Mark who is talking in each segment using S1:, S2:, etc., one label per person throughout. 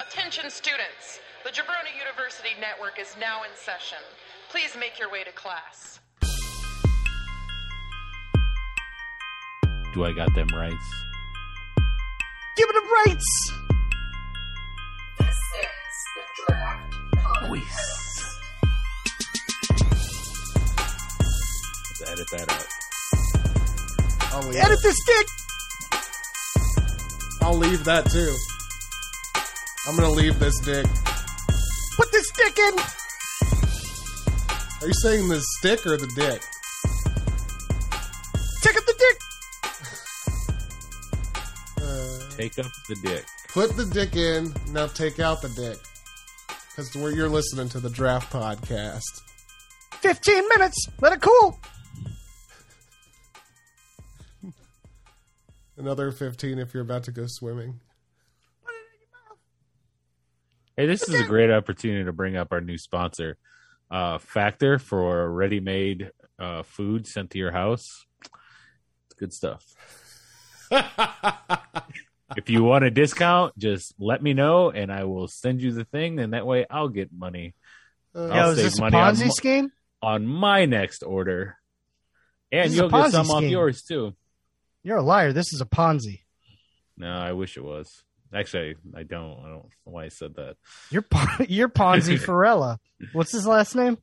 S1: Attention students, the Jabrona University Network is now in session. Please make your way to class.
S2: Do I got them rights?
S3: Give it the rights.
S2: Edit that out.
S4: I'll leave,
S3: Edit
S4: it.
S3: this dick.
S4: I'll leave that too. I'm gonna leave this dick.
S3: Put this dick in.
S4: Are you saying the stick or the dick?
S3: Take up the dick.
S4: Uh,
S2: Take up the dick.
S4: put the dick in. Now take out the dick. Because where you're listening to the draft podcast.
S3: Fifteen minutes. Let it cool.
S4: Another 15 if you're about to go swimming.
S2: Hey, this is a great opportunity to bring up our new sponsor, uh, Factor, for ready-made uh, food sent to your house. It's good stuff.
S4: Uh,
S2: if you want a discount, just let me know, and I will send you the thing, and that way I'll get money
S4: Uh,
S2: I'll
S3: Yo, is
S2: save
S3: this a
S2: money on
S3: Ponzi
S2: mo-
S3: scheme?
S2: on my next order, and
S3: This is a
S2: you'll get
S3: Ponzi
S2: some off
S3: scheme.
S2: yours too.
S3: You're a liar. This is a Ponzi.
S2: No, I wish it was. Actually, I don't. I don't know why I said that.
S3: You're Pon- you're Ponzi Ferrella. What's his last name?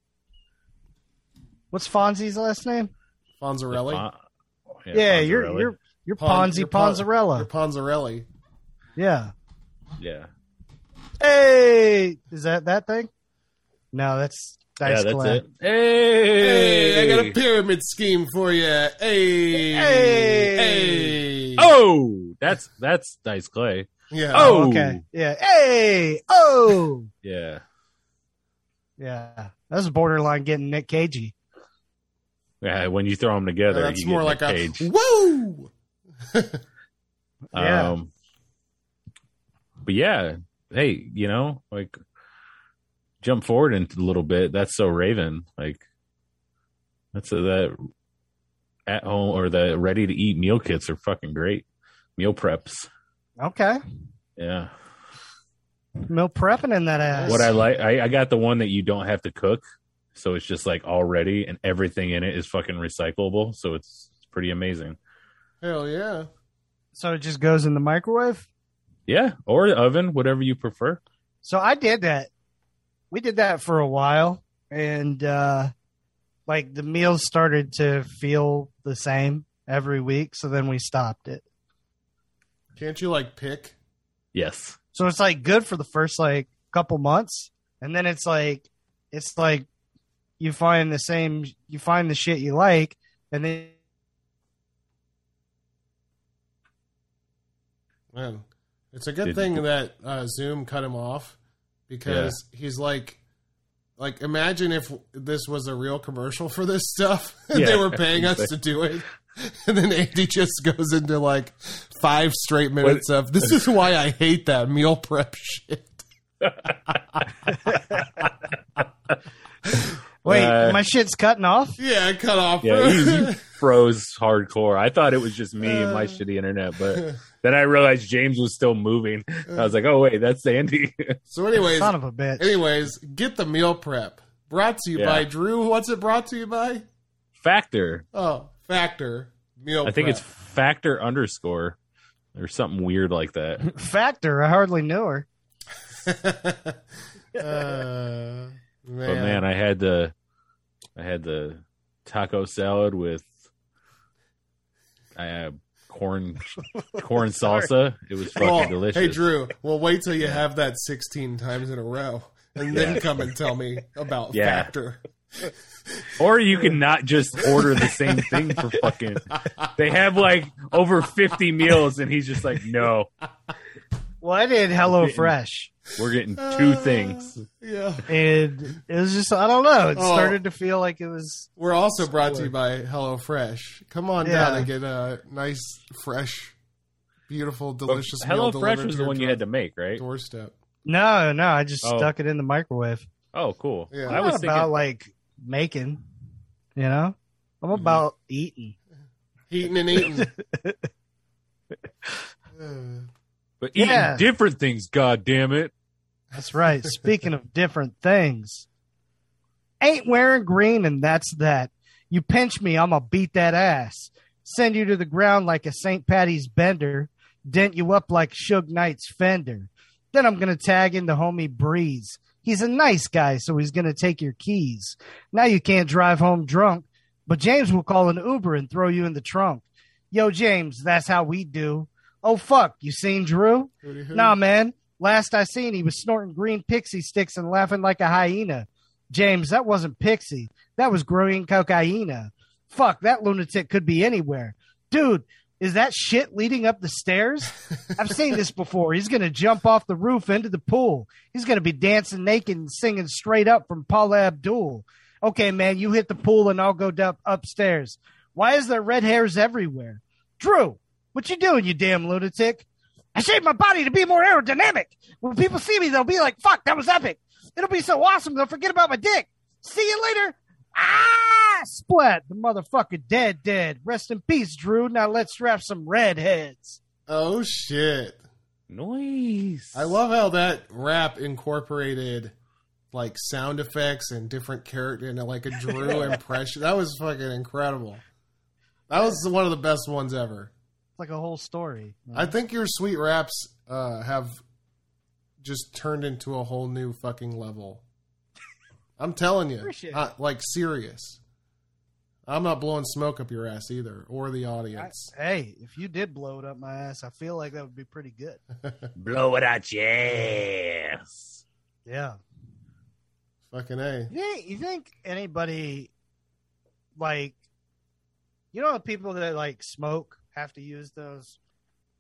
S3: What's Fonzie's last name?
S4: Fonzarelli?
S2: Pon-
S3: Yeah, you're
S2: Ponzarelli.
S3: you're you're
S4: Pon-
S3: Ponzi
S4: you're Pon-
S3: Ponzarella.
S4: You're Ponzarelli.
S3: yeah.
S2: yeah.
S3: Hey, is that that thing? No, that's
S2: yeah,
S3: Dice
S2: that's
S3: Collab.
S2: it. Hey,
S4: Hey, I got a pyramid scheme for you. Hey,
S3: Hey.
S4: hey.
S2: Oh, that's that's Dice Clay.
S4: yeah.
S2: Oh,
S3: okay. Yeah. Hey. Oh.
S2: yeah.
S3: yeah. That's borderline getting Nick Cagey.
S2: Yeah, when you throw them
S4: Yeah,
S2: together,
S4: that's
S2: you
S4: more
S2: get
S4: like
S2: Nick
S4: a
S2: Cage.
S4: whoa.
S3: Yeah.
S2: Um, but yeah, hey, you know, like jump forward into a little bit. That's so Raven. Like that's a, that at home or the ready to eat meal kits are fucking great. Meal preps.
S3: Okay.
S2: Yeah.
S3: Mill prepping in that ass.
S2: What I like, I, I got the one that you don't have to cook, so it's just like all ready, and everything in it is fucking recyclable. So it's pretty amazing.
S4: Hell yeah.
S3: so it just goes in the microwave.
S2: Yeah, or the oven, whatever you prefer.
S3: So I did that. We did that for a while, and uh, like the meals started to feel the same every week. So then we stopped it.
S4: Can't you like pick?
S2: Yes.
S3: So it's like good for the first like couple months, and then it's like it's like you find the same you find the shit you like, and then
S4: Man, it's a good
S2: Did-
S4: thing that uh, Zoom cut him off because he's like, like imagine if this was a real commercial for this stuff and
S2: Yeah.
S4: they were paying us to do it. And then Andy just goes into like five straight minutes of this is why I hate that meal prep shit.
S3: wait,
S2: Uh,
S3: my shit's cutting off.
S4: Yeah, it cut off.
S2: Yeah, you, you froze hardcore. I thought it was just me and
S4: Uh.
S2: my shitty internet, but then I realized James was still moving. I was like, oh wait, that's Andy.
S4: so, anyways,
S3: Son of a bitch.
S4: anyways, get the meal prep brought to you
S2: Yeah.
S4: by Drew. What's it brought to you by?
S2: Factor.
S4: Oh, Factor meal.
S2: I think
S4: prep.
S2: it's Factor underscore or something weird like that.
S3: Factor. I hardly knew her.
S4: uh, man.
S2: But man, I had the I had the taco salad with I had corn corn salsa. It was fucking
S4: Well,
S2: delicious.
S4: Oh, Hey, Drew. Well, wait till you have that 16 times in a row, and then come and tell me about
S2: Yeah.
S4: Factor.
S2: Or you can not just order the same thing for fucking. They have like over fifty meals, and he's just like, "No,
S3: Well, I did Hello Fresh,
S2: we're getting two
S4: Uh,
S2: things."
S4: Yeah.
S3: and it was just I don't know. It
S4: Oh.
S3: started to feel like it was
S4: We're also brought to you by HelloFresh. Come on
S3: Yeah.
S4: down and get a nice, fresh, beautiful, delicious meal
S2: Hello Fresh
S4: delivered
S2: was
S4: to
S2: the
S4: your
S2: one you had to make, right?
S4: doorstep.
S3: no, no. I just
S2: Oh.
S3: stuck it in the microwave.
S2: Oh, cool.
S4: Yeah.
S2: I
S3: I'm
S2: was
S3: not
S2: thinking,
S3: about like making, you know. I'm
S2: Mm-hmm.
S3: about eating.
S4: Eating and eating. Uh,
S2: but eating
S3: Yeah.
S2: different things. God damn it!
S3: That's right. Speaking of different things, ain't wearing green, and that's that. You pinch me, I'm gonna beat that ass. Send you to the ground like a St. Patty's bender. Dent you up like Suge Knight's fender. Then I'm gonna tag in the homie Breeze. He's a nice guy, so he's gonna take your keys. Now you can't drive home drunk, but James will call an Uber and throw you in the trunk. Yo, James, that's how we do. Oh fuck, you seen Drew? Nah, man. Last I seen, he was snorting green pixie sticks and laughing like a hyena. James, that wasn't pixie. That was green cocaina. Fuck, that lunatic could be anywhere. Dude, is that shit leading up the stairs? I've seen this before. He's going to jump off the roof into the pool. He's going to be dancing naked and singing straight up from Paula Abdul. Okay, man, you hit the pool and I'll go up upstairs. Why is there red hairs everywhere? Drew, what you doing, you damn lunatic? I shaved my body to be more aerodynamic. When people see me, they'll be like, fuck, that was epic. It'll be so awesome, they'll forget about my dick. See you later. Ah, splat. The motherfucker dead, dead. Rest in peace, Drew. Now let's wrap some redheads.
S4: Oh shit!
S2: Noise.
S4: I love how that rap incorporated like sound effects and different character and like a Drew impression. That was fucking incredible. That was one of the best ones ever.
S3: It's like a whole story.
S4: I think your sweet raps uh, have just turned into a whole new fucking level. I'm telling you,
S3: Appreciate it.
S4: Uh, like serious. I'm not blowing smoke up your ass either, or the audience.
S3: hey, if you did blow it up my ass, I feel like that would be pretty good.
S2: Blow it out your ass.
S3: Yeah.
S4: Fucking a.
S3: You think, you think anybody, like, you know, the people that like smoke have to use those,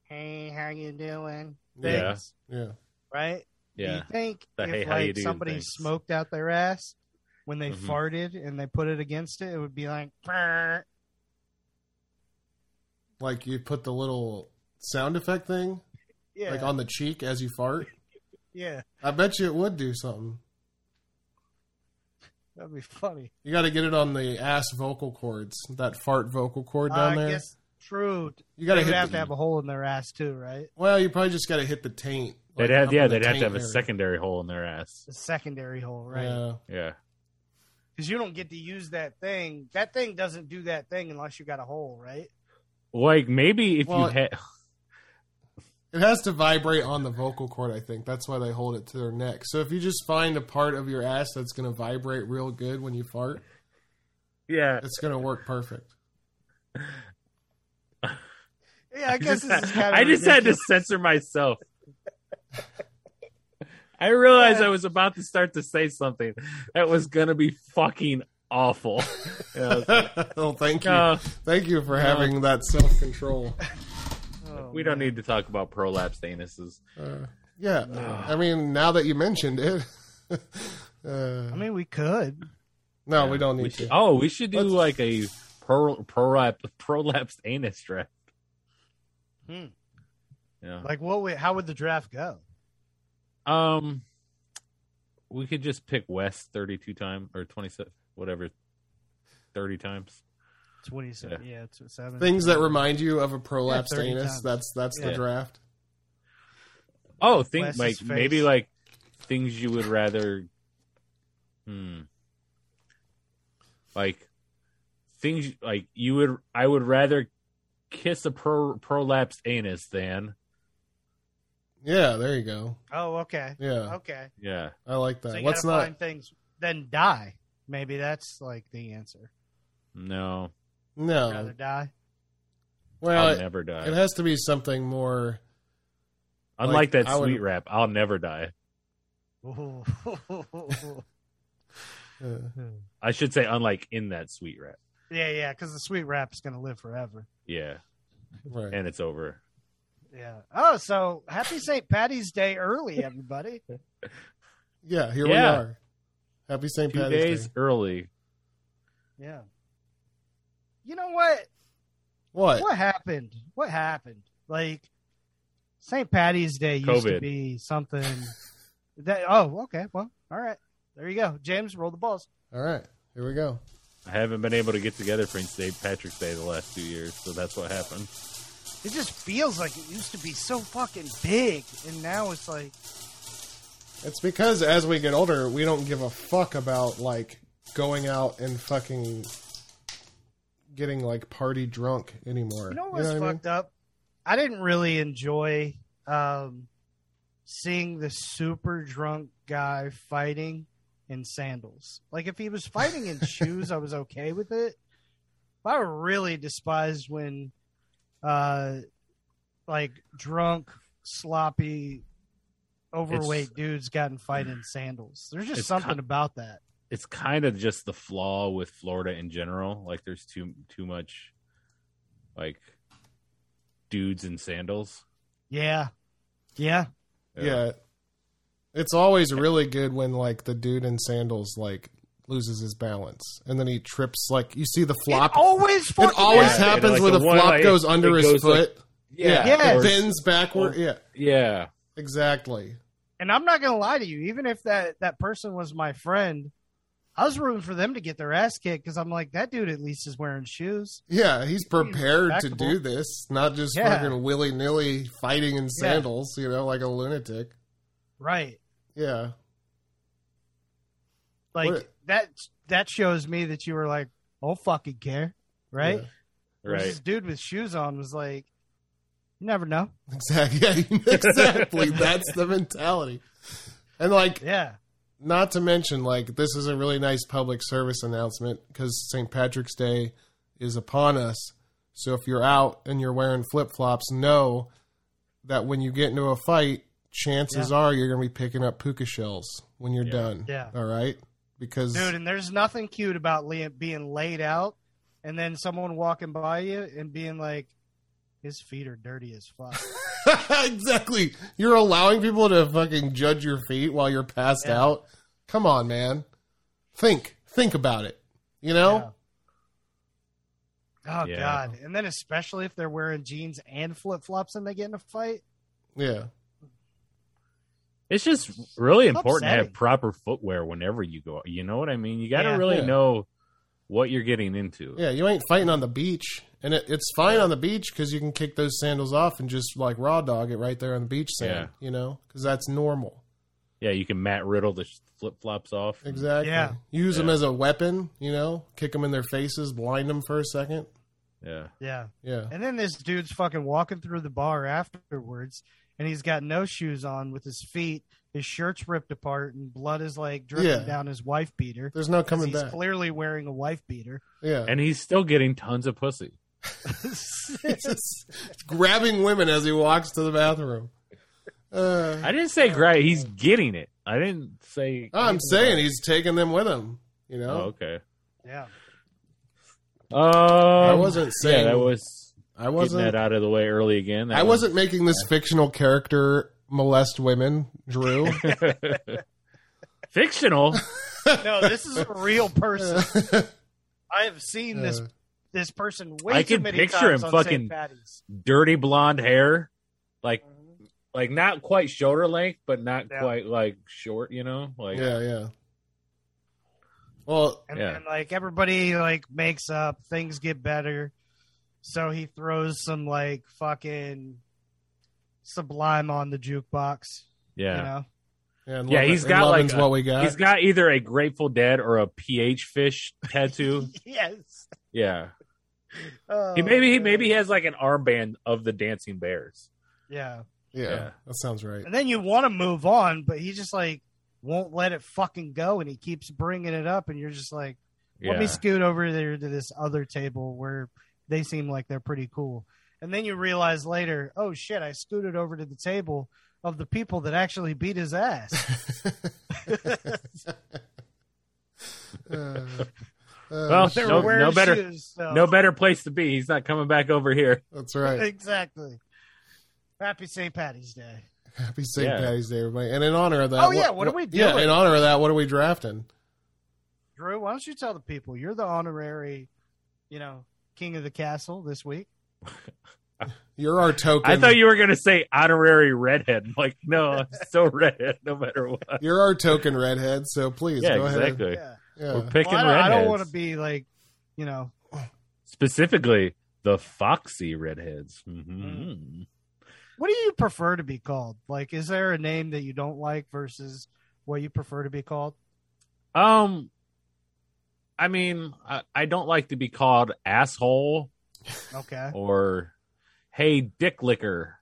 S3: hey, how you doing? Things,
S2: Yeah.
S4: Yeah.
S3: Right? Do
S2: Yeah.
S3: you think
S2: The
S3: if
S2: hey, how you
S3: like
S2: doing
S3: somebody
S2: things.
S3: smoked out their ass when they
S2: Mhm.
S3: farted and they put it against it, it would be like, "Brr."
S4: Like you put the little sound effect thing
S3: yeah,
S4: like on the cheek as you fart.
S3: yeah,
S4: I bet you it would do something.
S3: that'd be funny.
S4: You got to get it on the ass vocal cords, that fart vocal cord down
S3: Uh, I
S4: there.
S3: guess true.
S4: you got
S3: They
S4: to
S3: would
S4: hit.
S3: have
S4: the-
S3: to have a hole in their ass too, right?
S4: well, you probably just got to hit the taint.
S2: They'd
S4: like,
S2: have,
S4: up
S2: yeah,
S4: in the
S2: they'd have to
S4: taint
S2: have a
S4: area.
S2: secondary hole in their ass.
S3: The secondary hole, right?
S4: Yeah.
S2: Yeah.
S3: Because you don't get to use that thing. That thing doesn't do that thing unless you got a hole, right?
S2: Like maybe if
S4: Well,
S2: you had,
S4: It has to vibrate on the vocal cord, I think. That's why they hold it to their neck. So if you just find a part of your ass that's going to vibrate real good when you fart,
S2: yeah,
S4: it's going to work perfect.
S3: Yeah, I guess
S2: just,
S3: this is kind of.
S2: I just had to censor myself. I realized I was about to start to say something that was gonna be fucking awful. And I was like,
S4: well, thank you.
S2: Uh, "No,
S4: thank you for having that self control. Oh,
S3: Oh,
S2: we don't need to talk about prolapsed anuses.
S4: Uh, yeah. I mean, now that you mentioned it. uh,
S3: I mean, we could.
S4: no, we don't need
S2: We
S4: to.
S2: should, oh, we should do
S4: Let's-
S2: like a pro, prolap, prolapsed anus draft.
S3: Hmm.
S2: Yeah.
S3: Like, what? Would, how would the draft go?
S2: Um, we could just pick West thirty-two times or twenty-seven, whatever, thirty times.
S3: Twenty-seven. Yeah, yeah seven.
S4: Things that remind you of a prolapsed
S3: 30
S4: anus.
S3: times.
S4: That's that's the
S2: Yeah.
S4: draft.
S2: Oh, think
S3: Wes's
S2: like
S3: face.
S2: maybe like things you would rather. Hmm. Like things like you would, I would rather kiss a pro, prolapsed anus than
S4: Yeah, there you go.
S3: Oh, okay.
S4: Yeah,
S3: Okay.
S2: yeah.
S4: I like that.
S3: So you
S4: What's
S3: gotta
S4: not?
S3: find things, then die. Maybe that's like the answer.
S2: No,
S4: No.
S3: Rather die.
S4: Well,
S2: I'll
S4: it,
S2: never die.
S4: it has to be something more.
S2: Unlike that
S4: I would-
S2: sweet rap, I'll never die.
S3: Ooh.
S4: Uh,
S2: I should say, unlike in that sweet rap.
S3: yeah, yeah, because the sweet rap is gonna live forever.
S2: Yeah,
S4: right.
S2: and it's over.
S3: Yeah. Oh, so happy St. Patty's Day early, everybody.
S4: yeah, here
S2: Yeah.
S4: we are. Happy St.
S2: Two
S4: Patty's
S2: days
S4: Day.
S2: early.
S3: Yeah. You know what?
S4: What?
S3: What happened? What happened? Like St. Patty's Day used to
S2: COVID.
S3: be something that. Oh, okay. Well, all right. There you go, James. Roll the balls.
S4: All right, here we go.
S2: I haven't been able to get together for St. Patrick's Day the last two years, so that's what happened.
S3: It just feels like it used to be so fucking big, and now it's like
S4: It's because as we get older, we don't give a fuck about like going out and fucking getting like party drunk anymore.
S3: You know what's
S4: what I mean?
S3: fucked up? I didn't really enjoy um, seeing the super drunk guy fighting in sandals. Like if he was fighting in shoes, I was okay with it. But I really despised when, uh, like drunk, sloppy, overweight dudes got in fight in sandals. There's just
S2: It's
S3: something
S2: kind-
S3: about that.
S2: it's kind of just the flaw with Florida in general. Like there's too too much like dudes in sandals. Uh,
S3: Yeah, yeah.
S4: Yeah. It's always really good when like the dude in sandals like loses his balance and then he trips like you see the flop.
S3: It always,
S4: It
S3: fucking
S4: always
S3: happens.
S2: Yeah,
S4: happens
S2: like
S4: where
S2: the
S4: the,
S2: one,
S4: flop
S2: like,
S4: goes
S2: it
S4: under his
S2: goes, like-
S4: foot. yeah.
S3: Yes.
S4: It bends backward. Yeah.
S2: Yeah.
S4: Exactly.
S3: and I'm not gonna lie to you, even if that that person was my friend, I was rooting for them to get their ass kicked because I'm like, that dude at least is wearing shoes.
S4: Yeah, he's prepared to
S3: respectable.
S4: do this, not just
S3: Yeah.
S4: fucking willy nilly fighting in sandals, you know, like a lunatic.
S3: Right.
S4: Yeah.
S3: Like
S4: What-
S3: that that shows me that you were like, I don't fucking care. Right?
S4: Yeah.
S3: Whereas
S2: Right.
S3: This dude with shoes on was like, You never know.
S4: Exactly. Yeah, exactly. That's the mentality. And like
S3: Yeah.
S4: not to mention like this is a really nice public service announcement because st patrick's day is upon us so if you're out and you're wearing flip-flops know that when you get into a fight chances are you're going to be picking up puka shells when you're
S2: Yeah.
S4: done
S3: Yeah.
S4: all right because
S3: Dude, and there's nothing cute about le- being laid out and then someone walking by you and being like, His feet are dirty as fuck.
S4: exactly you're allowing people to fucking judge your feet while you're passed
S3: Yeah.
S4: out come on man think think about it you know
S3: Yeah. Oh
S2: Yeah.
S3: god! And then especially if they're wearing jeans and flip flops and they get in a fight.
S4: yeah.
S2: It's just really
S3: It's
S2: important to
S3: upsetting.
S2: have proper footwear whenever you go. You know what I mean? You got to
S3: Yeah.
S2: really
S4: Yeah.
S2: know what you're getting into.
S4: Yeah, you ain't fighting on the beach, and it, it's fine on the beach because you can kick those sandals off and just like raw dog it right there on the beach sand, you know, because that's normal.
S2: Yeah, you can Matt Riddle the flip flops off.
S4: Exactly.
S3: Yeah.
S4: Use them
S2: Yeah.
S4: as a weapon, you know, kick them in their faces, blind them for a second.
S2: Yeah.
S3: Yeah.
S4: Yeah.
S3: And then this dude's fucking walking through the bar afterwards, and he's got no shoes on with his feet. His shirt's ripped apart, and blood is like dripping
S4: Yeah.
S3: down his wife beater. 'cause
S4: There's no coming
S3: he's
S4: back.
S3: clearly wearing a wife beater.
S4: yeah.
S2: And he's still getting tons of pussy.
S4: It's just grabbing women as he walks to the bathroom. Uh,
S2: I didn't say great. He's getting it. I didn't say.
S4: I'm saying he's taking them with him, you know.
S2: Oh, okay.
S3: yeah.
S2: Um, I
S4: wasn't saying-
S2: Yeah, that was
S4: I
S2: getting
S4: wasn't
S2: that out of the way early again. That
S4: I
S2: was-
S4: wasn't making this fictional character molest women, Drew.
S2: fictional.
S3: No, this is a real person. I have seen this
S4: Uh,
S3: this person way
S2: I
S3: too
S2: can
S3: many
S2: picture
S3: times
S2: him
S3: on
S2: fucking-
S3: St. Patty's.
S2: Dirty blonde hair, like like not quite shoulder length, but not
S3: Yeah.
S2: quite like short. You know, like
S4: yeah, yeah. Well,
S3: and
S2: Yeah.
S3: then like everybody like makes up things get better so he throws some like fucking sublime on the jukebox
S2: yeah.
S3: you know
S4: yeah, and
S2: Yeah,
S4: Lovin-
S2: he's
S4: and
S2: got, like,
S4: Lovin's
S2: a-
S4: what we got.
S2: He's got either a Grateful Dead or a PH fish tattoo.
S3: yes
S2: yeah,
S3: Oh,
S2: he maybe he
S3: God.
S2: maybe he has like an armband of the Dancing Bears.
S3: yeah
S4: yeah,
S2: yeah.
S4: that sounds right.
S3: and then you want to move on but he just like won't let it fucking go and he keeps bringing it up and you're just like
S2: Yeah,
S3: let me scoot over there to this other table where they seem like they're pretty cool. And then you realize later, oh shit, I scooted over to the table of the people that actually beat his ass.
S4: Uh, uh,
S2: Well,
S3: But they were
S2: No-
S3: wearing
S2: no better-
S3: shoes. so-
S2: no better place to be. He's not coming back over here.
S4: that's right.
S3: exactly. Happy St. Patty's Day.
S4: Happy St.
S2: Yeah.
S4: Patty's Day, everybody! And in honor of that,
S3: Oh, yeah, what are we
S4: Yeah,
S3: doing?
S4: in honor of that, what are we drafting?
S3: Drew, why don't you tell the people you're the honorary, you know, king of the castle this week?
S4: You're our token.
S2: I thought you were gonna say honorary redhead. I'm Like, no, I'm so redhead no matter what.
S4: You're our token redhead. So please,
S2: yeah,
S4: go
S2: exactly.
S3: Yeah.
S4: ahead.
S2: We're
S4: Yeah.
S2: picking
S3: Well, I don't, I
S2: redheads.
S3: don't want to be like, you know,
S2: Mm-hmm. specifically the foxy redheads. hmm
S3: What do you prefer to be called? Like, is there a name that you don't like versus what you prefer to be called?
S2: Um, I mean, I, I don't like to be called asshole
S3: Okay.
S2: or hey dick licker.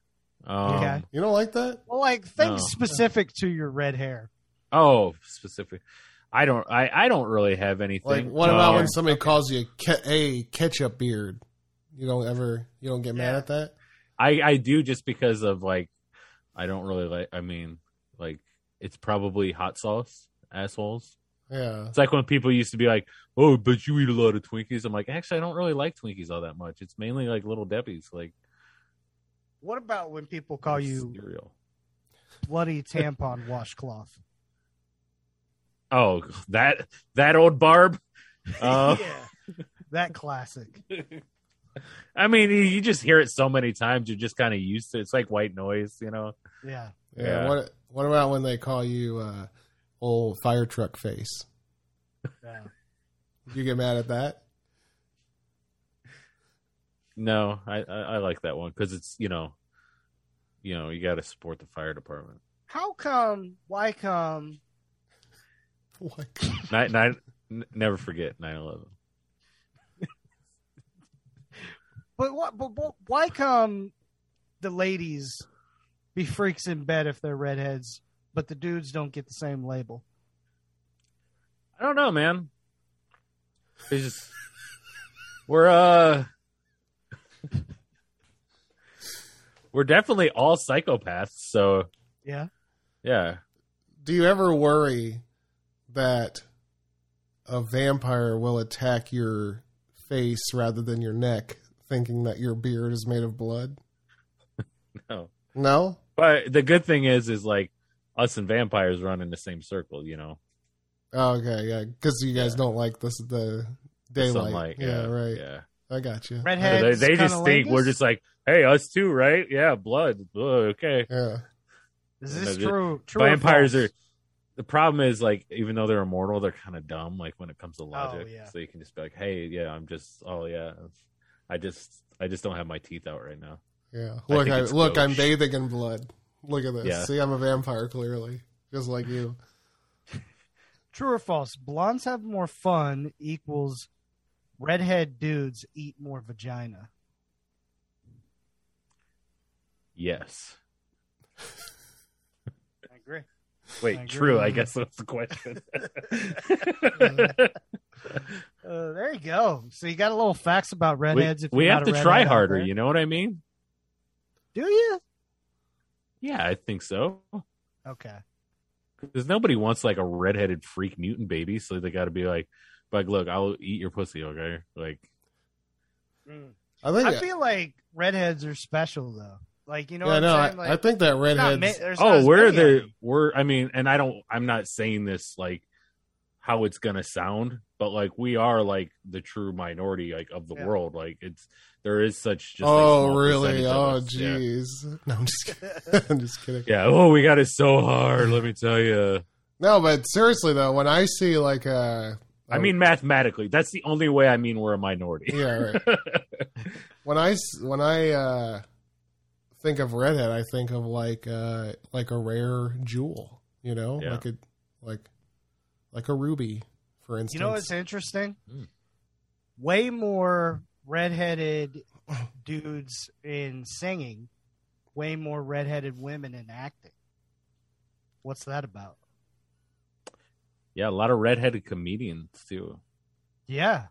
S2: Um,
S3: Okay.
S4: You don't like that?
S3: Well, like things
S2: No.
S3: specific to your red hair.
S2: Oh, specific. I don't. I, I don't really have
S4: Like,
S2: anything.
S4: what about
S2: Um,
S4: when somebody calls you ke- a ketchup beard? You don't ever, you don't get mad
S3: Yeah.
S4: at that.
S2: I I do just because of like I don't really like. I mean, like it's probably hot sauce assholes.
S4: Yeah,
S2: It's like when people used to be like, "Oh, but you eat a lot of Twinkies." I'm like, actually, I don't really like Twinkies all that much. It's mainly like Little Debbie's, like
S3: What about when people call you
S2: cereal.
S3: bloody tampon washcloth?
S2: Oh, that that old barb. Uh,
S3: yeah. That classic.
S2: I mean, you- you just hear it so many times, you're just kind of used to. it. It's like white noise, you know.
S3: Yeah.
S4: yeah.
S2: Yeah.
S4: What What about when they call you uh, old fire truck face?
S3: yeah.
S4: You get mad at that?
S2: No, I I, I like that one because it's you know, you know, you got to support the fire department.
S3: How come? Why come?
S4: What?
S2: Nine, nine, n- never forget 9-11.
S3: But what? But, but why come? The ladies be freaks in bed if they're redheads, but the dudes don't get the same label.
S2: I don't know, man. It's just we're uh we're definitely all psychopaths. So
S3: Yeah.
S2: yeah,
S4: Do you ever worry that a vampire will attack your face rather than your neck, thinking that your beard is made of blood?
S2: no.
S4: No.
S2: But the good thing is, is like us and vampires run in the same circle. You know,
S4: Oh, okay, yeah, because you guys don't like this the daylight.
S2: sunlight.
S4: yeah, right.
S2: Yeah.
S4: I got you.
S2: So
S3: Redhead.
S2: they
S3: Heads,
S2: they just
S3: kinda
S2: think we're
S3: lingus?
S2: just like, hey, us too, right? Yeah, blood. Ugh, okay.
S4: Yeah.
S3: Is this
S2: No,
S3: true? True. or
S2: Vampires
S3: false?
S2: are. The problem is, like, even though they're immortal, they're kind of dumb. Like when it comes to logic,
S3: Oh, yeah.
S2: so you can just be like, "Hey, yeah, I'm just, oh yeah, I just, I just don't have my teeth out right now."
S4: Yeah.
S2: I
S4: Look,
S2: think
S4: I
S2: it's
S4: look, I'm
S2: gauche.
S4: bathing in blood. Look at this.
S2: Yeah.
S4: See, I'm a vampire clearly, just like you.
S3: True or false? Blondes have more fun equals redhead dudes eat more vagina.
S2: Yes.
S3: I agree.
S2: Wait,
S3: I agree.
S2: true. I guess that's the question.
S3: Uh, there you go. So you got a little facts about
S2: we
S3: redheads. if
S2: we
S3: you're
S2: have
S3: not a
S2: to try
S3: redhead out
S2: harder.
S3: there.
S2: You know what I mean?
S3: Do you?
S2: Yeah, I think so.
S3: Okay.
S2: Because nobody wants like a redheaded freak mutant baby, so they got to be like, "Like, look, I'll eat your pussy, okay?" Like,
S3: Mm.
S4: I think.
S3: I feel like redheads are special though. Like you know
S4: yeah,
S3: what
S4: no,
S3: I'm
S4: I,
S3: saying?
S4: I
S3: Like,
S4: think that
S3: there's not
S4: redheads.
S3: ma- there's not
S2: oh
S3: as
S2: we're
S3: many of
S2: the
S3: them.
S2: we're i mean and i don't i'm not saying this like how it's gonna sound but like we are like the true minority like of the
S3: Yeah.
S2: world like it's there is such just a
S4: oh,
S2: small
S4: really?
S2: percentage of
S4: Oh,
S2: us. yeah.
S4: jeez. No, I'm just kidding. I'm just kidding.
S2: yeah oh we got it so hard let me tell you
S4: No, but seriously though, when I see like uh, a,
S2: i
S3: Oh.
S2: mean mathematically that's the only way i mean we're a minority
S4: yeah, right. when I s- when I uh, think of redhead, I think of like uh, like a rare jewel. You know,
S2: Yeah.
S4: like a like like a ruby, for instance.
S3: You know what's interesting?
S2: Hmm.
S3: Way more redheaded dudes in singing, way more redheaded women in acting. What's that about?
S2: yeah a lot of redheaded comedians too
S3: Yeah.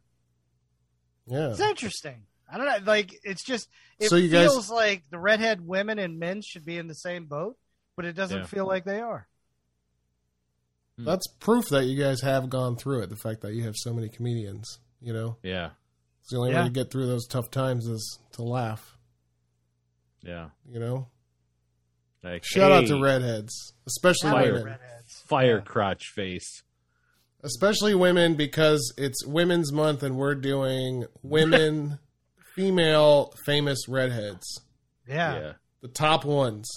S4: yeah.
S3: It's interesting. I don't know. Like it's just it
S4: So you guys-
S3: feels like the redhead women and men should be in the same boat, but it doesn't
S2: Yeah.
S3: feel like they are.
S2: Hmm.
S4: That's proof that you guys have gone through it. The fact that you have so many comedians, you know,
S2: yeah
S4: it's the only
S3: Yeah.
S4: way to get through those tough times is to laugh.
S2: yeah
S4: You know,
S2: like
S4: shout out
S2: hey,
S4: to redheads, especially
S2: Fire.
S4: women,
S3: redheads.
S2: fire
S3: Yeah.
S2: crotch face
S4: especially women, because it's Women's Month and we're doing women, female, famous redheads,
S3: Yeah.
S4: the top ones.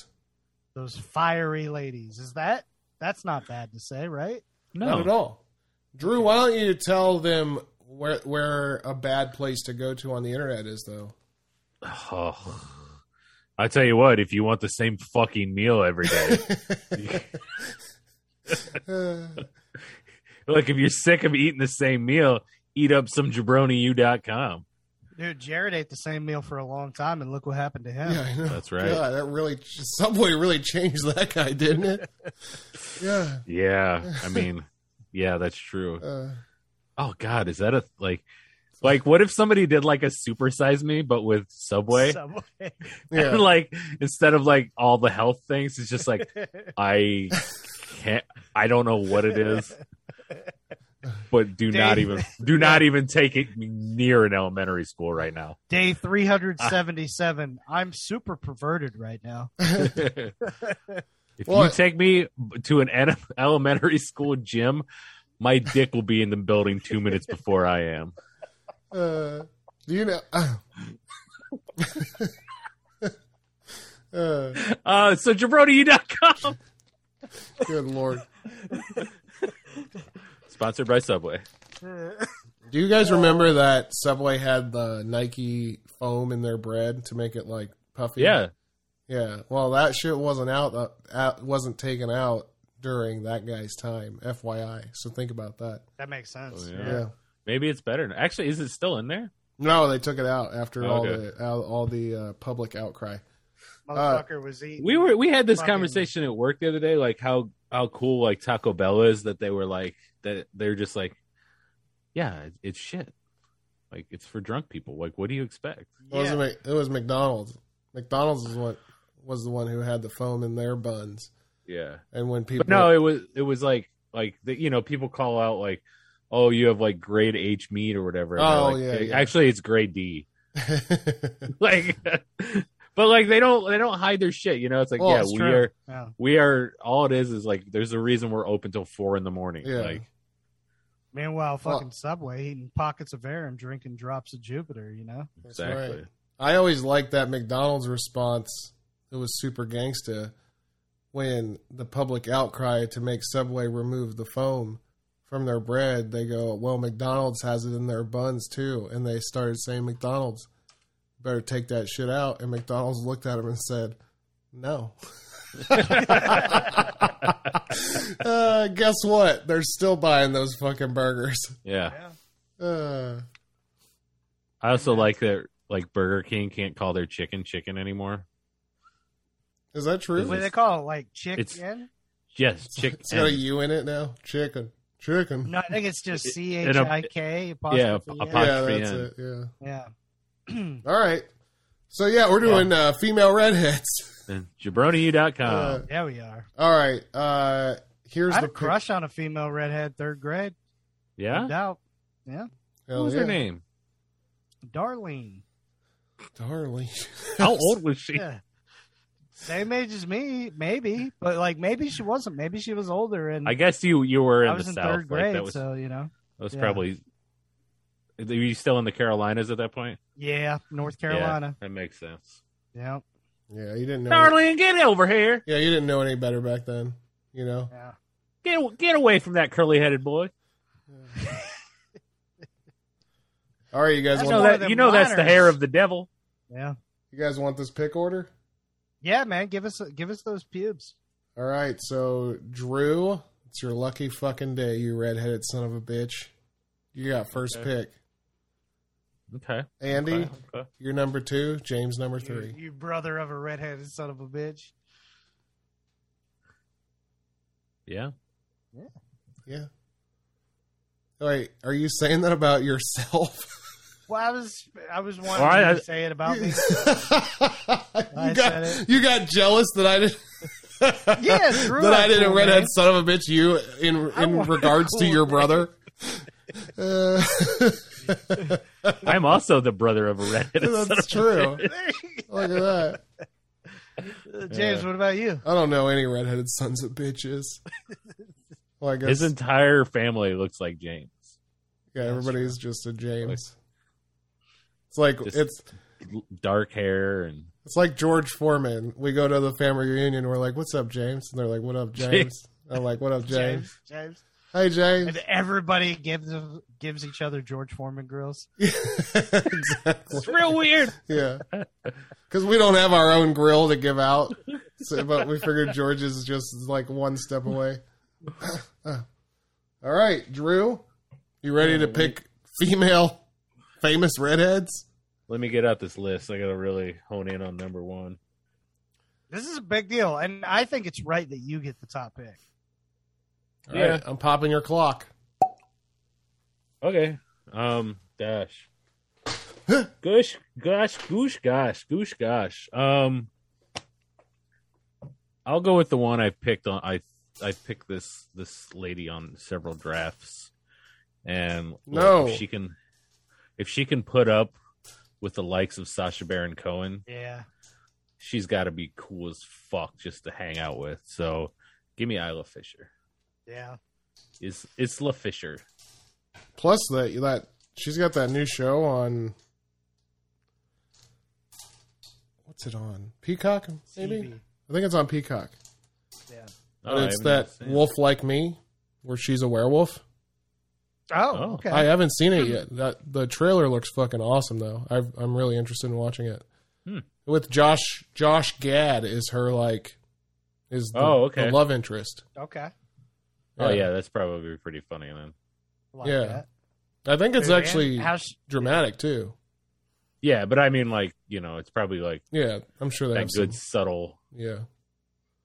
S3: Those fiery ladies. Is that that's not bad to say, right?
S2: no
S4: Not at all. Drew, why don't you tell them where where a bad place to go to on the internet is, though?
S2: Oh, I tell you what, if you want the same fucking meal every day, like if you're sick of eating the same meal, eat up some jabroniu.com.
S3: Dude, Jared ate the same meal for a long time, and look what happened to him.
S4: yeah, I know.
S2: That's right.
S4: God, that really Subway really changed that guy, didn't it? yeah.
S2: Yeah, I mean, yeah, that's true.
S4: Uh,
S2: Oh God, is that a like? Like, what if somebody did like a supersize me, but with Subway?
S3: Subway.
S4: yeah.
S2: And like instead of like all the health things, it's just like I can't. I don't know what it is, but do not
S3: Dave.
S2: even do not even take it near an elementary school right now.
S3: Day 377. I'm super perverted right now.
S2: if you
S4: Well-
S2: take me to an ele- elementary school gym, my dick will be in the building two minutes before I am.
S4: Uh, do you know? Uh, uh,
S2: Uh, so jabroniu.com.
S4: good lord.
S2: Sponsored by Subway.
S4: Do you guys remember that Subway had the Nike foam in their bread to make it like puffy?
S2: Yeah.
S4: yeah. Well, that shit wasn't out, uh, out wasn't taken out during that guy's time. FYI, so think about that.
S3: That makes sense.
S2: Oh, yeah.
S4: Yeah.
S2: Maybe it's better. now. Actually, is it still in there?
S4: No, they took it out after all
S2: Oh, Okay.
S4: the all, all the uh, public outcry.
S3: Motherfucker was eating.
S2: We were we had this
S3: Fucking-
S2: conversation at work the other day, like how how cool like Taco Bell is that they were like that they're just like, yeah, it- it's shit. Like it's for drunk people. Like what do you expect?
S4: It was
S3: Yeah.
S4: Mc, it was McDonald's. McDonald's is what was the one who had the foam in their buns,
S2: Yeah.
S4: and when people
S2: But no, it was it was like like the, you know people call out like, oh you have like grade H meat or whatever. And they're
S4: Oh,
S2: like,
S4: yeah, yeah.
S2: Actually, it's grade D. Like, but like they don't they don't hide their shit. You know, it's like
S4: Well,
S2: yeah
S4: it's
S2: we
S4: true.
S2: are
S3: Yeah.
S2: we are all it is is like there's a reason we're open till four in the morning.
S4: Yeah.
S2: Like
S3: Meanwhile,
S4: Well-
S3: fucking Subway eating pockets of air and drinking drops of Jupiter, you know?
S4: That's
S2: exactly.
S4: right. I always liked that McDonald's response. It was super gangsta when the public outcry to make Subway remove the foam from their bread. They go, "Well, McDonald's has it in their buns too," and they started saying, "McDonald's, better take that shit out." And McDonald's looked at him and said, "No." uh, guess what? They're still buying those fucking burgers.
S2: Yeah.
S3: Yeah.
S4: Uh,
S2: I also like that like Burger King can't call their chicken chicken anymore.
S4: is that true?
S2: Is
S3: What do
S2: it-
S3: they call it? Like
S2: It's-
S3: chicken?
S2: Yes, chicken.
S4: It's got a U in it now. Chicken. Chicken.
S3: No, I think it's just
S2: It-
S3: C
S2: it-
S3: H I K.
S2: yeah,
S3: Yeah.
S2: apost-
S4: yeah, that's
S2: N.
S4: it. Yeah.
S3: Yeah.
S4: All right. So yeah, we're doing Uh, female redheads.
S2: And jabroniu.com.
S4: Uh,
S3: There we are.
S4: all right. Uh, here's
S3: I had
S4: the
S3: a crush on a female redhead third grade. No
S2: yeah?
S3: doubt.
S4: Pic-
S2: What was
S4: Hell
S2: her
S4: yeah.
S2: name?
S3: Darlene.
S4: Darling.
S2: How old was she?
S3: Yeah. Same age as me, maybe, but like maybe she wasn't. Maybe she was older, and
S2: I guess you you were in
S3: I was
S2: the
S3: in
S2: south.
S3: third grade,
S2: like that was
S3: so you know,
S2: that was
S3: yeah.
S2: probably were you still in the Carolinas at that point?
S3: yeah, North Carolina,
S2: That makes sense.
S3: yeah,
S4: Yeah, you didn't know.
S2: Darling, get over here.
S4: Yeah, you didn't know any better back then. You know.
S3: yeah.
S2: Get get away from that curly headed boy.
S4: All right, you guys
S3: That's
S2: You know
S4: want
S3: one of
S2: that
S3: them
S2: you know that's the
S3: liners.
S2: hair of the devil.
S3: yeah,
S4: you guys want this pick order?
S3: yeah, man. Give us give us those pubes.
S4: All right. So Drew, it's your lucky fucking day, you redheaded son of a bitch. You got first
S2: Okay.
S4: pick.
S2: Okay.
S4: Andy,
S2: okay, okay.
S4: you're number two. James, number three.
S3: You, you brother of a redheaded son of a bitch.
S2: Yeah.
S4: Yeah. Wait, are you saying that about yourself?
S3: Well, I was I was wanting
S2: All right,
S3: you
S2: I-
S3: to say it about
S4: you
S3: me. I
S4: got
S3: said it.
S4: you got jealous that I didn't.
S3: Yeah, Drew
S4: that I
S3: had
S4: didn't
S3: cool
S4: redhead
S3: name.
S4: son of a bitch. You in
S3: I
S4: in
S3: want a
S4: regards to
S3: cool
S4: your
S3: name.
S4: brother. Uh,
S2: I'm also the brother of a redheaded son of
S4: that's
S2: a
S4: true.
S2: bitch.
S4: Look at that.
S3: Uh, James,
S2: Yeah.
S3: what about you?
S4: I don't know any redheaded sons of bitches. Well, I guess
S2: His entire family looks like James.
S4: yeah,
S3: That's
S4: everybody's just a James. It's like
S2: Just-
S4: it's
S2: L- Dark hair and
S4: It's like George Foreman. We go to the family reunion. We're like, "What's up, James?" And they're like, "What up, James?" I'm like, "What up, James?"
S3: James,
S4: Hey, James.
S3: And everybody gives gives each other George Foreman grills.
S4: exactly.
S3: It's real weird.
S4: Yeah. Because we don't have our own grill to give out. So, but we figured George is just like one step away. All right, Drew. You ready to pick female famous redheads?
S2: Let me get out this list. I gotta really hone in on number one.
S3: This is a big deal, and I think it's right that you get the top pick.
S4: All right,
S2: Yeah.
S4: I'm popping your clock.
S2: Okay. Um. Dash. Goosh. Gosh. Goosh. Gosh. Goosh. Gosh. Um. I'll go with the one I picked on. I I picked this this lady on several drafts, and
S4: No.
S2: if she can, if she can put up with the likes of Sasha Baron Cohen,
S3: Yeah,
S2: she's got to be cool as fuck just to hang out with. So, give me Isla Fisher.
S3: yeah.
S2: Is it's La Fisher?
S4: Plus that that she's got that new show on. What's it on? Peacock? Maybe.
S3: TV.
S4: I think it's on Peacock.
S3: Yeah.
S2: Oh, I
S4: and it's
S2: haven't
S4: that
S2: seen it.
S4: Wolf Like Me, where she's a werewolf.
S3: Oh,
S2: Oh.
S3: okay.
S4: I haven't seen it yet. That the trailer looks fucking awesome though. I've, I'm really interested in watching it.
S2: Hmm.
S4: With Josh Josh Gad is her like is the,
S2: Oh, okay.
S4: the love interest.
S3: okay.
S2: Oh yeah, that's probably pretty funny then.
S3: I Like
S4: Yeah.
S3: that.
S4: I think it's
S3: Dude,
S4: actually
S3: and how's-
S4: dramatic too.
S2: Yeah, but I mean, like you know, it's probably like
S4: Yeah, I'm sure they
S2: that
S4: have some-
S2: good subtle,
S4: yeah.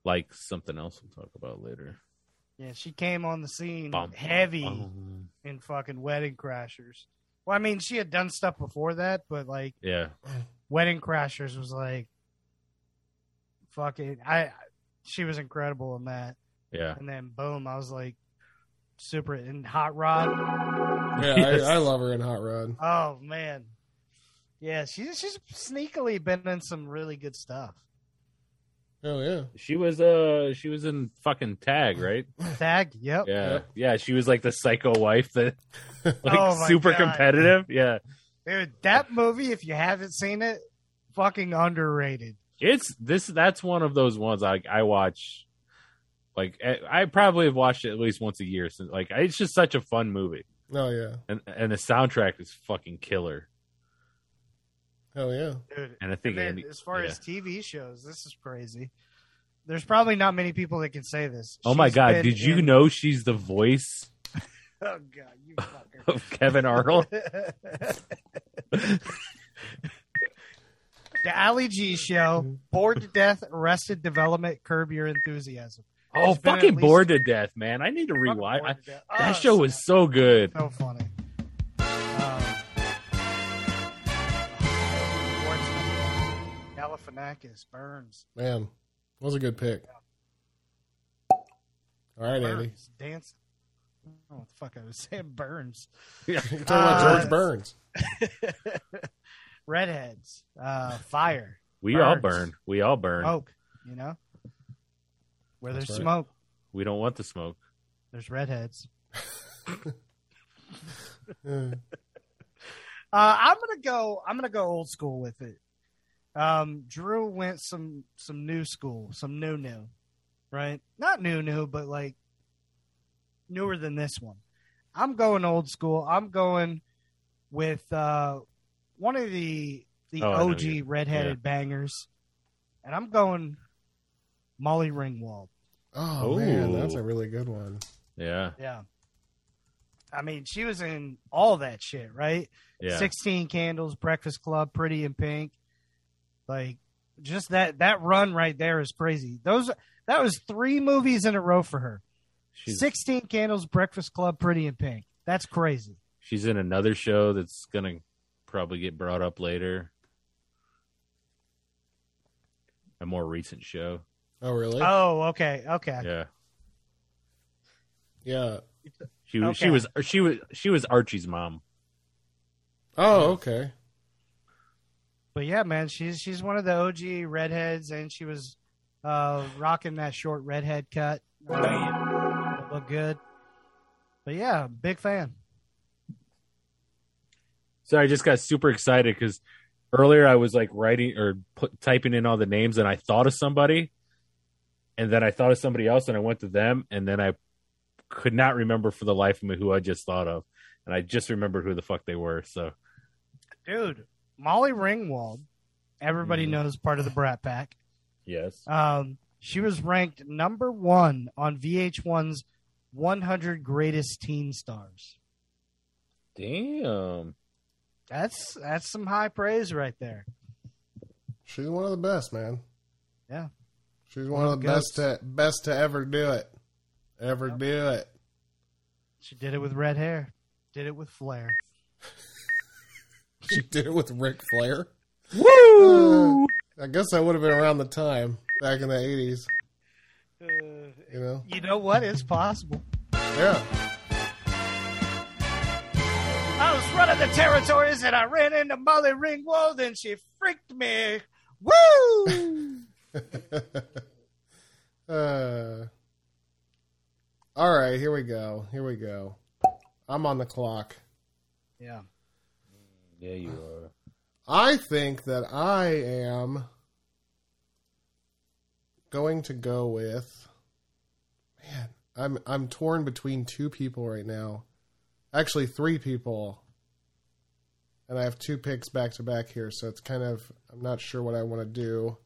S2: like something else we'll talk about later.
S3: yeah, she came on the scene
S2: Bum, bum,
S3: heavy
S2: bum.
S3: in fucking Wedding Crashers. Well, I mean, she had done stuff before that, but like
S2: Yeah,
S3: Wedding Crashers was like fucking. I she was incredible in that,
S2: yeah.
S3: and then boom, I was like super in Hot Rod.
S4: Yeah,
S2: Yes.
S4: I, I love her in Hot Rod.
S3: Oh man, yeah, she's she's sneakily been in some really good stuff.
S4: Oh yeah.
S2: She was uh she was in fucking Tag, right?
S3: Tag, yep.
S2: Yeah, yeah. She was like the psycho wife that like
S3: Oh, my
S2: super
S3: God.
S2: competitive. Yeah,
S3: Dude, that movie, if you haven't seen it, fucking underrated.
S2: it's this. That's one of those ones I I watch. Like eh, I, I probably have watched it at least once a year since. Like it's just such a fun movie,
S4: Oh yeah.
S2: and and the soundtrack is fucking killer.
S4: Hell yeah.
S3: Dude,
S2: And I think
S3: Man,
S2: Andy,
S3: as far
S2: yeah.
S3: as TV shows, this is crazy. There's probably not many people that can say this.
S2: Oh my
S3: She's
S2: god,
S3: been
S2: did you
S3: in-
S2: know she's the voice
S3: Oh god, you fucker.
S2: of Kevin Arnold?
S3: the Ali G show, bored to death, arrested development, curb your enthusiasm.
S2: oh,
S3: She's been in at
S2: fucking
S3: least-
S2: bored to death, man. I need to
S3: Fucking
S2: rewatch.
S3: Bored
S2: I,
S3: to Death.
S2: that
S3: Oh,
S2: show was so good.
S3: so funny. Um, what's the- Galifianakis, Burns,
S4: Man. That was a good pick. All right, Andy.
S3: Burns, dance. I don't know what the fuck I was saying. Burns.
S4: You're talking about
S3: Uh,
S4: George Burns.
S3: redheads, uh, fire,
S2: We all
S3: Burns. Oh.
S2: burn. We all burn.
S3: smoke. You know, where
S4: That's
S3: there's
S4: right.
S3: smoke,
S2: We don't want the smoke.
S3: there's redheads.
S4: Yeah.
S3: Uh, I'm gonna go. I'm gonna go old school with it. Um, Drew went some some new school, some new new, right? Not new new, but like newer than this one. I'm going old school. I'm going with uh, one of the the
S2: Oh, I know you-
S3: OG redheaded bangers, and I'm going Molly Ringwald.
S4: Oh man,
S2: Ooh.
S4: that's a really good one.
S2: Yeah.
S3: Yeah. I mean, she was in all that shit, right?
S2: Yeah.
S3: 16 Candles, Breakfast Club, Pretty in Pink. Like just that that run right there is crazy. Those that was 3 movies in a row for her.
S2: she's
S3: 16 Candles, Breakfast Club, Pretty in Pink. That's crazy.
S2: she's in another show that's going to probably get brought up later. A more recent show.
S4: Oh really?
S3: Oh, okay. Okay.
S2: Yeah.
S4: yeah.
S2: She
S3: Okay.
S2: she was she was she was Archie's mom.
S4: Oh, okay.
S3: But yeah, man, she's she's one of the OG redheads and she was uh rocking that short redhead cut. Bam. Look good. But yeah, big fan.
S2: So I just got super excited because earlier I was like writing or put, typing in all the names, and I thought of somebody, and then I thought of somebody else, and I went to them, and then I could not remember for the life of me who I just thought of, and I just remembered who the fuck they were. So
S3: Dude, Molly Ringwald, everybody
S2: Mhm.
S3: knows part of the Brat Pack.
S2: yes,
S3: Um, she was ranked number one on VH1's 100 Greatest Teen Stars.
S2: damn,
S3: That's that's some high praise right there.
S4: She's one of the best, man.
S3: Yeah.
S4: She's one of the
S3: Goats.
S4: best to best to ever do it. Ever
S3: Yep.
S4: do it.
S3: She did it with red hair. Did it with flair.
S4: She did it with Ric Flair.
S2: woo,
S4: I guess I would have been around the time back in the eighties,
S3: Uh,
S4: you know?
S3: you know what? It's possible.
S4: Yeah.
S3: I was running the territories and I ran into Molly Ringwald and she freaked me. Woo!
S4: uh, all right, here we go. Here we go. I'm on the clock.
S3: yeah.
S2: yeah, you are.
S4: I think that I am going to go with man, I'm I'm torn between two people right now. Actually three people. And I have two picks back to back here, so it's kind of I'm not sure what I want to do.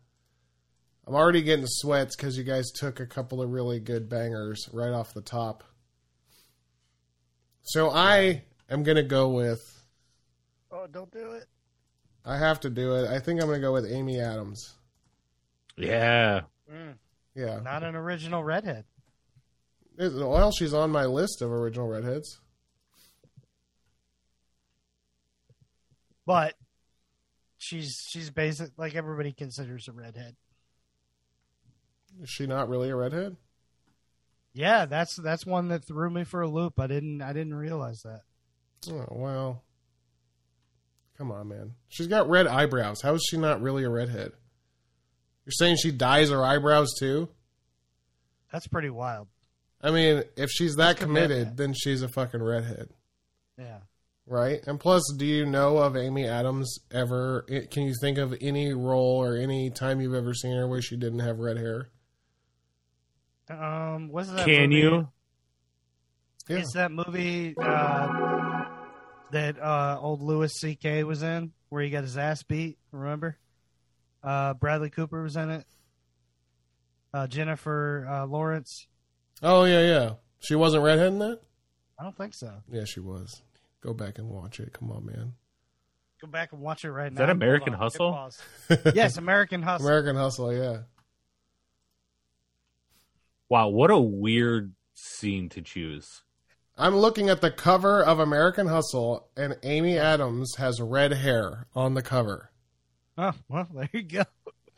S4: I'm already getting sweats cuz you guys took a couple of really good bangers right off the top. So I am going to go with
S3: Oh, don't do it.
S4: I have to do it. I think I'm going to go with Amy Adams.
S2: Yeah,
S3: Mm,
S4: Yeah.
S3: not an original redhead.
S4: Is- Well, she's on my list of original redheads.
S3: But she's she's basic like everybody considers a redhead.
S4: Is she not really a redhead?
S3: Yeah, that's that's one that threw me for a loop. I didn't I didn't realize that.
S4: Oh, well. Come on, man. She's got red eyebrows. How is she not really a redhead? You're saying she dyes her eyebrows too?
S3: That's pretty wild.
S4: I mean, if she's that
S3: That's commitment.
S4: committed, then she's a fucking redhead,
S3: Yeah.
S4: right? And plus, do you know of Amy Adams ever? i- Can you think of any role or any time you've ever seen her where she didn't have red hair?
S3: Um, was that
S2: can
S3: movie-
S2: you?
S4: Yeah.
S3: Is that movie uh, that uh, old Louis C.K. was in, where he got his ass beat? Remember? Uh, Bradley Cooper was in it. Uh, Jennifer uh, Lawrence.
S4: Oh yeah, yeah. She wasn't redhead in that.
S3: I don't think so.
S4: Yeah, she was. Go back and watch it. Come on, man.
S3: Go back and watch it right
S2: Is
S3: now.
S2: that American
S3: Hold on.
S2: Hustle?
S3: Hit pause. yes, American Hustle.
S4: American Hustle. Yeah,
S2: Wow, what a weird scene to choose.
S4: I'm looking at the cover of American Hustle, and Amy Adams has red hair on the cover.
S3: oh, well, there you go.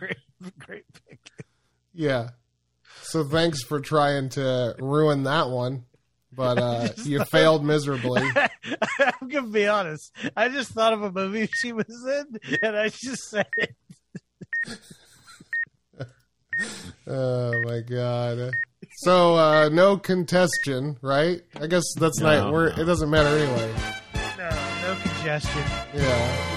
S3: great, great pick.
S4: Yeah. So thanks for trying to ruin that one, but uh, you failed miserably.
S3: I'm gonna be honest. I just thought of a movie she was in, and I just said it.
S4: Oh my god. So uh, no contestion, right? I guess that's
S2: No,
S4: not. We're,
S2: no.
S4: It doesn't matter anyway.
S3: No, no congestion.
S4: Yeah.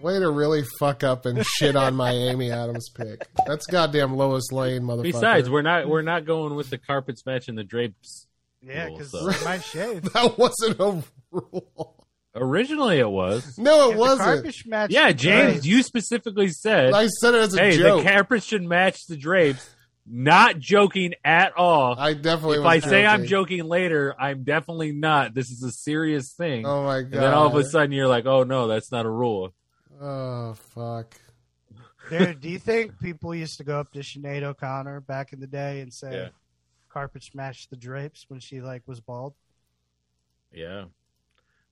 S4: Way to really fuck up and shit on my Amy Adams pick. That's goddamn Lois Lane, motherfucker.
S2: Besides, we're not we're not going with the carpets matching the drapes.
S3: Yeah,
S2: Cool,
S3: because
S2: so-
S3: my shave.
S4: that wasn't a rule.
S2: Originally, it was.
S4: No, it
S3: If the
S4: wasn't.
S3: carpet match
S2: Yeah,
S3: the
S2: James,
S3: drapes-
S2: you specifically said,
S4: I said it as a
S2: "Hey,
S4: joke.
S2: the carpets should match the drapes." Not joking at all.
S4: I definitely.
S2: if
S4: was
S2: I say I'm
S4: joking.
S2: joking later, I'm definitely not. This is a serious thing.
S4: Oh my god.
S2: and then all of a sudden, you're like, "Oh no, that's not a rule."
S4: Oh fuck.
S3: Dude, do you think people used to go up to Sinead O'Connor back in the day and say,
S2: Yeah.
S3: "Carpet smashed the drapes" when she like was bald?
S2: Yeah,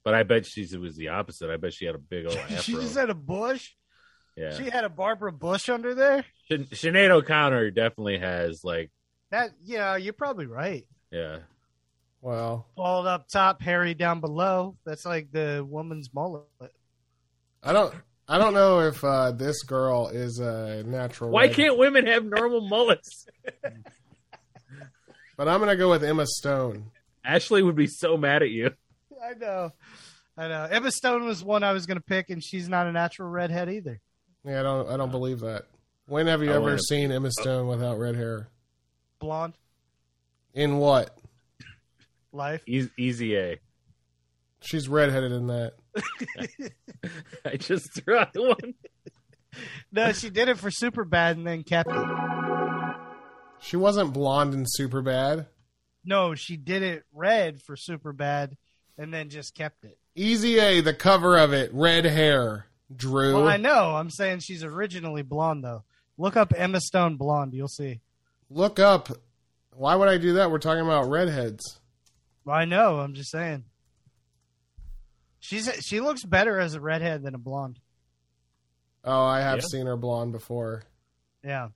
S2: but I bet she's it was the opposite. I bet she had a big old afro.
S3: she just had a bush.
S2: yeah,
S3: She had a Barbara Bush under there.
S2: Shan- Sinead O'Connor definitely has like,
S3: That yeah, you're probably right.
S2: yeah,
S4: Wow.
S3: Bald up top, hairy down below. That's like the woman's mullet.
S4: I don't. I don't know if uh, this girl is a natural.
S2: Why
S4: red-
S2: can't women have normal mullets?
S4: But I'm gonna go with Emma Stone.
S2: Ashley would be so mad at you.
S3: I know, I know. Emma Stone was one I was gonna pick, and she's not a natural redhead either.
S4: Yeah, I don't. I don't believe that. When have you
S2: I
S4: ever
S2: wanna-
S4: seen Emma Stone without red hair?
S3: blonde
S4: In what?
S3: life.
S2: Easy, E-, easy A.
S4: She's redheaded in that.
S2: I just threw out the one.
S3: No, she did it for super bad and then kept it.
S4: She wasn't blonde and super bad.
S3: No, she did it red for super bad and then just kept it.
S4: Easy A, the cover of it, red hair. Drew.
S3: Well, I know. I'm saying she's originally blonde though. Look up Emma Stone blonde. You'll see.
S4: Look up. Why would I do that? We're talking about redheads.
S3: I know. I'm just saying. She's she looks better as a redhead than a blonde.
S4: Oh, I have
S2: Yeah.
S4: seen her blonde before.
S3: Yeah.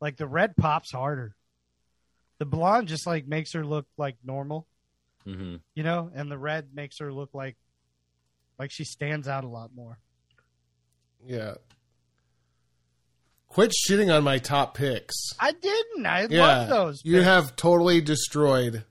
S3: Like the red pops harder. The blonde just like makes her look like normal,
S2: Mm-hmm.
S3: you know, and the red makes her look like like she stands out a lot more.
S4: Yeah. Quit shitting on my top picks.
S3: I didn't. I
S4: Yeah.
S3: love those.
S4: You
S3: picks.
S4: have totally destroyed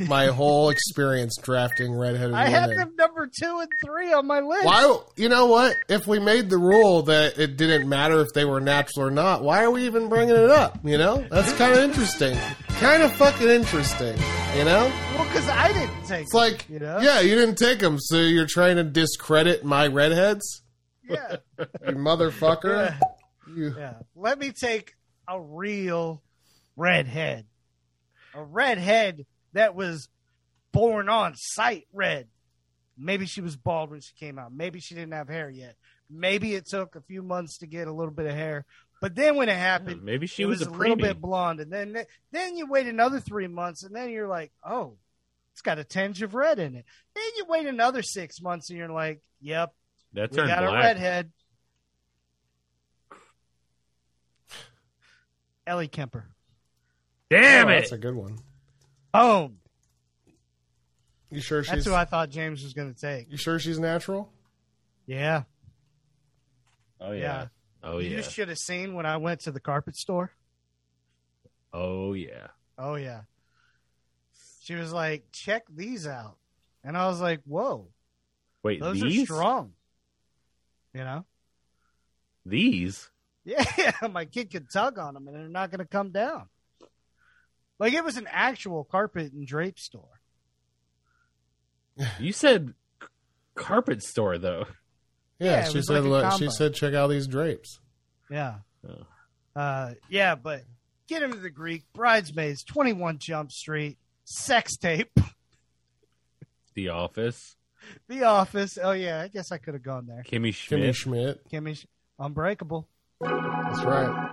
S4: my whole experience drafting redheaded
S3: I
S4: women.
S3: had them number 2 and 3 on my list.
S4: Why? You know what? If we made the rule that it didn't matter if they were natural or not, why are we even bringing it up? You know, that's kind of interesting. Kind of fucking interesting. You know,
S3: Well, cuz I didn't take
S4: it's like,
S3: You know?
S4: yeah, you didn't take them, so you're trying to discredit my redheads,
S3: yeah.
S4: you motherfucker.
S3: Yeah.
S4: You,
S3: Yeah. Let me take a real redhead. A redhead that was born on sight red. Maybe she was bald when she came out. Maybe she didn't have hair yet. Maybe it took a few months to get a little bit of hair. But then when it happened,
S2: Maybe Hmm. she
S3: it
S2: was,
S3: was,
S2: a
S3: a little
S2: preemie.
S3: bit blonde. And then then you wait another three months and then you're like, oh, it's got a tinge of red in it. Then you wait another six months and you're like, yep,
S2: that
S3: we
S2: turned
S3: got a
S2: black.
S3: redhead. Ellie Kemper.
S2: Damn
S4: Oh,
S2: it!
S4: That's a good one.
S3: Boom.
S4: You sure
S3: Oh, That's
S4: she's?
S3: who I thought James was going to take.
S4: you sure she's natural?
S3: Yeah.
S2: oh
S3: Yeah.
S2: yeah. Oh yeah.
S3: You should have seen when I went to the carpet store.
S2: oh yeah.
S3: Oh, yeah. She was like, check these out. And I was like, whoa,
S2: Wait,
S3: those
S2: these
S3: are strong. You know?
S2: these.
S3: Yeah, my kid could tug on them and they're not going to come down. Like it was an actual carpet and drape store.
S2: You said c- carpet store though.
S3: Yeah,
S4: Yeah,
S3: it
S4: she
S3: was
S4: said.
S3: like a
S4: look, she
S3: combo.
S4: said, check out these drapes.
S3: Yeah.
S2: Oh.
S3: Uh, yeah, but get him to the Greek bridesmaids, twenty one Jump Street, sex tape,
S2: The Office.
S3: The Office. Oh yeah, I guess I could have gone there.
S2: Kimmy Schmidt.
S4: Kimmy Schmidt.
S3: Kimmy, Sch- Unbreakable,
S4: That's right.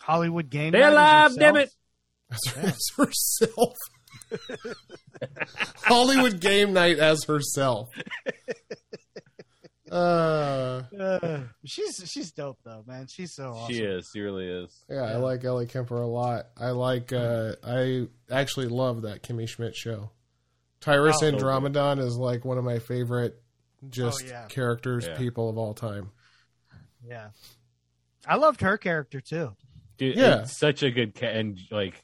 S3: Hollywood Game.
S2: Stay
S3: Night is
S2: alive,
S3: herself.
S2: damn it.
S4: That's, that's herself. Hollywood game night as herself. Uh,
S3: Uh, she's she's dope though, man. She's so awesome.
S2: She is. She really is.
S4: yeah, I like Ellie Kemper a lot. I like. Uh, I actually love that Kimmy Schmidt show. Tyrus
S3: Oh.
S4: Andromedon is like one of my favorite, just
S3: Oh, yeah.
S4: characters,
S2: Yeah.
S4: people of all time.
S3: Yeah, I loved her character too.
S2: Dude,
S4: Yeah.
S2: it's such a good cat. And like,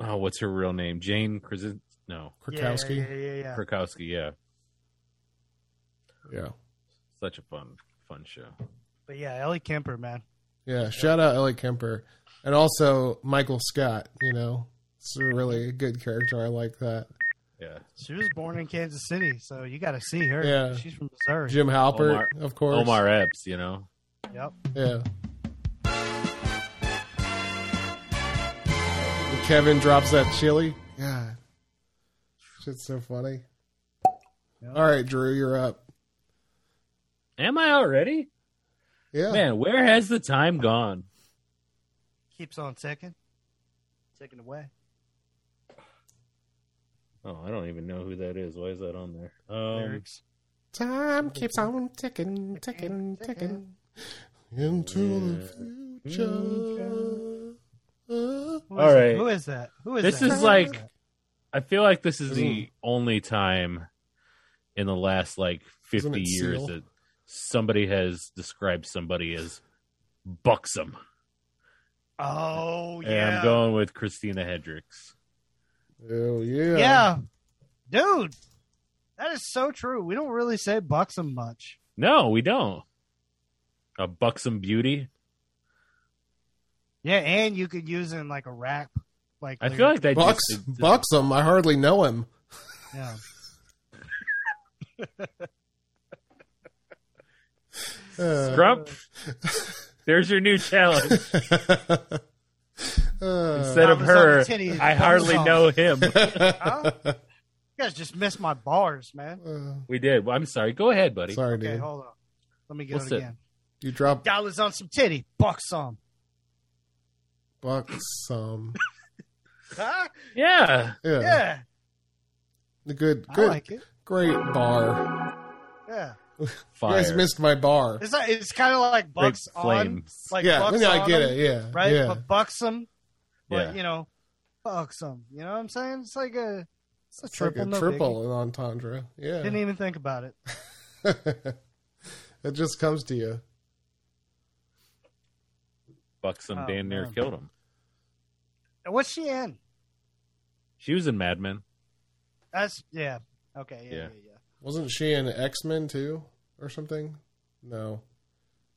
S2: oh, what's her real name? Jane Krasin. No,
S4: Krakowski.
S3: Yeah, yeah, yeah. yeah.
S2: Krakowski. Yeah,
S4: yeah.
S2: such a fun, fun show.
S3: But yeah, Ellie Kemper, man.
S4: Yeah, shout out Ellie Kemper, and also Michael Scott. You know, it's a really good character. I like that.
S2: Yeah,
S3: She was born in Kansas City, so you got to see her.
S4: Yeah.
S3: she's from Missouri.
S4: Jim Halpert,
S2: Omar-
S4: of course.
S2: Omar Epps. You know,
S3: Yep.
S4: Yeah. When Kevin drops that chili. Yeah, shit's so funny.
S3: Yeah.
S4: All right, Drew, you're up.
S2: am I already?
S4: Yeah,
S2: Man, where has the time gone?
S3: Keeps on ticking, ticking away.
S2: Oh, I don't even know who that is. Why is that on there? Um,
S3: lyrics.
S4: time keeps on ticking, ticking, ticking into the future. Uh,
S2: All
S3: Who is that?
S2: right.
S3: Who is that? Who is
S2: This
S3: that?
S2: is
S3: Who
S2: like-
S3: that?
S2: I feel like this is
S4: Isn't-
S2: the only time in the last like
S4: Isn't
S2: fifty
S4: it
S2: years
S4: Seal?
S2: that somebody has described somebody as buxom.
S3: Oh yeah.
S2: And I'm going with Christina Hendricks.
S4: Oh yeah,
S3: yeah. Dude. That is so true. We don't really say buxom much.
S2: No, we don't. A buxom beauty.
S3: Yeah, and you could use it in like a rap. Like
S2: I feel like they
S4: Bucks,
S2: just did-
S4: bucks him. I hardly know him.
S3: yeah.
S4: Uh,
S2: Grump. There's your new challenge.
S4: uh,
S2: Instead of
S3: Mama's on
S2: her,
S3: the titties,
S2: I
S3: mama's
S2: hardly
S3: on.
S2: know him.
S3: Huh? you guys just missed my bars, man.
S4: uh,
S2: We did. Well, I'm sorry. Go ahead, buddy.
S4: sorry,
S3: Okay,
S4: dude.
S3: hold on. Let me get
S2: What's
S3: it
S2: that?
S3: again.
S4: You dropped
S3: Dollars on some titty, buck some.
S4: bucks some.
S3: Huh?
S2: Yeah.
S4: Yeah,
S3: Yeah,
S4: the good,
S3: I
S4: good,
S3: like it.
S4: great bar.
S3: Yeah,
S4: You
S2: Fire.
S4: guys missed my bar.
S3: it's like, it's kind of like
S2: Great
S3: bucks on,
S2: flames.
S3: like
S4: yeah,
S3: bucks
S4: yeah, I
S3: on
S4: get
S3: 'em,
S4: it. Yeah,
S3: right?
S4: Yeah.
S3: But buxom, but
S2: Yeah.
S3: you know, buxom. You know what I'm saying? It's like a, it's a
S4: It's
S3: triple,
S4: like a
S3: no
S4: triple in entendre.
S3: biggie. Didn't
S4: Yeah,
S3: even think about it.
S4: it just comes to you.
S2: Buxom
S3: Oh,
S2: damn near
S3: man.
S2: killed him.
S3: And What's she in?
S2: She was in Mad Men.
S3: That's yeah. Okay, yeah, yeah,
S2: Yeah.
S3: yeah.
S4: Wasn't she in X Men too or something? No.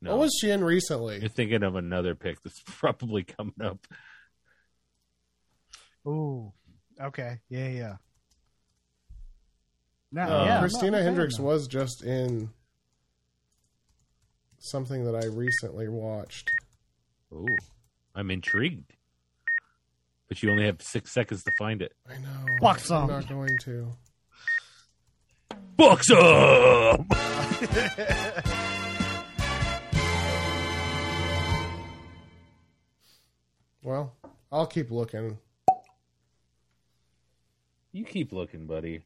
S2: No.
S4: What was she in recently?
S2: You're thinking of another pick that's probably coming up.
S3: Ooh. Okay. Yeah, yeah. No,
S2: Uh,
S3: yeah, I'm not
S4: Christina
S3: a fan
S4: Hendricks
S3: though.
S4: was just in something that I recently watched.
S2: Ooh, I'm intrigued. But you only have six seconds to find it.
S4: I know.
S3: Fuck
S4: I'm
S3: some.
S4: not going to.
S2: Buxom!
S4: Well, I'll keep looking.
S2: You keep looking, buddy.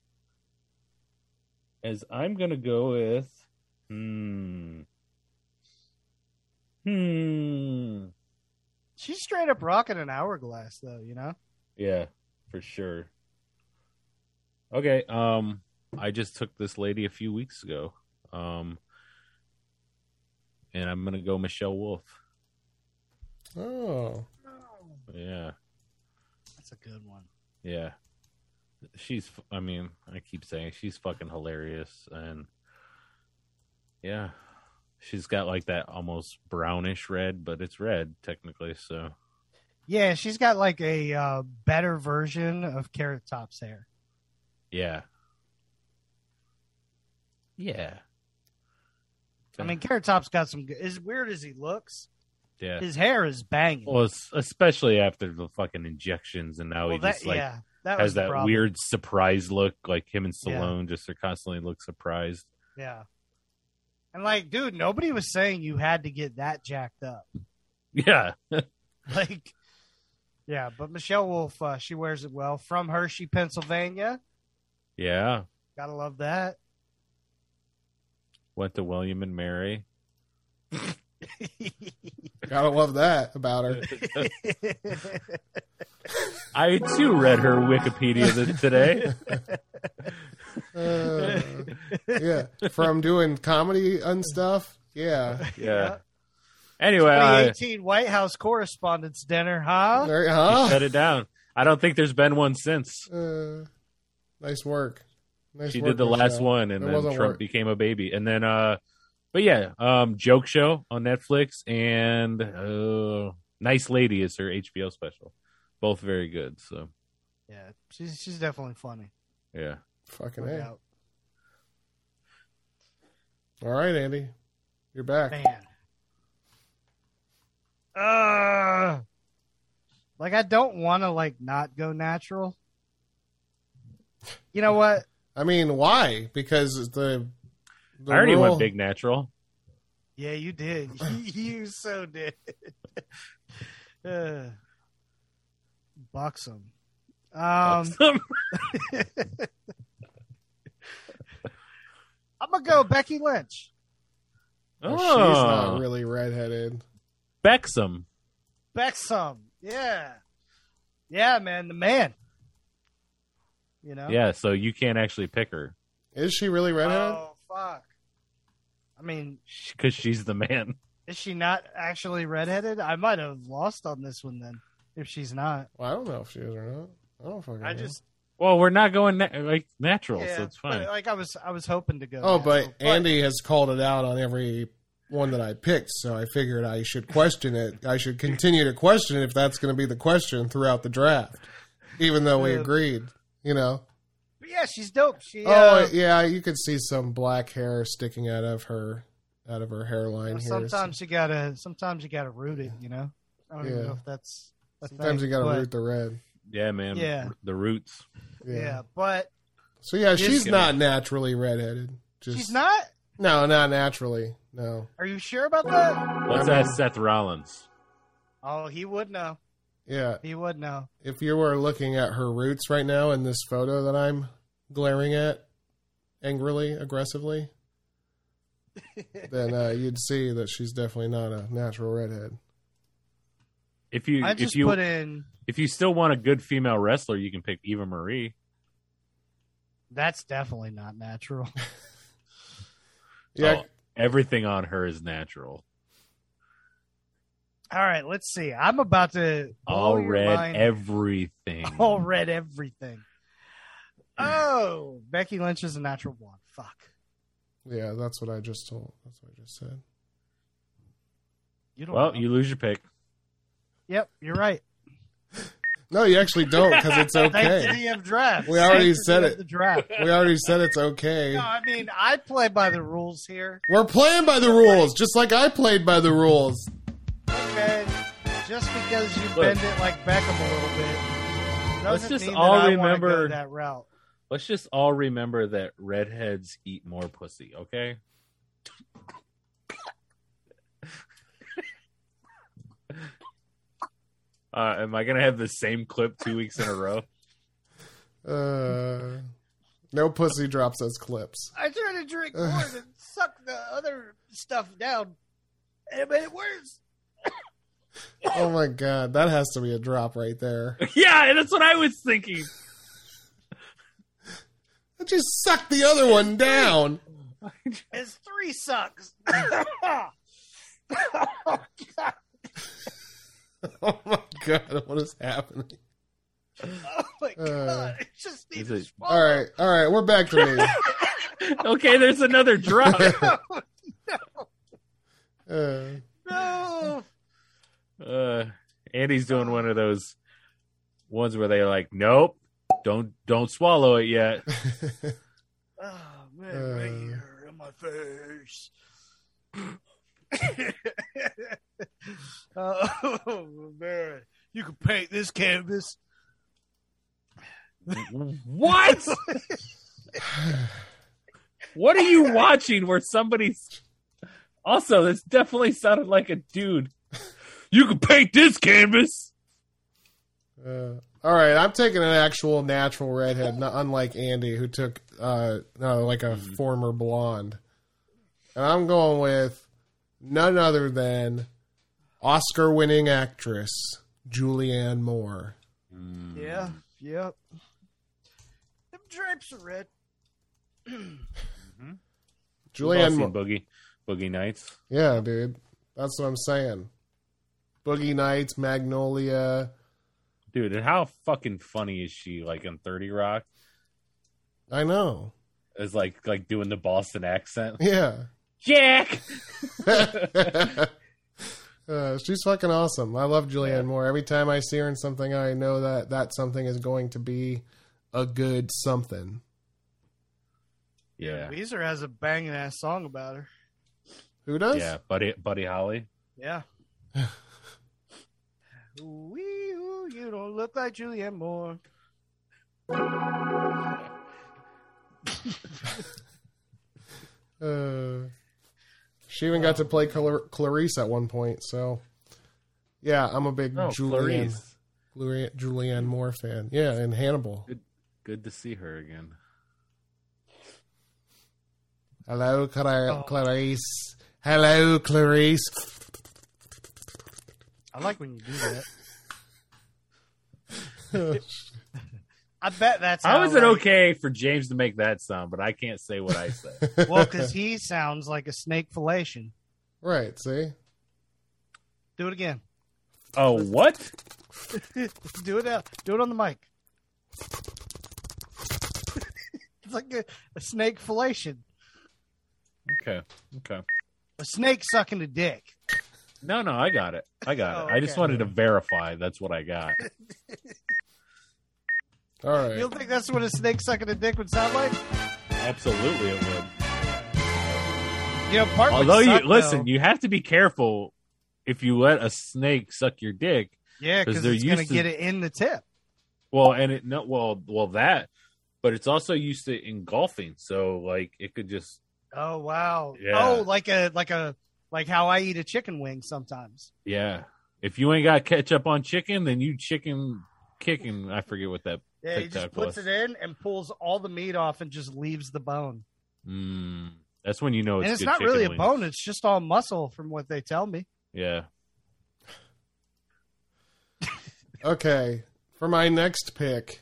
S2: As I'm gonna go with, hmm, hmm,
S3: She's straight up rocking an hourglass, though. You know.
S2: yeah, for sure. Okay, um, I just took this lady a few weeks ago, um, and I'm gonna go Michelle Wolf.
S4: Oh.
S2: Yeah,
S3: That's a good one.
S2: yeah, she's. f- I mean, I keep saying she's fucking hilarious, and yeah, she's got like that almost brownish red, but it's red technically. So
S3: Yeah, she's got like a uh, better version of Carrot Top's hair.
S2: yeah, yeah.
S3: I mean, Carrot Top's got some. Good, as weird as he looks,
S2: yeah.
S3: his hair is banging.
S2: Well, es- especially after the fucking injections, and now
S3: Well,
S2: he
S3: that-
S2: just like
S3: yeah, that was
S2: has
S3: the
S2: that
S3: problem.
S2: weird surprise look. Like him and
S3: Yeah.
S2: Stallone just are constantly look surprised.
S3: Yeah. And like, dude, nobody was saying you had to get that jacked up.
S2: Yeah,
S3: Like, yeah, but Michelle Wolf, uh, she wears it well. From Hershey, Pennsylvania.
S2: yeah.
S3: Gotta love that.
S2: Went to William and Mary.
S4: Gotta love that about her.
S2: I too read her Wikipedia th- today.
S4: Uh, yeah. From doing comedy and stuff. Yeah.
S2: Yeah. Anyway, I
S3: 2018 White House Correspondents' Dinner, huh?
S4: There-
S2: I
S4: huh?
S2: shut it down. I don't think there's been one since.
S4: Uh, nice work. Nice
S2: She
S4: work,
S2: did the last
S4: Michelle.
S2: one, and
S4: It
S2: then
S4: wasn't
S2: Trump
S4: work.
S2: became a baby, and then uh, but yeah, um, joke show on Netflix, and uh, Nice Lady is her HBO special. Both very good. So
S3: Yeah, she's she's definitely funny.
S2: yeah,
S4: Fucking
S3: no
S4: A.
S3: doubt.
S4: All right, Andy. You're back.
S3: Man. Uh, like I don't want to like not go natural. You know what?
S4: I mean, why? Because the, the
S2: I already
S4: rule-
S2: went big natural.
S3: Yeah, you did. you so did. uh, buxom. Um, I'm gonna go Becky Lynch.
S4: Oh,
S2: oh,
S4: She's not really redheaded.
S2: Bexham.
S3: Bexum. Yeah. Yeah, man, the man. You know?
S2: Yeah, so you can't actually pick her
S4: Is she really redheaded?
S3: Oh fuck. I mean,
S2: because she's the man.
S3: is she not actually redheaded? I might have lost on this one then. If she's not.
S4: Well, I don't know if she is or not. I don't fucking.
S3: I
S4: know.
S3: just
S2: Well, we're not going na- like natural,
S3: yeah,
S2: so it's fine.
S3: but, like I was I was hoping to go.
S4: Oh,
S3: natural,
S4: but Andy has called it out on every one that I picked, so I figured I should question it. I should continue to question it if that's going to be the question throughout the draft, even though we
S3: Yeah.
S4: agreed. You know,
S3: But yeah, she's dope. She
S4: oh
S3: uh,
S4: yeah, you could see some black hair sticking out of her, out of her hairline here.
S3: sometimes you gotta sometimes you gotta root it, you know. I don't even
S4: Yeah.
S3: know if that's a
S4: sometimes
S3: thing,
S4: you got to
S3: but-
S4: root the red.
S2: Yeah, man.
S3: Yeah.
S2: The roots.
S3: Yeah. but
S4: So yeah, she's
S2: kidding.
S4: not naturally redheaded. Just
S3: she's not.
S4: No, not naturally. No.
S3: Are you sure about that?
S2: Let's
S4: I mean-
S2: ask Seth Rollins.
S3: Oh, he would know.
S4: Yeah.
S3: He would know.
S4: If you were looking at her roots right now in this photo that I'm glaring at angrily, aggressively, then uh, you'd see that she's definitely not a natural redhead.
S2: If you
S3: I just
S2: if you
S3: put in.
S2: if you still want a good female wrestler, you can pick Eva Marie.
S3: That's definitely not natural.
S4: Yeah.
S2: Oh, everything on her is natural.
S3: All right, let's see. I'm about to blow
S2: All
S3: your
S2: red,
S3: mind.
S2: everything.
S3: all red everything. Oh, Becky Lynch is a natural blonde. Fuck.
S4: Yeah, that's what I just told. That's what I just said.
S3: You don't.
S2: Well,
S3: know.
S2: you lose your pick.
S3: Yep, you're right.
S4: No, you actually don't because it's
S3: Thanks to
S4: okay.
S3: the DF draft.
S4: We already
S3: Thanks to
S4: said
S3: the
S4: it.
S3: DF draft.
S4: We already said it's okay.
S3: No, I mean I play by the rules here.
S4: We're playing by the rules, just like I played by the rules.
S3: Okay, just because you
S2: Look.
S3: bend it like Beckham a little bit
S2: Let's
S3: doesn't
S2: just
S3: mean
S2: all
S3: that I wanna
S2: remember-
S3: go that route.
S2: Let's just all remember that redheads eat more pussy, okay? Uh, am I gonna have the same clip two weeks in a row?
S4: Uh, no pussy drops those clips.
S3: I try to drink more and suck the other stuff down, and it made it worse.
S4: Oh my god, that has to be a drop right there.
S2: yeah, that's what I was thinking.
S4: I just sucked the other one down.
S3: It's three sucks.
S4: Oh my god, what is happening?
S3: Oh my god!
S4: Uh,
S3: it just
S2: is
S3: needs a
S2: it-
S3: swallow.
S4: All right, all right, we're back to me.
S2: Okay, there's another drop.
S4: Uh,
S3: No,
S2: Uh, Andy's doing one of those ones where they're like, "Nope, don't don't swallow it yet."
S3: oh man, right
S4: Uh.
S3: here in my face. oh man, you can paint this canvas.
S2: what? what are you watching? Where somebody's also this definitely sounded like a dude. You can paint this canvas.
S4: uh, all right, I'm taking an actual natural redhead, not unlike Andy, who took uh, no, like a
S2: Mhm.
S4: former blonde. And I'm going with none other than Oscar-winning actress Julianne Moore.
S2: Mm.
S3: Yeah, yep. Them drapes are red.
S4: Julianne Moore.
S2: Boogie Boogie Nights.
S4: Yeah, dude. That's what I'm saying. Boogie Nights, Magnolia.
S2: Dude, and how fucking funny is she? Like in Thirty Rock,
S4: I know.
S2: is like like doing the Boston accent.
S4: Yeah.
S2: Jack.
S4: uh, she's fucking awesome. I love Julianne Moore. Every time I see her in something, I know that that something is going to be a good something.
S2: Yeah,
S3: Weezer has a banging ass song about her.
S4: Who does?
S2: yeah, Buddy Buddy Holly.
S3: Yeah. Wee hoo, you don't look like Julianne Moore.
S4: Uh, she even got to play Clar- Clarice at one point. So, yeah, I'm a big
S2: Oh,
S4: Julianne,
S2: Clarice.
S4: Julianne Julianne Moore fan. Yeah, and Hannibal.
S2: Good to see her again.
S4: Hello, Clara-
S3: Oh.
S4: Clarice. Hello, Clarice.
S3: I like when you do that. I bet that's
S2: How
S3: how
S2: is it
S3: like-
S2: okay for James to make that sound, but I can't say what I say?
S3: Well, because he sounds like a snake fellation.
S4: right, see?
S3: Do it again.
S2: oh, what?
S3: do it out. Do it on the mic. it's like a, a snake fellation.
S2: Okay, okay.
S3: A snake sucking a dick.
S2: No, no, I got it. I got
S3: Oh,
S2: it. I just
S3: okay.
S2: wanted to verify that's what I got.
S4: All right.
S3: You don't think that's what a snake sucking a dick would sound like?
S2: Absolutely, it would.
S3: You know, part would
S2: Although you
S3: suck,
S2: listen,
S3: though.
S2: you have to be careful if you let a snake suck your dick.
S3: yeah,
S2: 'cause
S3: because
S2: they're
S3: it's going to
S2: used to-
S3: get it in the tip.
S2: Well, and it no, well, well that, but it's also used to engulfing. So like it could just
S3: Oh wow!
S2: Yeah.
S3: Oh, like a like a like how I eat a chicken wing sometimes.
S2: yeah. If you ain't got ketchup on chicken, then you chicken kicking. I forget what that.
S3: Yeah, he just
S2: Tic-tac
S3: puts
S2: was.
S3: it in and pulls all the meat off and just leaves the bone.
S2: Mm, that's when you know it's
S3: and it's
S2: good
S3: not
S2: chicken
S3: really a
S2: wings.
S3: bone; it's just all muscle, from what they tell me.
S2: Yeah.
S4: Okay. For my next pick,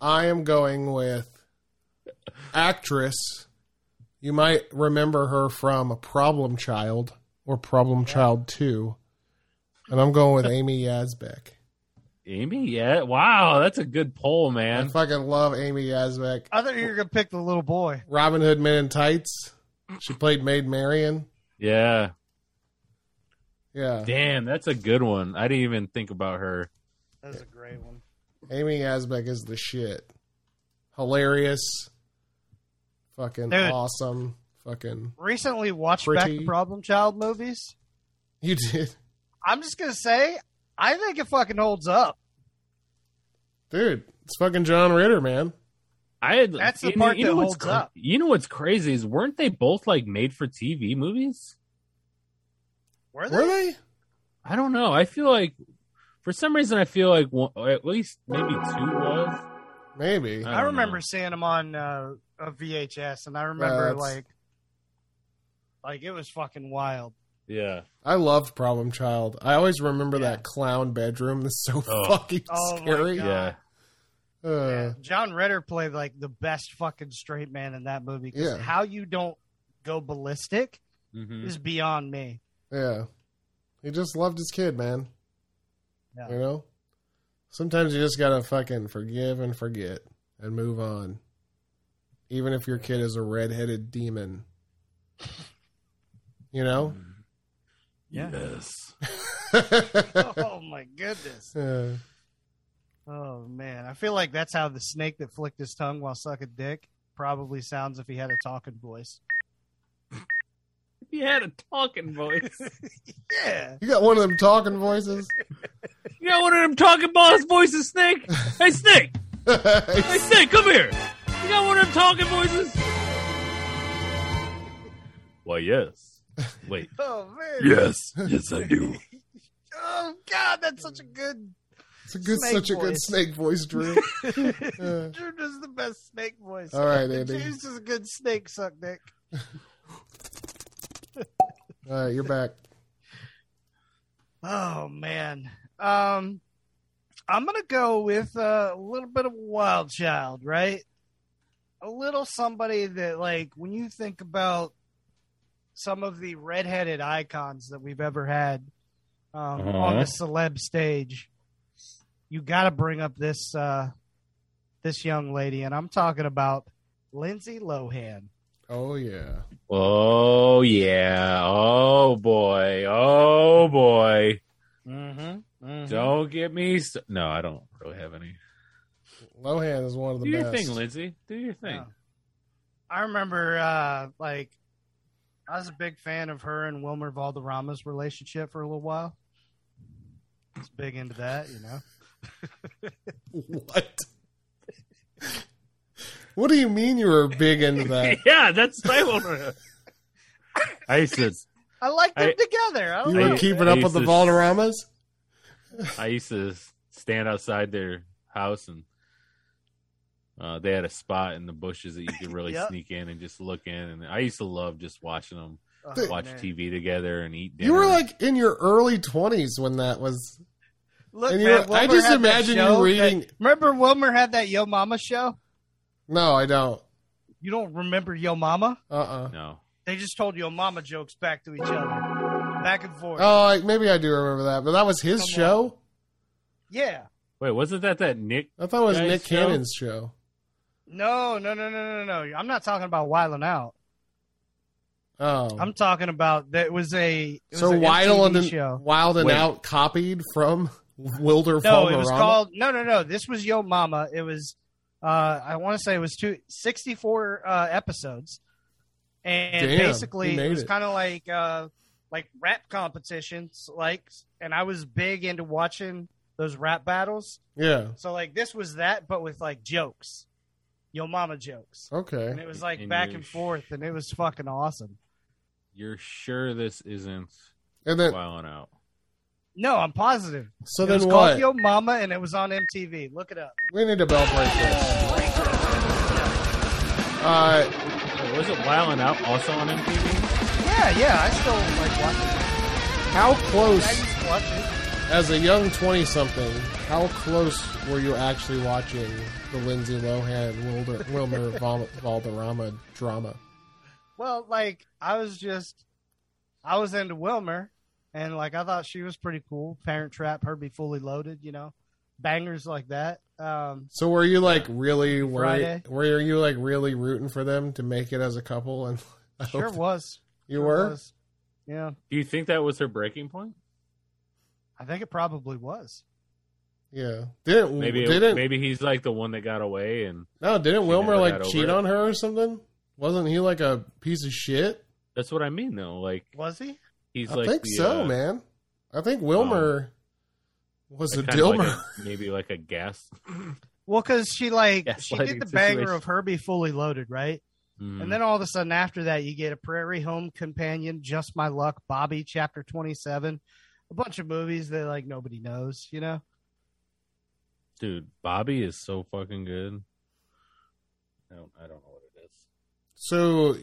S4: I am going with actress. You might remember her from Problem Child or Problem Child 2. And I'm going with Amy Yazbek.
S2: Amy, yeah. Wow, that's a good poll,
S4: I
S2: man.
S4: fucking love Amy Yazbek.
S3: I thought you were gonna pick the little boy.
S4: Robin Hood Men in Tights. She played Maid Marian.
S2: Yeah.
S4: Yeah.
S2: Damn, that's a good one. I didn't even think about her.
S3: That was a great one.
S4: Amy Asbeck is the shit. Hilarious. Fucking
S3: Dude.
S4: awesome. Fucking.
S3: Recently watched back
S4: Pretty.
S3: the Problem Child movies.
S4: You did.
S3: I'm just gonna say, I think it fucking holds up.
S4: Dude, it's fucking John Ritter, man.
S2: I had,
S3: That's the
S2: you know-
S3: part
S2: you know
S3: that
S2: what's
S3: holds up.
S2: You know what's crazy is weren't they both like made for TV movies?
S3: Were they?
S4: Were they?
S2: I don't know. I feel like for some reason I feel like one, or at least maybe two was.
S4: Maybe.
S2: I
S3: I,
S2: don't
S3: remember
S2: know.
S3: seeing them on uh, a VHS, and I remember
S4: That's-
S3: like, like it was fucking wild.
S2: Yeah.
S4: I loved Problem Child. I always remember
S3: Yeah.
S4: that clown bedroom. That's so
S2: Oh.
S4: fucking
S3: Oh my
S4: scary.
S3: God.
S2: Yeah.
S4: Uh,
S3: Yeah, John Ritter played like the best fucking straight man in that movie. 'cause
S4: Yeah.
S3: How you don't go ballistic
S2: hmm
S3: is beyond me.
S4: yeah. He just loved his kid, man.
S3: Yeah.
S4: You know? Sometimes you just gotta fucking forgive and forget and move on. Even if your kid is a red headed demon. You know?
S3: Yeah.
S2: Yes.
S4: Uh,
S3: oh my goodness. Oh man, I feel like that's how the snake that flicked his tongue while sucking dick probably sounds if he had a talking voice.
S2: You had a talking voice.
S3: Yeah.
S4: you got one of them talking voices?
S2: you got one of them talking boss voices, Snake. Hey, Snake. Hey, Snake, come here. You got one of them talking voices. Why, yes. Wait.
S3: Oh man.
S2: Yes. Yes, I do.
S3: Oh god, that's such a good.
S4: It's a good,
S3: Snake
S4: such a good
S3: voice.
S4: snake voice, Drew. Uh.
S3: Drew does the best snake voice.
S4: All right,
S3: And
S4: Andy.
S3: James is a good snake suck dick.
S4: All right, you're back.
S3: Oh man. Um I'm gonna go with uh, a little bit of wild child, right? A little somebody that like when you think about some of the redheaded icons that we've ever had um,
S2: Uh-huh.
S3: on the celeb stage, you gotta bring up this uh this young lady, and I'm talking about Lindsay Lohan.
S4: Oh yeah.
S2: Oh yeah. Oh boy. Oh boy.
S3: Mm-hmm.
S2: Don't get me. St- no, I don't really have any.
S4: Lohan is one of the
S2: Do your
S4: best.
S2: thing, Lindsay. Do your thing.
S3: Yeah. I remember, uh, like, I was a big fan of her and Wilmer Valderrama's relationship for a little while. I was big into that, you know.
S4: what? what do you mean you were big into that?
S2: yeah, that's what I want to. I used to.
S3: I like them
S2: I-
S3: together. I
S4: You
S3: don't
S4: were
S3: know.
S4: keeping
S2: I
S4: up
S2: used
S4: with the
S2: to-
S4: Valdoramas?
S2: I used to stand outside their house and. Uh, they had a spot in the bushes that you could really
S3: Yep.
S2: sneak in and just look in, and I used to love just watching them
S3: Oh,
S2: watch
S3: man.
S2: TV together and eat dinner.
S4: You were like in your early twenties when that was.
S3: Look,
S4: and you
S3: man,
S4: were- I
S3: Wilmer
S4: just
S3: had that
S4: imagine you
S3: show that-
S4: reading.
S3: remember, Wilmer had that Yo Mama show.
S4: No, I don't.
S3: You don't remember Yo Mama?
S4: Uh uh
S2: no,
S3: They just told Yo Mama jokes back to each other, back and forth.
S4: Oh, I- maybe I do remember that, but that was his
S3: Come
S4: show.
S3: yeah.
S2: wait, wasn't that that Nick?
S4: I thought it was
S2: Guy's
S4: Nick
S2: show?
S4: Cannon's show.
S3: No, no, no, no, no, no. I'm not talking about Wiling Out.
S4: Oh,
S3: I'm talking about that was a it was
S4: so
S3: a
S4: wild
S3: MTV
S4: and
S3: show.
S4: wild and
S2: Wait.
S4: out copied from Wilder.
S3: No, it was
S4: Falmerama?
S3: called no, no, no. This was Yo Mama. It was uh, I want to say it was two, 64 uh, episodes, and
S4: Damn,
S3: basically
S4: you
S3: it
S4: made
S3: was
S4: it.
S3: kind of like uh, like rap competitions, like. And I was big into watching those rap battles.
S4: Yeah.
S3: So like this was that, but with like jokes, Yo Mama jokes, and
S4: Okay.
S3: it was like
S2: And
S3: back
S2: you-
S3: and forth, and it was fucking awesome.
S2: You're sure this isn't
S4: And then
S2: Wild and Out?
S3: No, I'm positive.
S4: so
S3: it was
S4: then
S3: called
S4: what?
S3: Yo Mama, and it was on MTV. Look it up.
S4: We need a bell break. This. Uh,
S2: Wait, was it Wild and Out also on MTV?
S3: Yeah, yeah, I still like watch it.
S4: how
S3: I
S4: close,
S3: used to watch it.
S4: as a young twenty-something, how close were you actually watching the Lindsay Lohan Wilder, Wilmer Val- Valderrama drama?
S3: Well, like I was just, I was into Wilmer, and like I thought she was pretty cool. Parent Trap, her be fully loaded, you know, bangers like that. Um,
S4: So were you like really worried?
S3: Friday.
S4: Were you like really rooting for them to make it as a couple? And I
S3: sure
S4: hope
S3: was.
S4: you
S3: Sure
S4: were.
S3: was. Yeah,
S2: Do you think that was her breaking point?
S3: I think it probably was.
S4: Yeah. Didn't
S2: Maybe it-
S4: didn't
S2: maybe he's like the one that got away and
S4: no? Didn't Wilmer
S2: never
S4: like
S2: got over
S4: cheat
S2: it.
S4: on her or something? Wasn't he like a piece of shit?
S2: that's what I mean though. Like
S3: Was he?
S2: he's
S4: I
S2: like
S4: think
S2: the,
S4: so,
S2: uh, um,
S4: man. I think Wilmer was a
S2: like, kind of like
S4: Dilmer.
S2: a- maybe like a gas.
S3: Well, because she like
S2: Yeah,
S3: she did
S2: sliding
S3: the banger
S2: situation.
S3: of her be fully loaded, right?
S2: Mm.
S3: And then all of a sudden after that, you get a Prairie Home Companion, Just My Luck, Bobby, Chapter Twenty Seven, a bunch of movies that like nobody knows, you know.
S2: dude, Bobby is so fucking good. I don't, I don't know what it is.
S4: so,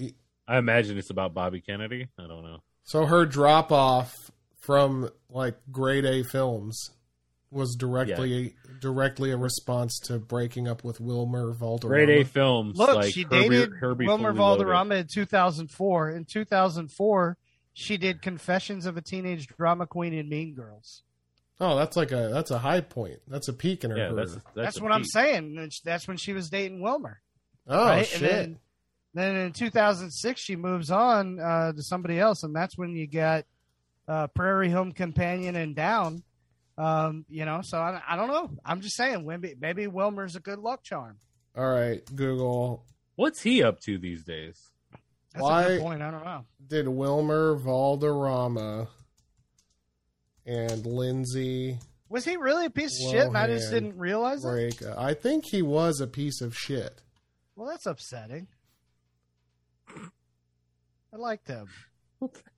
S2: I imagine it's about Bobby Kennedy. I don't know.
S4: so her drop off from like grade A films was directly directly a response to breaking up with Wilmer Valderrama.
S2: Grade A films.
S3: Look,
S2: like
S3: she
S2: Herbie,
S3: dated
S2: Herbie
S3: Wilmer
S2: Fully Loaded.
S3: Valderrama in 2004. In 2004, she did Confessions of a Teenage Drama Queen and Mean Girls.
S4: Oh, that's like a that's a high point. That's a peak in her
S2: Yeah,
S4: career.
S2: that's that's,
S3: That's,
S2: a
S3: what I'm
S2: peak.
S3: saying. That's- That's when she was dating Wilmer.
S4: oh
S3: right?
S4: shit.
S3: And then, then in 2006, she moves on uh, to somebody else, and that's when you got uh, Prairie Home Companion and Down. Um, you know, so I, I don't know. I'm just saying, maybe, maybe Wilmer's a good luck charm.
S4: All right, Google.
S2: What's he up to these days?
S3: That's a
S4: Why-
S3: good point. I don't know.
S4: Did Wilmer Valderrama and Lindsay
S3: Was he really a piece of shit? And I just
S4: Lohan.
S3: didn't realize it.
S4: break? I think he was a piece of shit.
S3: Well, that's upsetting. I liked him.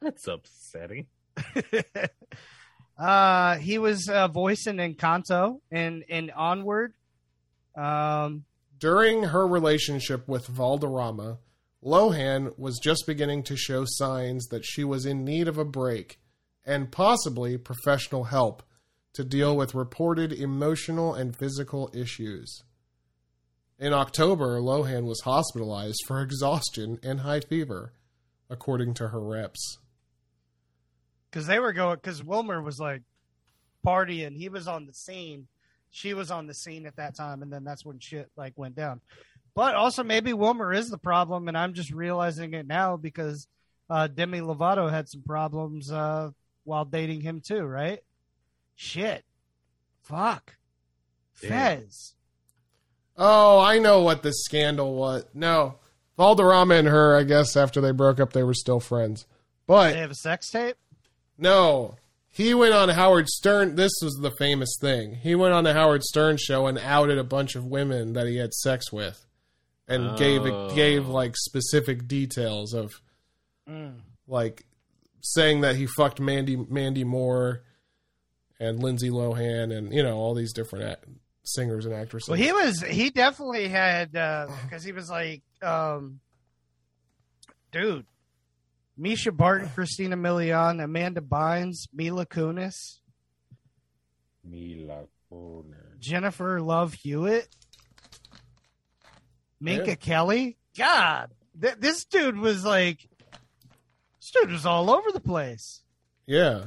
S2: That's upsetting.
S3: uh, he was uh, voicing Encanto and and Onward. Um,
S4: During her relationship with Valderrama, Lohan was just beginning to show signs that she was in need of a break and possibly professional help to deal with reported emotional and physical issues. In October, Lohan was hospitalized for exhaustion and high fever, according to her reps.
S3: because they were going because Wilmer was like partying. He was on the scene. She was on the scene at that time, and then that's when shit like went down. But also maybe Wilmer is the problem, and I'm just realizing it now because uh, Demi Lovato had some problems uh, while dating him too, right? Shit, fuck,
S2: Damn.
S3: Fez.
S4: Oh, I know what this scandal was. No, Valderrama and her, I guess, after they broke up, they were still friends. But
S3: They have a sex tape.
S4: No. He went on Howard Stern. This was the famous thing. He went on the Howard Stern show and outed a bunch of women that he had sex with, and gave
S2: Oh.
S4: gave like specific details of
S3: Mm.
S4: like saying that he fucked Mandy Mandy Moore and Lindsay Lohan and you know all these different act- singers and actresses.
S3: Well, he was he definitely had because he was like, um, dude, Misha Barton, Christina Milian, Amanda Bynes, Mila Kunis,
S2: Mila Kunis.
S3: Jennifer Love Hewitt, Minka
S4: Yeah.
S3: Kelly. God, th- this dude was like, this dude was all over the place.
S4: yeah.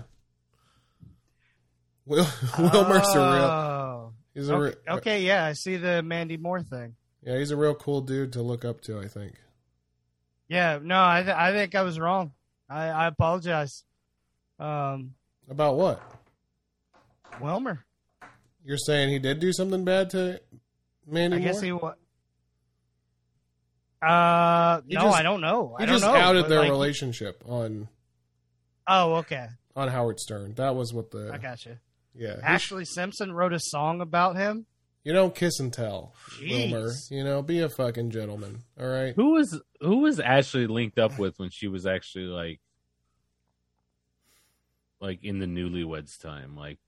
S4: Will Wilmer's a real.
S3: Oh.
S4: He's a
S3: Okay,
S4: real,
S3: okay, yeah, I see the Mandy Moore thing.
S4: yeah. He's a real cool dude to look up to. I think.
S3: Yeah, no, I th- I think I was wrong. I, I apologize. Um,
S4: About what?
S3: Wilmer,
S4: You're saying he did do something bad to Mandy
S3: I guess
S4: Moore?
S3: he was. Uh,
S4: He
S3: no,
S4: just-
S3: I don't know. I
S4: He
S3: don't
S4: just
S3: know,
S4: outed
S3: but,
S4: their
S3: like,
S4: relationship on
S3: Oh, okay,
S4: on Howard Stern. That was what the
S3: I gotcha.
S4: yeah. He sh-
S3: Ashley Simpson wrote a song about him.
S4: you don't kiss and tell,
S3: Jeez.
S4: Wilmer. You know, be a fucking gentleman. All right.
S2: Who was who was Ashley linked up with when she was actually like like in the newlyweds time? Like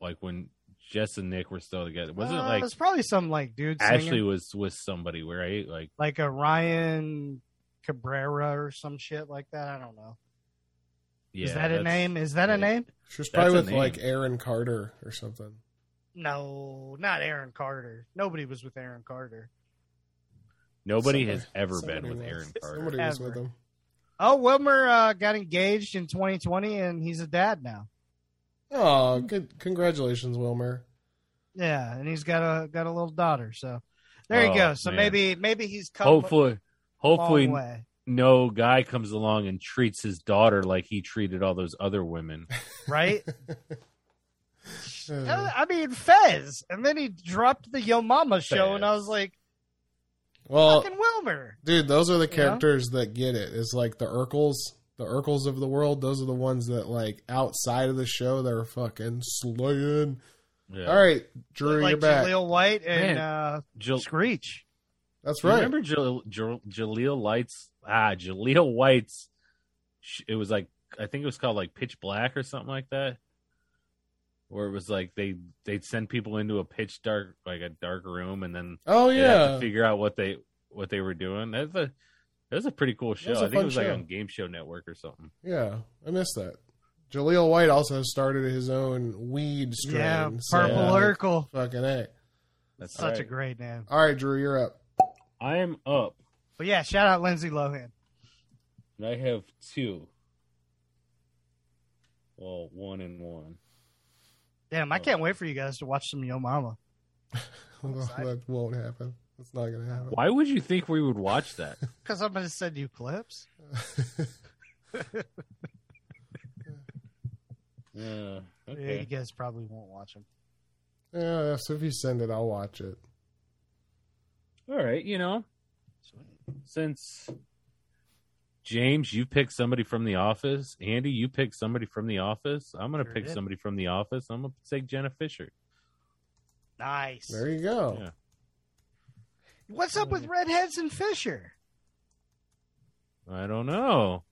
S2: like when Jess and Nick were still together. Wasn't it
S3: Uh,
S2: like
S3: it's probably some like dude
S2: Ashley
S3: singing,
S2: was with somebody, right? Like
S3: like a Ryan Cabrera or some shit like that. I don't know.
S2: yeah.
S3: Is that a
S2: that's-
S3: name? Is that
S2: yeah.
S3: a name?
S4: She was
S2: That's
S4: probably
S2: a
S4: with
S2: name.
S4: like Aaron Carter or something.
S3: No, not Aaron Carter. Nobody was with Aaron Carter.
S2: Nobody
S4: Somebody-
S2: has ever
S4: somebody
S2: been with
S4: was-
S2: Aaron Carter.
S4: Somebody was
S3: Ever.
S4: with him.
S3: Oh, Wilmer uh, got engaged in 2020, and he's a dad now.
S4: Oh, good! Congratulations, Wilmer.
S3: Yeah, and he's got a got a little daughter. So there
S2: Oh,
S3: you go. So
S2: man.
S3: maybe maybe he's come
S2: Hopefully
S3: a long
S2: hopefully
S3: way.
S2: no guy comes along and treats his daughter like he treated all those other women.
S3: right?
S4: Uh,
S3: I mean Fez, and then he dropped the Yo Mama show, and I was
S2: Fez.
S3: like,
S4: well,
S3: fucking Wilmer.
S4: dude, those are the
S3: know?
S4: characters that get it. It's like the Urkels, the Urkels of the world. Those are the ones that like outside of the show they're fucking slaying.
S2: Yeah.
S4: All right, Drew,
S3: Like
S4: you're back.
S3: Jaleel White and
S2: Man.
S3: uh,
S2: Jul-
S3: Screech.
S4: That's
S2: Do
S4: right.
S2: You remember Jal- Jal- Jaleel Lights? Ah, Jaleel White's. sh- It was like I think it was called like Pitch Black or something like that, where it was like they they'd send people into a pitch dark like a dark room and then
S4: Oh
S2: they'd have
S4: yeah,
S2: to figure out what they what they were doing. That's a that was a pretty cool show.
S4: was a
S2: I think
S4: fun
S2: it was like
S4: show.
S2: on Game Show Network or something.
S4: yeah. I missed that. Jaleel White also started his own weed strain.
S3: Yeah,
S4: so,
S3: Purple
S4: like,
S3: Urkel.
S4: Fucking a.
S2: That's
S3: Such a
S2: right.
S3: great name.
S4: All right, Drew, you're up.
S2: I am up.
S3: But yeah, shout out Lindsay Lohan.
S2: And I have two. Well, one and one.
S3: Damn,
S2: Oh.
S3: I can't wait for you guys to watch some Yo Mama.
S4: Well, that won't happen. That's not gonna happen.
S2: Why would you think we would watch that?
S3: Because I'm going to send you clips.
S2: Yeah.
S3: Yeah, you
S2: Okay.
S3: guys probably won't watch them.
S4: yeah, so if you send it, I'll watch it.
S2: All right. You know, since James, you picked somebody from The Office. Andy, you picked somebody from The Office. I'm gonna
S3: Sure
S2: pick
S3: did.
S2: somebody from The Office. I'm gonna take Jenna Fisher.
S3: Nice.
S4: There you go.
S2: Yeah.
S3: What's up with redheads and Fisher?
S2: I don't know.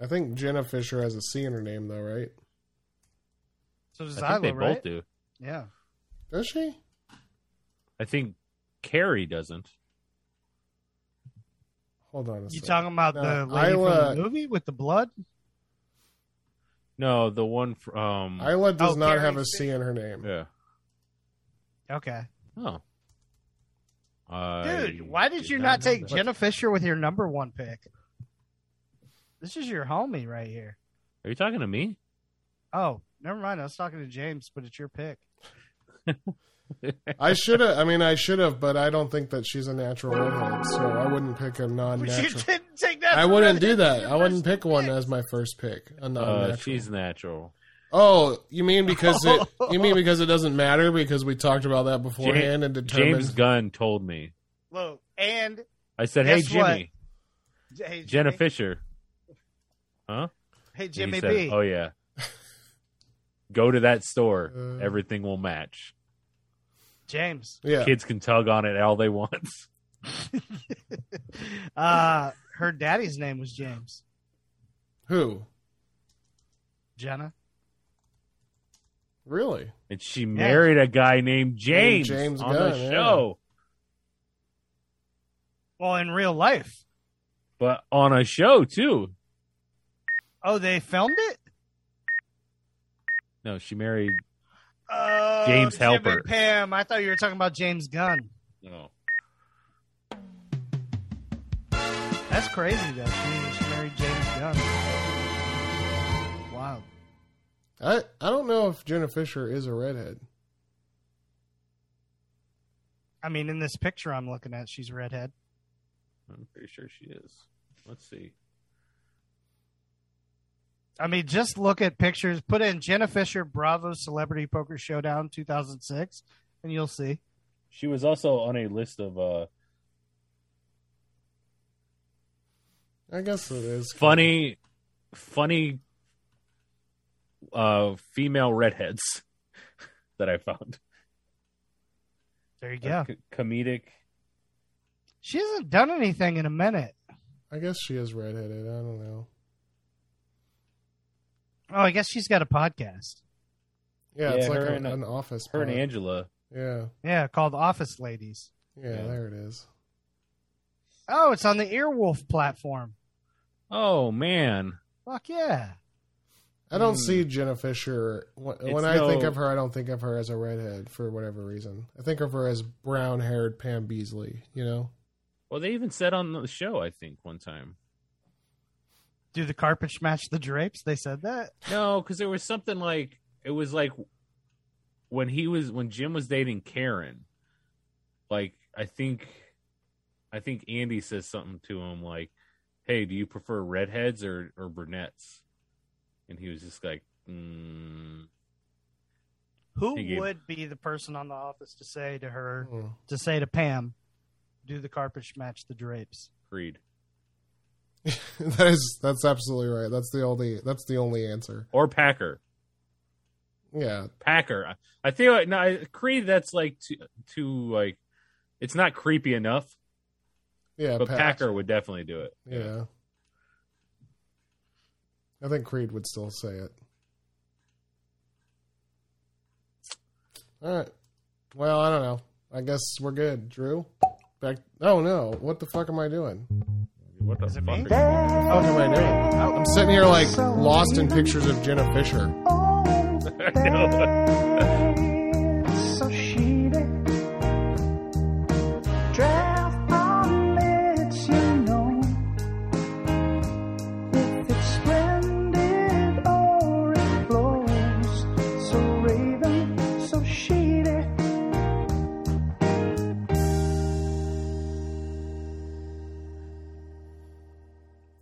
S4: I think Jenna Fisher has a C in her name, though, right?
S3: So does
S2: I think
S3: Isla,
S2: they
S3: right?
S2: both do.
S3: Yeah.
S4: Does she?
S2: I think Carrie doesn't.
S4: Hold on a
S3: You
S4: second.
S3: talking about
S4: No,
S3: the lady
S4: Isla-
S3: from the movie with the blood?
S2: No, the one from.
S4: Isla does
S3: Oh,
S4: not
S3: Carrie
S4: have a
S3: Fisher.
S4: C in her name.
S2: yeah.
S3: Okay.
S2: Oh.
S3: Dude,
S2: I
S3: why did you not,
S2: know
S3: take
S2: that.
S3: Jenna Fisher with your number one pick? This is your homie right here.
S2: Are you talking to me?
S3: Oh, never mind. I was talking to James, but it's your pick.
S4: I should have. I mean, I should have, but I don't think that she's a natural redhead, so I wouldn't pick a
S3: But
S4: non-natural.
S3: you didn't take that.
S4: I wouldn't do
S3: redhead as
S4: that.
S3: your
S4: I wouldn't
S3: first
S4: pick one uh, as my first pick. A non-natural.
S2: Uh, she's natural.
S4: Oh, you mean because it? You mean because it doesn't matter because we talked about that beforehand and determined.
S2: James Gunn told me.
S3: Look, and
S2: I said,
S3: Guess
S2: "Hey, Jimmy,
S3: hey,
S2: Jenna
S3: Jimmy,
S2: Fisher." Huh?
S3: hey
S2: And he
S3: Jimmy
S2: said,
S3: B.
S2: Oh yeah. Go to that store.
S4: Uh.
S2: Everything will match.
S3: James.
S4: yeah,
S2: Kids can tug on it all they want.
S3: Uh, her daddy's name was James.
S4: who
S3: Jenna.
S4: really?
S2: And she married a guy named James,
S4: James
S2: on
S4: Gunn, yeah.
S2: the show.
S3: Well, in real life.
S2: But on a show too.
S3: Oh, they filmed it.
S2: No, she married
S3: Oh,
S2: James
S3: Jim and
S2: Halpert.
S3: Pam. I thought you were talking about James Gunn.
S2: no.
S3: That's crazy though. She, she married James Gunn. Wow.
S4: I I don't know if Jenna Fisher is a redhead.
S3: I mean, in this picture I'm looking at, she's redhead.
S2: I'm pretty sure she is. Let's see.
S3: I mean, just look at pictures. Put in Jenna Fisher Bravo Celebrity Poker Showdown 2006, and you'll see.
S2: She was also on a list of uh,
S4: I guess it is
S2: funny, funny uh, female redheads that I found.
S3: There you go.
S2: C- comedic.
S3: She hasn't done anything in a minute.
S4: I guess she is redheaded. I don't know.
S3: Oh, I guess she's got a podcast.
S4: Yeah,
S2: Yeah,
S4: it's like
S2: her
S4: a,
S2: and, uh,
S4: an office.
S2: Her and
S4: pod.
S2: Angela.
S4: Yeah,
S3: Yeah, called Office Ladies.
S4: yeah,
S2: Yeah.
S4: there it is.
S3: Oh, it's on the Earwolf platform.
S2: Oh man,
S3: Fuck yeah.
S4: I don't
S2: Hmm. see
S4: see Jenna Fisher. When,
S2: It's
S4: when I think
S2: no-
S4: of her, I don't think of her as a redhead for whatever reason. I think of her as brown-haired Pam Beasley. You know?
S2: Well, they even said on the show, I think, one time.
S3: Do the carpets match the drapes? They said that.
S2: No, because there was something like it was like when he was when Jim was dating Karen. Like I think, I think Andy says something to him like, "Hey, do you prefer redheads or or brunettes?" And he was just like, mm,
S3: Who
S2: Hey, Gabe.
S3: would be the person on the office to say to her,
S4: Hmm.
S3: to say to Pam, do the carpets match the drapes?
S2: "Creed,"
S4: that is that's absolutely right. That's the only that's the only answer.
S2: or Packer.
S4: Yeah,
S2: Packer. I- I feel like no, I- Creed. That's like too, too like it's not creepy enough,
S4: yeah,
S2: but
S4: Pat-
S2: Packer would definitely do it.
S4: Yeah. I think Creed would still say it. All right. Well, I don't know. I guess we're good. Drew? Back. Oh, no. What the fuck am I doing?
S2: What the
S3: Is it
S2: fuck? Are you
S3: me?
S2: doing?
S4: What the fuck am Oh, I doing? I'm sitting here, like, lost in pictures of Jenna Fisher.
S2: no.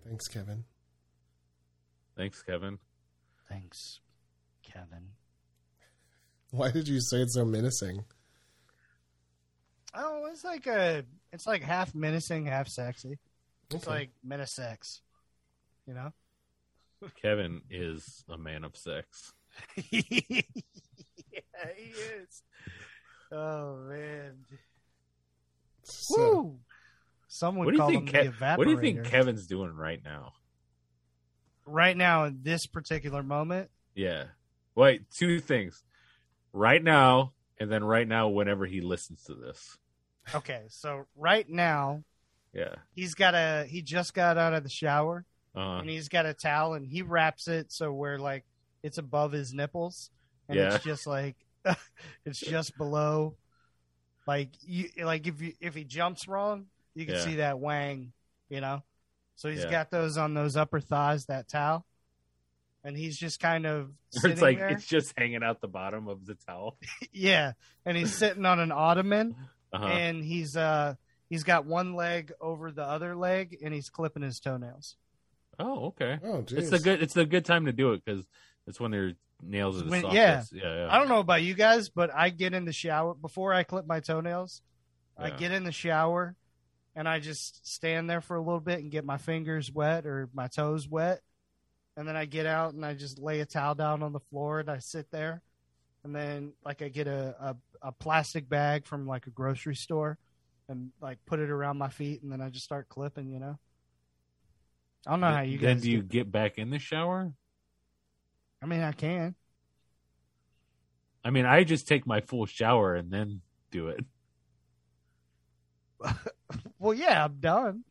S4: Thanks, Kevin.
S2: Thanks, Kevin.
S3: Thanks, Kevin.
S4: Why did you say it so menacing?
S3: Oh, it's like a, it's like half menacing, half sexy. It's
S4: Okay.
S3: like minisex, you know.
S2: Kevin is a man of sex.
S3: yeah, he is. Oh man!
S4: So-
S3: Woo! Someone
S2: What do you
S3: called
S2: think?
S3: him the
S2: Ke-
S3: evaporator.
S2: what do you think Kevin's doing right now?
S3: right now in this particular moment?
S2: Yeah. Wait, two things. Right now, and then right now, whenever he listens to this.
S3: Okay, so right now
S2: Yeah.
S3: he's got a he just got out of the shower
S2: Uh,
S3: and he's got a towel and he wraps it so where like it's above his nipples and
S2: Yeah.
S3: it's just like it's just below like you like if you if he jumps wrong you can
S2: Yeah.
S3: see that wang you know so he's
S2: Yeah.
S3: got those on those upper thighs that towel and he's just kind of sitting
S2: it's like
S3: there
S2: it's just hanging out the bottom of the towel.
S3: yeah and he's sitting on an ottoman
S2: Uh-huh.
S3: and he's uh he's got one leg over the other leg and he's clipping his toenails
S2: oh, okay.
S4: Oh, jeez.
S2: It's the good. It's the good time to do it because it's when their nails are the
S3: When-
S2: softest. Yeah, yeah.
S3: I don't know about you guys, but I get in the shower before I clip my toenails. I
S2: Yeah.
S3: get in the shower and I just stand there for a little bit and get my fingers wet or my toes wet. And then I get out and I just lay a towel down on the floor and I sit there. And then like I get a, a, a plastic bag from like a grocery store and like put it around my feet and then I just start clipping, you know. I don't know how you
S2: then
S3: guys
S2: do you
S3: do-
S2: get back in the shower?
S3: I mean I can.
S2: I mean, I just take my full shower and then do it.
S3: Well yeah, I'm done.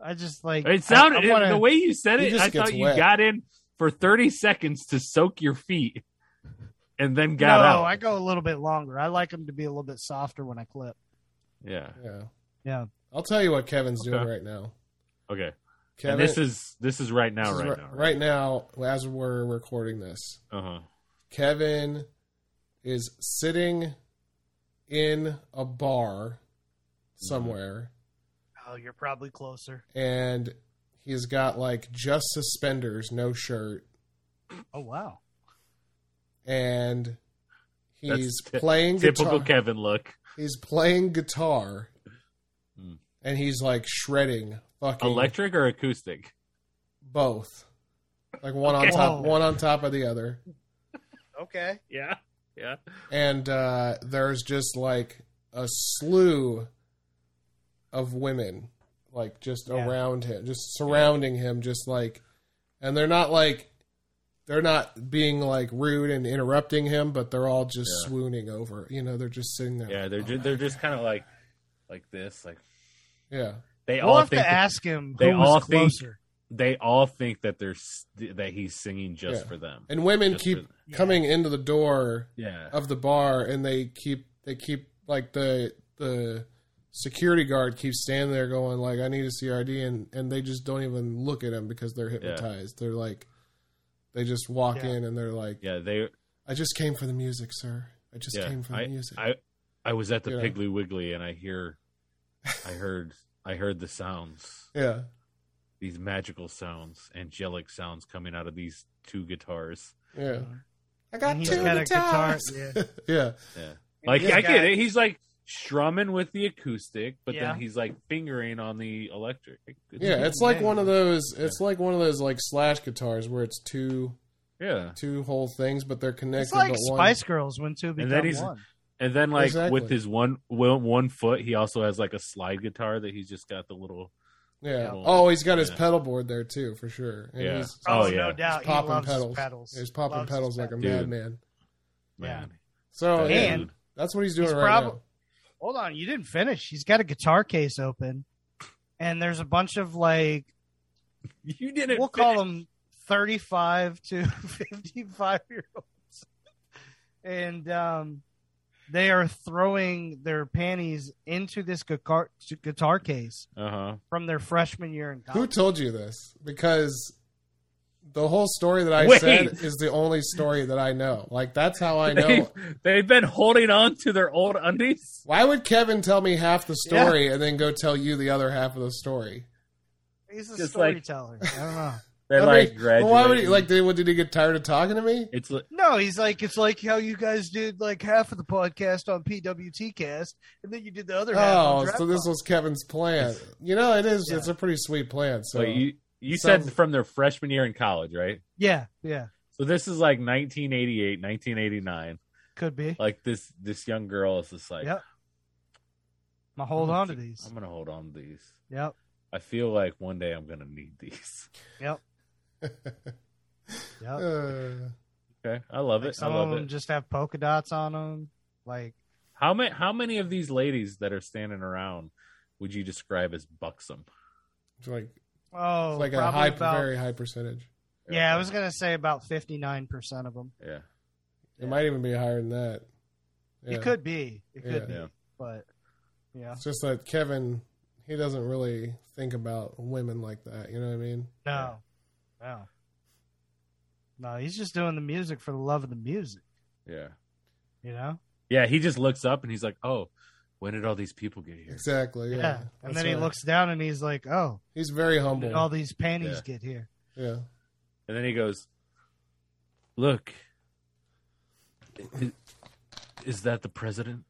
S3: I just like
S2: It sounded
S3: I, I wanna-
S2: the way you said
S4: He
S2: it.
S4: just
S2: I
S4: gets
S2: thought you
S4: wet.
S2: got in for thirty seconds to soak your feet, and then got
S3: no,
S2: out.
S3: I go a little bit longer. I like them to be a little bit softer when I clip.
S2: Yeah.
S4: Yeah.
S3: Yeah.
S4: I'll tell you what Kevin's doing
S2: Okay.
S4: right now.
S2: Okay. and
S4: Kevin,
S2: this is this is right now.
S4: this
S2: Right,
S4: is
S2: now.
S4: ri- right now, as we're recording this,
S2: Uh huh.
S4: Kevin is sitting in a bar somewhere
S3: Oh, you're probably closer.
S4: and He's got like just suspenders, no shirt,
S3: Oh wow.
S4: and
S2: That's
S4: he's
S2: ty-
S4: playing
S2: Typical
S4: guitar.
S2: Kevin look.
S4: he's playing guitar,
S2: Hmm.
S4: and he's like shredding fucking
S2: Electric or acoustic?
S4: both, like one on
S2: Okay.
S4: top,
S3: Whoa.
S4: one on top of the other.
S3: Okay.
S2: Yeah. Yeah.
S4: and uh, there's just like a slew of women like just
S3: Yeah.
S4: around him just surrounding him just like and they're not like they're not being like rude and interrupting him but they're all just
S2: Yeah.
S4: swooning over you know they're just sitting there
S2: Yeah, they're
S4: "Oh
S2: ju-
S4: my
S2: they're just
S4: God."
S2: kind of like like this, like
S4: yeah
S2: they
S3: We'll
S2: all
S3: have
S2: think
S3: to
S2: that-
S3: ask him
S2: they
S3: who was
S2: all think-
S3: closer.
S2: they all think that they're st- that he's singing just
S4: Yeah.
S2: for them.
S4: and women
S2: Just
S4: keep Oh.
S3: Yeah.
S4: coming into the door
S2: Yeah.
S4: of the bar and they keep they keep like the the security guard keeps standing there going like I need a CRD and and they just don't even look at him because they're hypnotized. They're like they just walk
S3: Yeah.
S4: in and they're like
S2: Yeah, they
S4: I just came for the music, sir. I just
S2: yeah.
S4: came for the
S2: I,
S4: music.
S2: I I was at the
S4: You know.
S2: Piggly Wiggly and I hear I heard I heard the sounds.
S4: yeah.
S2: These magical sounds, angelic sounds coming out of these two guitars.
S4: Yeah. I
S3: got he's two got a guitar, guitars.
S4: yeah.
S2: Yeah. Like
S3: This
S2: I
S3: guy-
S2: get it. He's like strumming with the acoustic, but
S3: Yeah.
S2: then he's like fingering on the electric.
S4: Yeah, it's like one of those it's like one of those like slash guitars where it's two
S2: yeah.
S4: two whole things but they're connected
S3: It's like
S4: but one
S3: Spice Girls when two become
S2: then he's-
S3: one.
S2: And then like with
S4: Exactly.
S2: his one well, one foot, he also has like a slide guitar that he's just got the little
S4: Yeah.
S2: Pedal.
S4: Oh, he's got his
S2: Yeah.
S4: pedal board there too, for sure. And
S2: Yeah.
S4: he's-
S2: Oh,
S3: Oh,
S2: yeah.
S3: no doubt,
S4: He's
S3: he
S4: popping
S3: loves his
S4: pedals.
S3: pedals.
S4: He's popping
S3: Loves his
S4: pedals like a
S3: pedals.
S2: Dude.
S4: madman.
S3: Yeah.
S2: man.
S4: So
S2: That
S4: yeah,
S3: And-
S2: dude.
S4: that's what he's doing
S3: He's
S4: right
S3: prob- Hold on, you didn't finish. He's got a guitar case open, and there's a bunch of like
S2: you didn't
S3: we'll call them 35 to 55 year olds, and um, they are throwing their panties into this guitar guitar case
S2: Uh huh.
S3: from their freshman year in
S4: now. Who
S3: college.
S4: told you this? Because the whole story that I
S2: Wait.
S4: said is the only story that I know. Like that's how I know.
S2: They've, they've been holding on to their old undies.
S4: Why would Kevin tell me half the story and then go tell you the other half of the story?
S3: He's a
S2: Just like-
S3: storyteller. I don't know.
S2: They
S4: I
S2: like
S4: mean, but why would he
S2: graduating.
S4: like? Did, what, did he get tired of talking to me?
S2: It's li-
S3: No, he's like it's like how you guys did like half of the podcast on PWT cast, and then you did the other half.
S4: Oh,
S3: on
S4: so this
S3: Dropbox.
S4: was Kevin's plan. You know, it is.
S3: Yeah.
S4: It's a pretty sweet plan. So
S2: wait, you you
S4: some-
S2: said from their freshman year in college, right?
S3: yeah, yeah,
S2: So this is like 1988, 1989.
S3: could be.
S2: Like this this young girl is just like,
S3: Yep. I hold
S2: I'm
S3: on to
S2: gonna keep-
S3: these.
S2: I'm gonna hold on to these.
S3: Yep.
S2: I feel like one day I'm gonna need these.
S3: Yep.
S4: Uh,
S2: Okay, I love
S3: Like,
S2: it. I
S3: some of
S2: love
S3: them
S2: it.
S3: just have polka dots on them. Like
S2: How many how many of these ladies that are standing around would you describe as buxom?
S4: It's like
S3: oh,
S4: it's like a
S3: probably
S4: high,
S3: about,
S4: very high percentage.
S3: yeah. I was gonna say about fifty nine percent of them.
S2: yeah.
S4: It might even be higher than that. Yeah.
S3: It could be. It could
S4: Yeah.
S3: be.
S2: Yeah.
S3: But yeah,
S4: It's just that Kevin, he doesn't really think about women like that. You know what I mean?
S3: no, no, no. He's just doing the music for the love of the music.
S2: Yeah.
S3: You know.
S2: Yeah, he just looks up and he's like, "Oh, when did all these people get here?"
S4: Exactly. Yeah.
S3: Yeah. And
S4: That's
S3: then he
S4: right.
S3: looks down and he's like, oh,
S4: He's very
S3: when did all
S4: humble.
S3: these panties
S2: Yeah.
S3: get here?
S4: Yeah.
S2: And then he goes, "Look, is, is that the president?"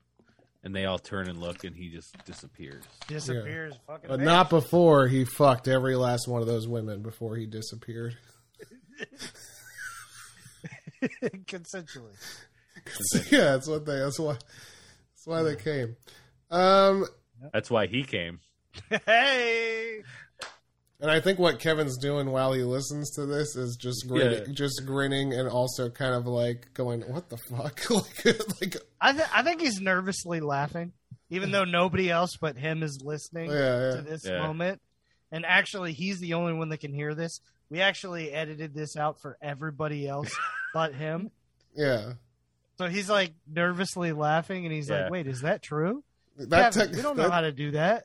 S2: And they all turn and look, and he just disappears.
S3: Disappears. Fucking
S4: But
S3: man.
S4: not before he fucked every last one of those women before he disappeared.
S3: consensually.
S4: yeah, that's what they. That's why. That's why they came. Um,
S2: That's why he came.
S3: hey.
S4: And I think what Kevin's doing while he listens to this is just grinning,
S2: Yeah.
S4: just grinning, and also kind of like going, "What the fuck?" like, like,
S3: I, th- I think he's nervously laughing, even though nobody else but him is listening
S4: Oh, yeah,
S3: to this
S2: Yeah.
S3: moment. And actually, he's the only one that can hear this. We actually edited this out for everybody else but him.
S4: yeah, yeah.
S3: So he's like nervously laughing, and he's
S2: Yeah.
S3: like, "Wait, is that true?
S4: That
S3: Kevin,
S4: tech-
S3: we don't know
S4: that-
S3: how to do that."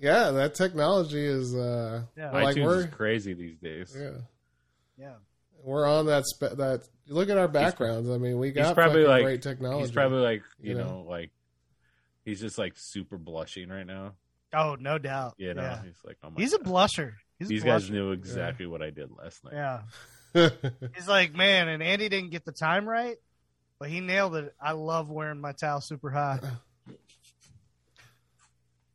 S4: yeah, that technology is. uh
S3: Yeah,
S4: Like
S2: iTunes is
S4: we're-
S2: crazy these days.
S4: Yeah,
S3: yeah.
S4: we're on that. Spe- that look at our backgrounds. I mean, we got
S2: probably
S4: fucking
S2: like-
S4: great technology.
S2: he's probably like, you,
S4: you
S2: know,
S4: know?
S2: like he's just like super blushing right now.
S3: Oh, no doubt.
S2: You know,
S3: yeah.
S2: he's like, "Oh my
S3: He's a
S2: God."
S3: blusher. He's
S2: These guys
S3: blushing.
S2: knew exactly what I did last night.
S3: Yeah. He's like, man, and Andy didn't get the time right, but he nailed it. I love wearing my towel super high.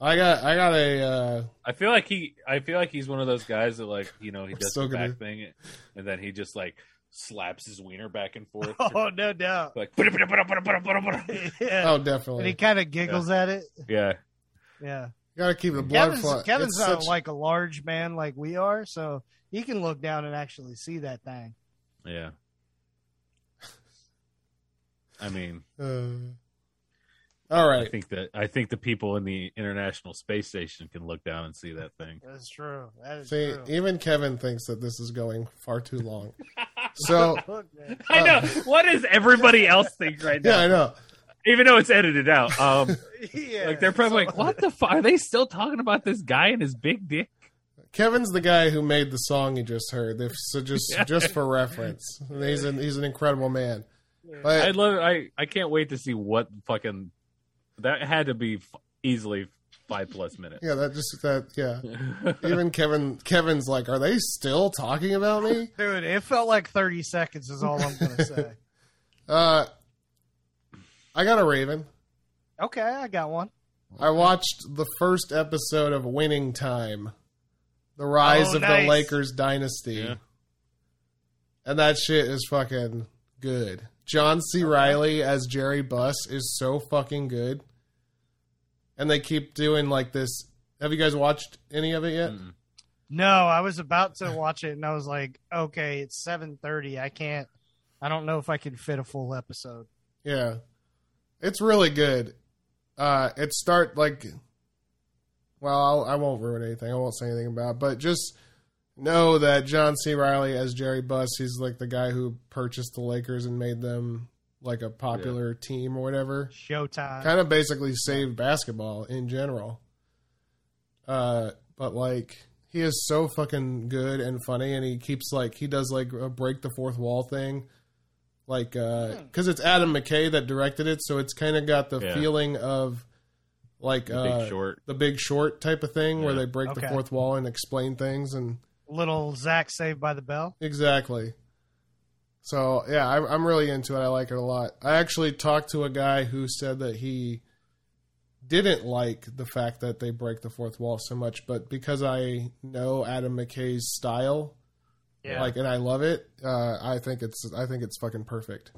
S4: I got I got a uh,
S2: I feel like he I feel like he's one of those guys that like, you know, he
S4: We're
S2: does
S4: still
S2: the
S4: gonna-
S2: back thing and then he just like slaps his wiener back and forth.
S3: Oh, no doubt.
S2: Like "Ba-da-ba-da-ba-da-ba-da-ba-da-ba-da."
S3: Yeah.
S4: oh definitely
S3: And he kind of giggles at it.
S2: Yeah.
S3: Yeah.
S4: gotta keep the blood
S3: Kevin's,
S4: flowing.
S3: Kevin's
S4: It's
S3: not
S4: such-
S3: like a large man like we are, so he can look down and actually see that thing.
S2: Yeah. I mean,
S4: uh, all
S2: I
S4: right,
S2: think that I think the people in the International Space Station can look down and see that thing.
S3: That's true. That is
S4: see,
S3: true.
S4: even Kevin thinks that this is going far too long. So
S3: Look, man.
S2: I know. What does everybody else think right
S4: yeah,
S2: now?
S4: I know.
S2: Even though it's edited out. Um
S3: yeah.
S2: like they're probably like, What the fuck are they still talking about this guy and his big dick?
S4: Kevin's the guy who made the song you just heard. If, so just
S2: Yeah.
S4: just for reference, he's an he's an incredible man.
S2: I
S4: But
S2: love it. I, I can't wait to see what fucking that had to be f- easily five plus minutes.
S4: yeah, that just that yeah. Even Kevin Kevin's like, are they still talking about me?
S3: Dude, it felt like 30 seconds is all I'm going to say.
S4: Uh, I got a Raven.
S3: okay, I got one.
S4: I watched the first episode of Winning Time, the rise
S3: Oh,
S4: of
S3: nice.
S4: the Lakers dynasty,
S2: Yeah.
S4: and that shit is fucking good. John C. Riley as Jerry Buss is so fucking good, and they keep doing like this. Have you guys watched any of it yet?
S2: Mm.
S3: No, I was about to watch it and I was like, okay, it's 7:30. I can't I don't know if I can fit a full episode.
S4: Yeah, it's really good. Uh, it start like, well, I'll, I won't ruin anything. I won't say anything about. It, but just know that John C. Riley as Jerry Buss, he's like the guy who purchased the Lakers and made them like a popular team or whatever.
S3: Showtime.
S4: Kind of basically saved basketball in general. Uh, but like he is so fucking good and funny, and he keeps like he does like a break the fourth wall thing, like because it's Adam McKay that directed it, so it's kind of got the
S2: Yeah.
S4: feeling of like
S2: The
S4: uh,
S2: Big Short.
S4: the Big Short type of thing where
S2: Yeah.
S4: they break the
S3: Okay.
S4: fourth wall and explain things and
S3: Little Zach saved by the bell.
S4: Exactly. So yeah, I, I'm really into it. I like it a lot. I actually talked to a guy who said that he didn't like the fact that they break the fourth wall so much, but because I know Adam McKay's style, like, and I love it. Uh, I think it's I think it's fucking perfect.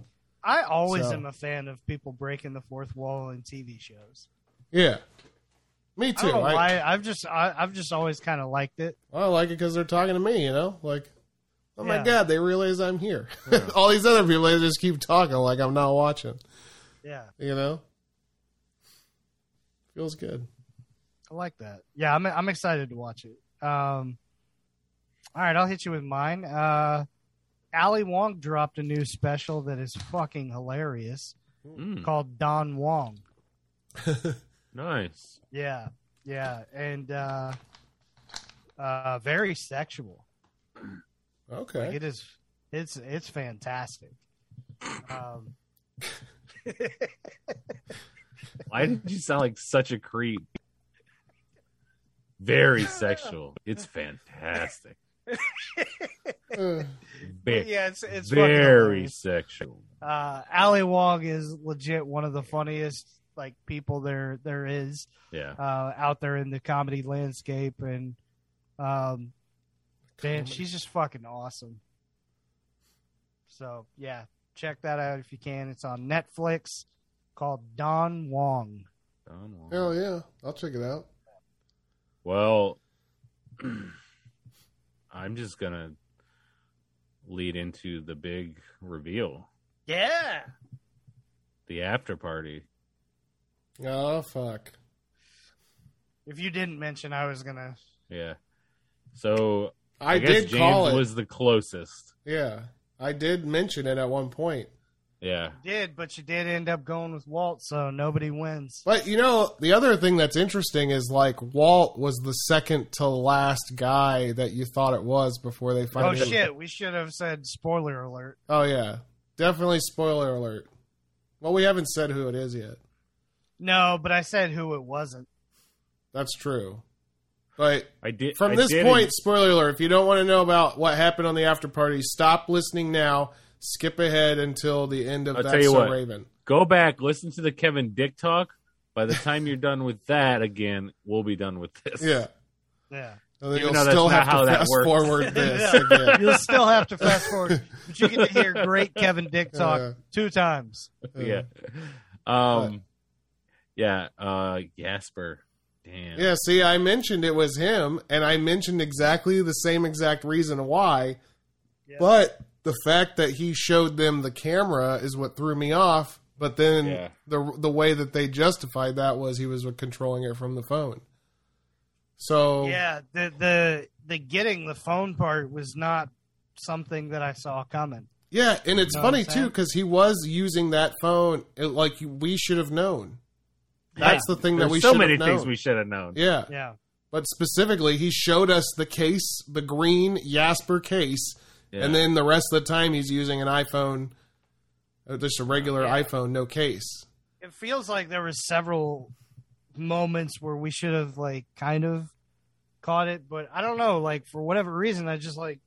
S3: I always
S4: So-
S3: am a fan of people breaking the fourth wall in TV shows.
S4: Yeah, me
S3: I
S4: too.
S3: don't know
S4: I,
S3: why. I've just I, I've just always kind of liked it.
S4: I like it because they're talking to me. You know, like. Oh my
S3: Yeah.
S4: god! They realize I'm here. All these other people, they just keep talking like I'm not watching.
S3: Yeah,
S4: You know, feels good.
S3: I like that. Yeah, I'm I'm excited to watch it. Um, all right, I'll hit you with mine. Uh, Ali Wong dropped a new special that is fucking hilarious
S2: Mm,
S3: called Don Wong.
S2: nice.
S3: Yeah, yeah, and uh, uh, very sexual.
S4: Okay.
S3: Like, it is. It's it's fantastic. Um,
S2: Why did you sound like such a creep? Very sexual. It's fantastic.
S4: Uh,
S2: Ve-
S3: yeah, it's it's fucking
S2: very
S3: hilarious.
S2: sexual.
S3: Uh, Ali Wong is legit one of the funniest like people there there is
S2: Yeah.
S3: uh, out there in the comedy landscape, and um, man, she's just fucking awesome. So yeah, check that out if you can. It's on Netflix, called Don Wong.
S2: Don Juan.
S4: hell yeah, I'll check it out.
S2: Well, I'm just going to lead into the big reveal,
S3: Yeah.
S2: the after party.
S4: Oh fuck.
S3: If you didn't mention, I was gonna.
S2: Yeah. So
S4: I,
S2: guess
S4: did
S2: James
S4: call it.
S2: was the closest.
S4: Yeah, I did mention it at one point.
S2: Yeah.
S3: did, but you did end up going with Walt, so nobody wins.
S4: But you know, the other thing that's interesting is like Walt was the second to last guy that you thought it was before they
S3: Oh
S4: finally.
S3: shit, we should have said spoiler alert.
S4: Oh yeah, definitely spoiler alert. Well, we haven't said who it is yet.
S3: No, but I said who it wasn't.
S4: That's true. But
S2: I did
S4: from
S2: I
S4: this
S2: did
S4: point,
S2: en-
S4: spoiler alert, if you don't want to know about what happened on the after party, stop listening now. Skip ahead until the end of
S2: I'll
S4: That's
S2: tell you
S4: So
S2: what.
S4: Raven.
S2: go back, listen to the Kevin Dick talk. By the time you're done with that, again, we'll be done with this.
S4: Yeah.
S3: Yeah.
S4: And
S2: Even
S4: then
S2: though
S4: you'll
S2: that's
S4: still
S2: not
S4: have
S2: how
S4: to
S2: that
S4: fast
S2: works.
S4: forward this again.
S3: You'll still have to fast forward, but you get to hear great Kevin Dick talk
S4: Yeah.
S3: two times.
S2: yeah. Um, yeah. Uh, Gasper. Damn.
S4: Yeah, see, I mentioned it was him, and I mentioned exactly the same exact reason why.
S3: Yeah.
S4: But the fact that he showed them the camera is what threw me off. But then
S2: Yeah.
S4: the the way that they justified that was he was controlling it from the phone. So
S3: Yeah, the the the getting the phone part was not something that I saw coming.
S4: Yeah, and it's
S3: Know what
S4: funny
S3: I'm
S4: too
S3: saying?
S4: because he was using that phone. It, like we should have known. That's the thing
S2: There's
S4: that we
S2: so
S4: should
S2: many
S4: have
S2: things
S4: known.
S2: we should have known.
S4: yeah,
S3: Yeah.
S4: but specifically, he showed us the case, the green Jasper case,
S2: Yeah.
S4: and then the rest of the time he's using an iPhone, uh, just a regular
S3: Yeah.
S4: iPhone, no case.
S3: it feels like there were several moments where we should have like kind of caught it, but I don't know. Like for whatever reason, I just like
S2: he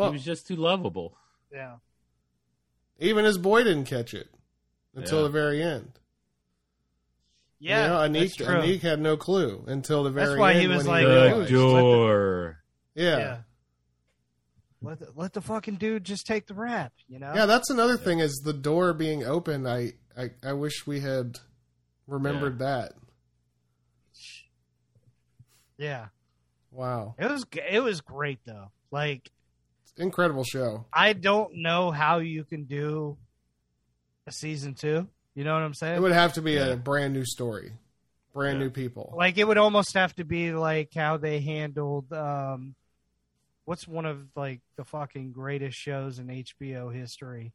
S4: Well,
S2: was just too lovable.
S3: yeah,
S4: even his boy didn't catch it until
S2: Yeah.
S4: the very end.
S3: yeah.
S4: you know,
S3: that's
S4: Anik,
S3: true.
S4: Anik had no clue until the very
S3: That's why
S4: end.
S3: he was
S4: when
S3: like,
S2: The
S3: what
S4: realized.
S3: dude.
S2: door.
S4: yeah. yeah.
S3: yeah. Let the, let the fucking dude just take the rap, you know?
S4: that's another thing is the door being open. I, I, I wish we had remembered that.
S3: Yeah.
S4: Wow.
S3: It was g- it was great though. Like
S4: Incredible show.
S3: I don't know how you can do a season 2. You know what I'm saying?
S4: It would have to be
S2: Yeah.
S4: a brand new story, brand
S2: Yeah.
S4: new people.
S3: like it would almost have to be like how they handled um what's one of like the fucking greatest shows in HBO history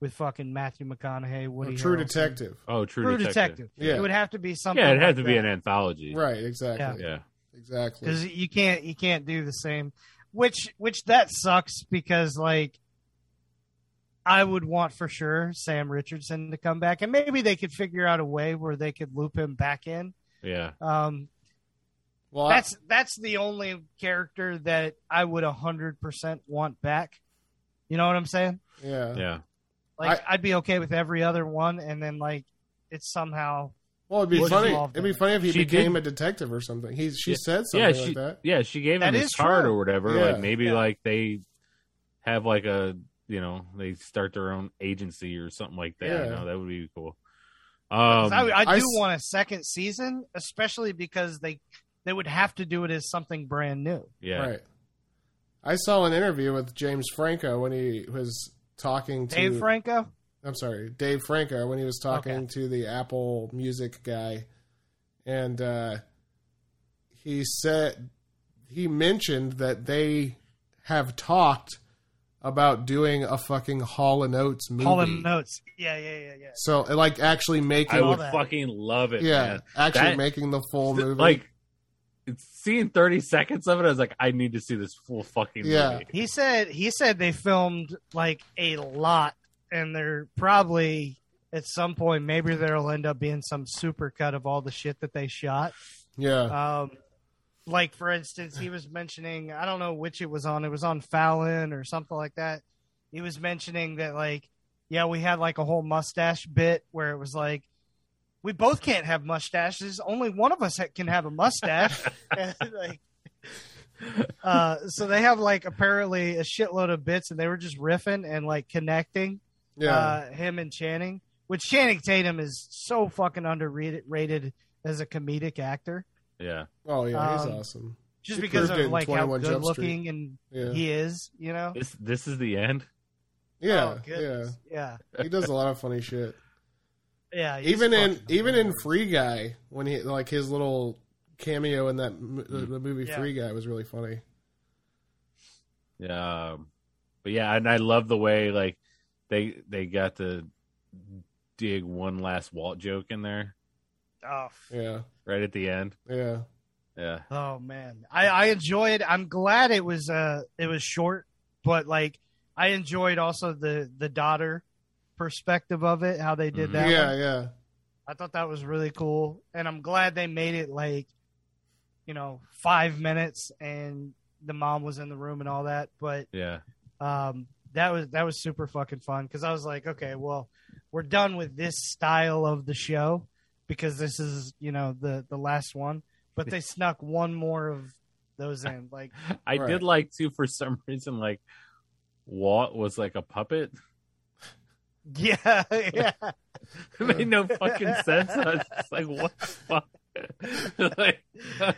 S3: with fucking Matthew McConaughey,
S4: A
S3: Woody
S4: True
S3: Harrelson.
S4: Detective.
S2: Oh, true,
S3: True
S2: detective.
S3: Detective.
S4: Yeah.
S3: It would have to be something
S2: Yeah, it had
S3: like
S2: to be
S3: that.
S2: an anthology.
S4: Right. Exactly.
S2: Yeah.
S4: Exactly.
S3: because you can't you can't do the same which which that sucks because like i would want for sure sam richardson to come back and maybe they could figure out a way where they could loop him back in
S2: Yeah.
S3: um
S4: Well, I-
S3: that's that's the only character that i would 100% want back you know what i'm saying
S4: yeah.
S2: Yeah.
S3: like I, would be okay with every other one and then like it's somehow
S4: Well, it'd be
S3: What's
S4: funny.
S3: involved
S4: It'd be
S3: in it?
S4: funny if he
S2: She
S4: became
S2: did-
S4: a detective or something. He she
S2: Yeah.
S4: said
S2: Yeah.
S4: something
S2: She.
S4: like that.
S2: Yeah. She gave him
S3: That
S2: his
S3: is
S2: card
S3: true.
S2: or whatever.
S4: Yeah.
S2: Like maybe
S3: Yeah.
S2: like they have like a you know they start their own agency or something like that.
S4: Yeah.
S2: You know that would be cool.
S3: 'Cause
S2: Um.
S3: I, I
S4: I
S3: do
S4: s-
S3: want a second season, especially because they they would have to do it as something brand new.
S2: yeah.
S4: Right. I saw an interview with James Franco when he was talking to
S3: Dave Franco,
S4: I'm sorry, Dave Franco when he was talking
S3: Okay.
S4: to the Apple Music guy, and uh, he said he mentioned that they have talked about doing a fucking Hall and Oates movie.
S3: Hall and Notes. Yeah, yeah, yeah, yeah.
S4: So like actually making
S2: I would
S3: that.
S2: fucking love it.
S4: yeah,
S2: man.
S4: actually
S2: That-
S4: making the full
S2: Th-
S4: movie.
S2: Like it's- seeing 30 seconds of it, I was like, I need to see this full fucking
S4: Yeah.
S2: movie.
S3: He said he said they filmed like a lot, and they're probably at some point maybe there'll end up being some super cut of all the shit that they shot.
S4: yeah.
S3: Um, like for instance, he was mentioning I don't know which it was on. It was on Fallon or something like that. He was mentioning that like yeah, we had like a whole mustache bit where it was like we both can't have mustaches. Only one of us ha- can have a mustache. And, like, uh, so they have like apparently a shitload of bits, and they were just riffing and like connecting
S4: yeah.
S3: uh, him and Channing. Which Channing Tatum is so fucking underrated rated as a comedic actor
S2: Yeah.
S4: oh yeah, he's
S3: um,
S4: awesome.
S3: just
S4: He
S3: because
S4: proved it
S3: of
S4: in
S3: like how
S4: 21
S3: good
S4: Jump Street.
S3: looking and
S4: Yeah.
S3: he is, you know.
S2: This this is the end.
S4: Yeah.
S3: Oh,
S4: yeah.
S3: goodness. yeah,
S4: He does a lot of funny shit.
S3: yeah. he's
S4: even in
S3: fucking
S4: even in
S3: hilarious.
S4: Free Guy when he like his little cameo in that m- the, the movie
S3: Yeah.
S4: Free Guy was really funny.
S2: Yeah. Um, but yeah, and I love the way like they they got to dig one last Walt joke in there
S3: oh, f-
S4: Yeah,
S2: right at the end.
S4: yeah,
S2: Yeah.
S3: oh man, I I enjoyed. I'm glad it was uh it was short, but like I enjoyed also the the daughter perspective of it, how they did
S2: Mhm.
S3: that.
S4: Mm-hmm. yeah,
S3: one.
S4: yeah.
S3: I thought that was really cool, and I'm glad they made it like you know, five minutes and the mom was in the room and all that. But
S2: Yeah.
S3: um, that was that was super fucking fun because I was like, okay, well, we're done with this style of the show because this is you know the the last one. But they snuck one more of those in, like
S2: I
S4: Right.
S2: did like too for some reason like Walt was like a puppet.
S3: yeah, yeah,
S2: it made no fucking sense. I was just like, what the fuck? like,
S3: Uh,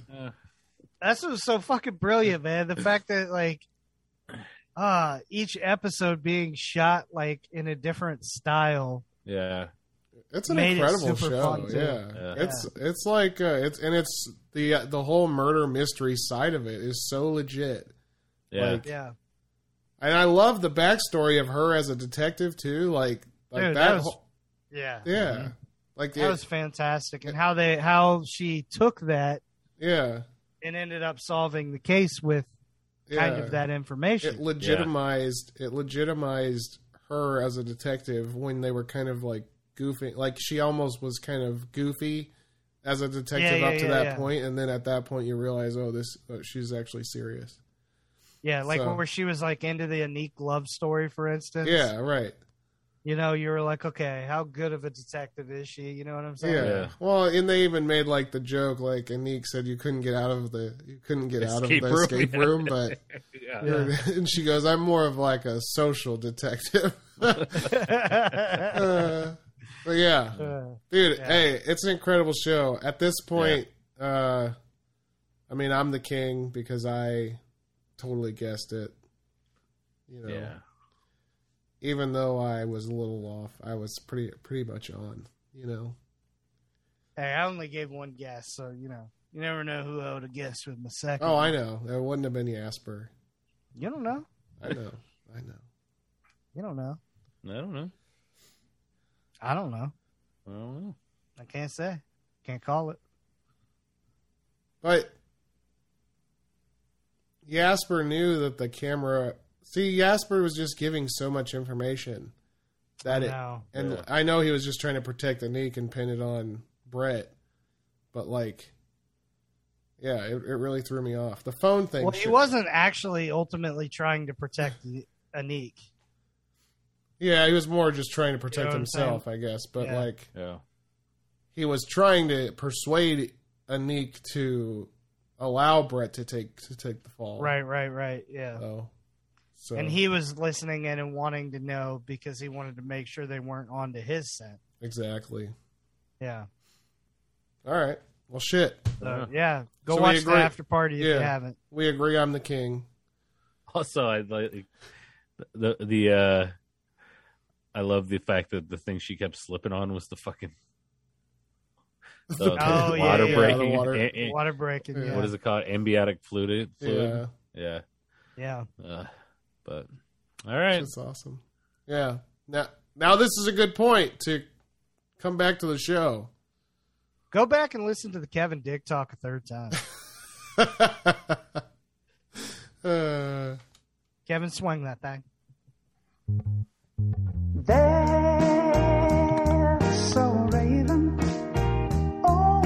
S4: Uh,
S2: uh,
S3: that's what's so fucking brilliant, man. The fact that like. Uh, each episode being shot like in a different style
S2: yeah.
S4: it's an
S3: Made it
S4: incredible
S3: super
S4: show.
S3: fun, too.
S4: yeah.
S2: Yeah.
S4: it's it's like uh, it's and it's the uh, the whole murder mystery side of it is so legit.
S2: Yeah.
S4: Like,
S3: Yeah,
S4: And I love the backstory of her as a detective too. Like like
S3: Dude,
S4: that.
S3: that was-
S4: whole-
S3: yeah,
S4: yeah. Like the,
S3: That was fantastic, and how they how she took that
S4: yeah.
S3: and ended up solving the case with
S4: Yeah.
S3: kind of that
S4: It
S3: information.
S4: legitimized it legitimized her as a detective when they were kind of like goofing like she almost was kind of goofy as a detective
S3: Yeah,
S4: up
S3: yeah,
S4: to
S3: yeah,
S4: that
S3: yeah.
S4: point, and then at that point you realize oh this uh, she's actually serious.
S3: yeah, like
S4: so-
S3: where she was like into the unique love story, for instance.
S4: Yeah, right.
S3: you know, you were like, okay, how good of a detective is she? You know what I'm saying?
S4: Yeah.
S2: Yeah.
S4: Well, and they even made like the joke, like Anique said, you couldn't get out of the you couldn't get out of the
S2: Escape room,
S4: escape
S2: yeah.
S4: room, but
S2: yeah.
S3: Yeah.
S4: and she goes, I'm more of like a social detective. uh, but yeah,
S3: Uh,
S4: dude,
S3: Yeah.
S4: hey, it's an incredible show. At this point, uh, I mean, I'm the king because I totally guessed it. You know,
S2: Yeah.
S4: even though I was a little off, I was pretty pretty much on. You know,
S3: hey, I only gave one guess, so you know, you never know who I would have guessed with my second.
S4: oh, I know, it wouldn't have been Jasper.
S3: you don't know,
S4: I know, I know.
S3: you don't know,
S2: I don't know.
S3: I don't know,
S2: I don't know.
S3: I can't say, can't call it.
S4: But Jasper knew that the camera. See, Jasper was just giving so much information that it.
S3: No,
S4: And
S2: Yeah.
S4: I know he was just trying to protect the Anique and pin it on Brett, but like, yeah, it, it really threw me off. The phone thing.
S3: well, he
S4: shit-
S3: wasn't actually ultimately trying to protect the- Anique.
S4: Yeah, he was more just trying to protect
S3: what I'm
S4: himself, I guess. But
S3: Yeah.
S4: like,
S2: Yeah.
S4: he was trying to persuade Anique to allow Brett to take to take the fall.
S3: Right, right, right. Yeah.
S4: So, so
S3: And he was listening in and wanting to know because he wanted to make sure they weren't onto his scent.
S4: exactly.
S3: Yeah.
S4: All right. Well, shit.
S2: Uh-huh.
S3: So, yeah. Go
S4: So we
S3: watch the
S4: agree.
S3: after party if
S4: Yeah.
S3: you haven't.
S4: We agree I'm the king.
S2: Also, I like the the uh I love the fact that the thing she kept slipping on was the fucking the
S3: Oh, yeah,
S2: water
S3: yeah,
S2: breaking.
S4: the water-
S2: eh, eh,
S3: Water breaking.
S4: Yeah.
S3: Yeah.
S2: What is it called? Amniotic fluid. fluid?
S4: Yeah,
S2: Yeah.
S3: yeah.
S2: Uh, but all right.
S4: that's awesome. Yeah. Now, now this is a good point to come back to the show.
S3: Go back and listen to the Kevin Dick talk a third time.
S4: uh,
S3: Kevin, swing that thing.
S5: That's so raven. Oh,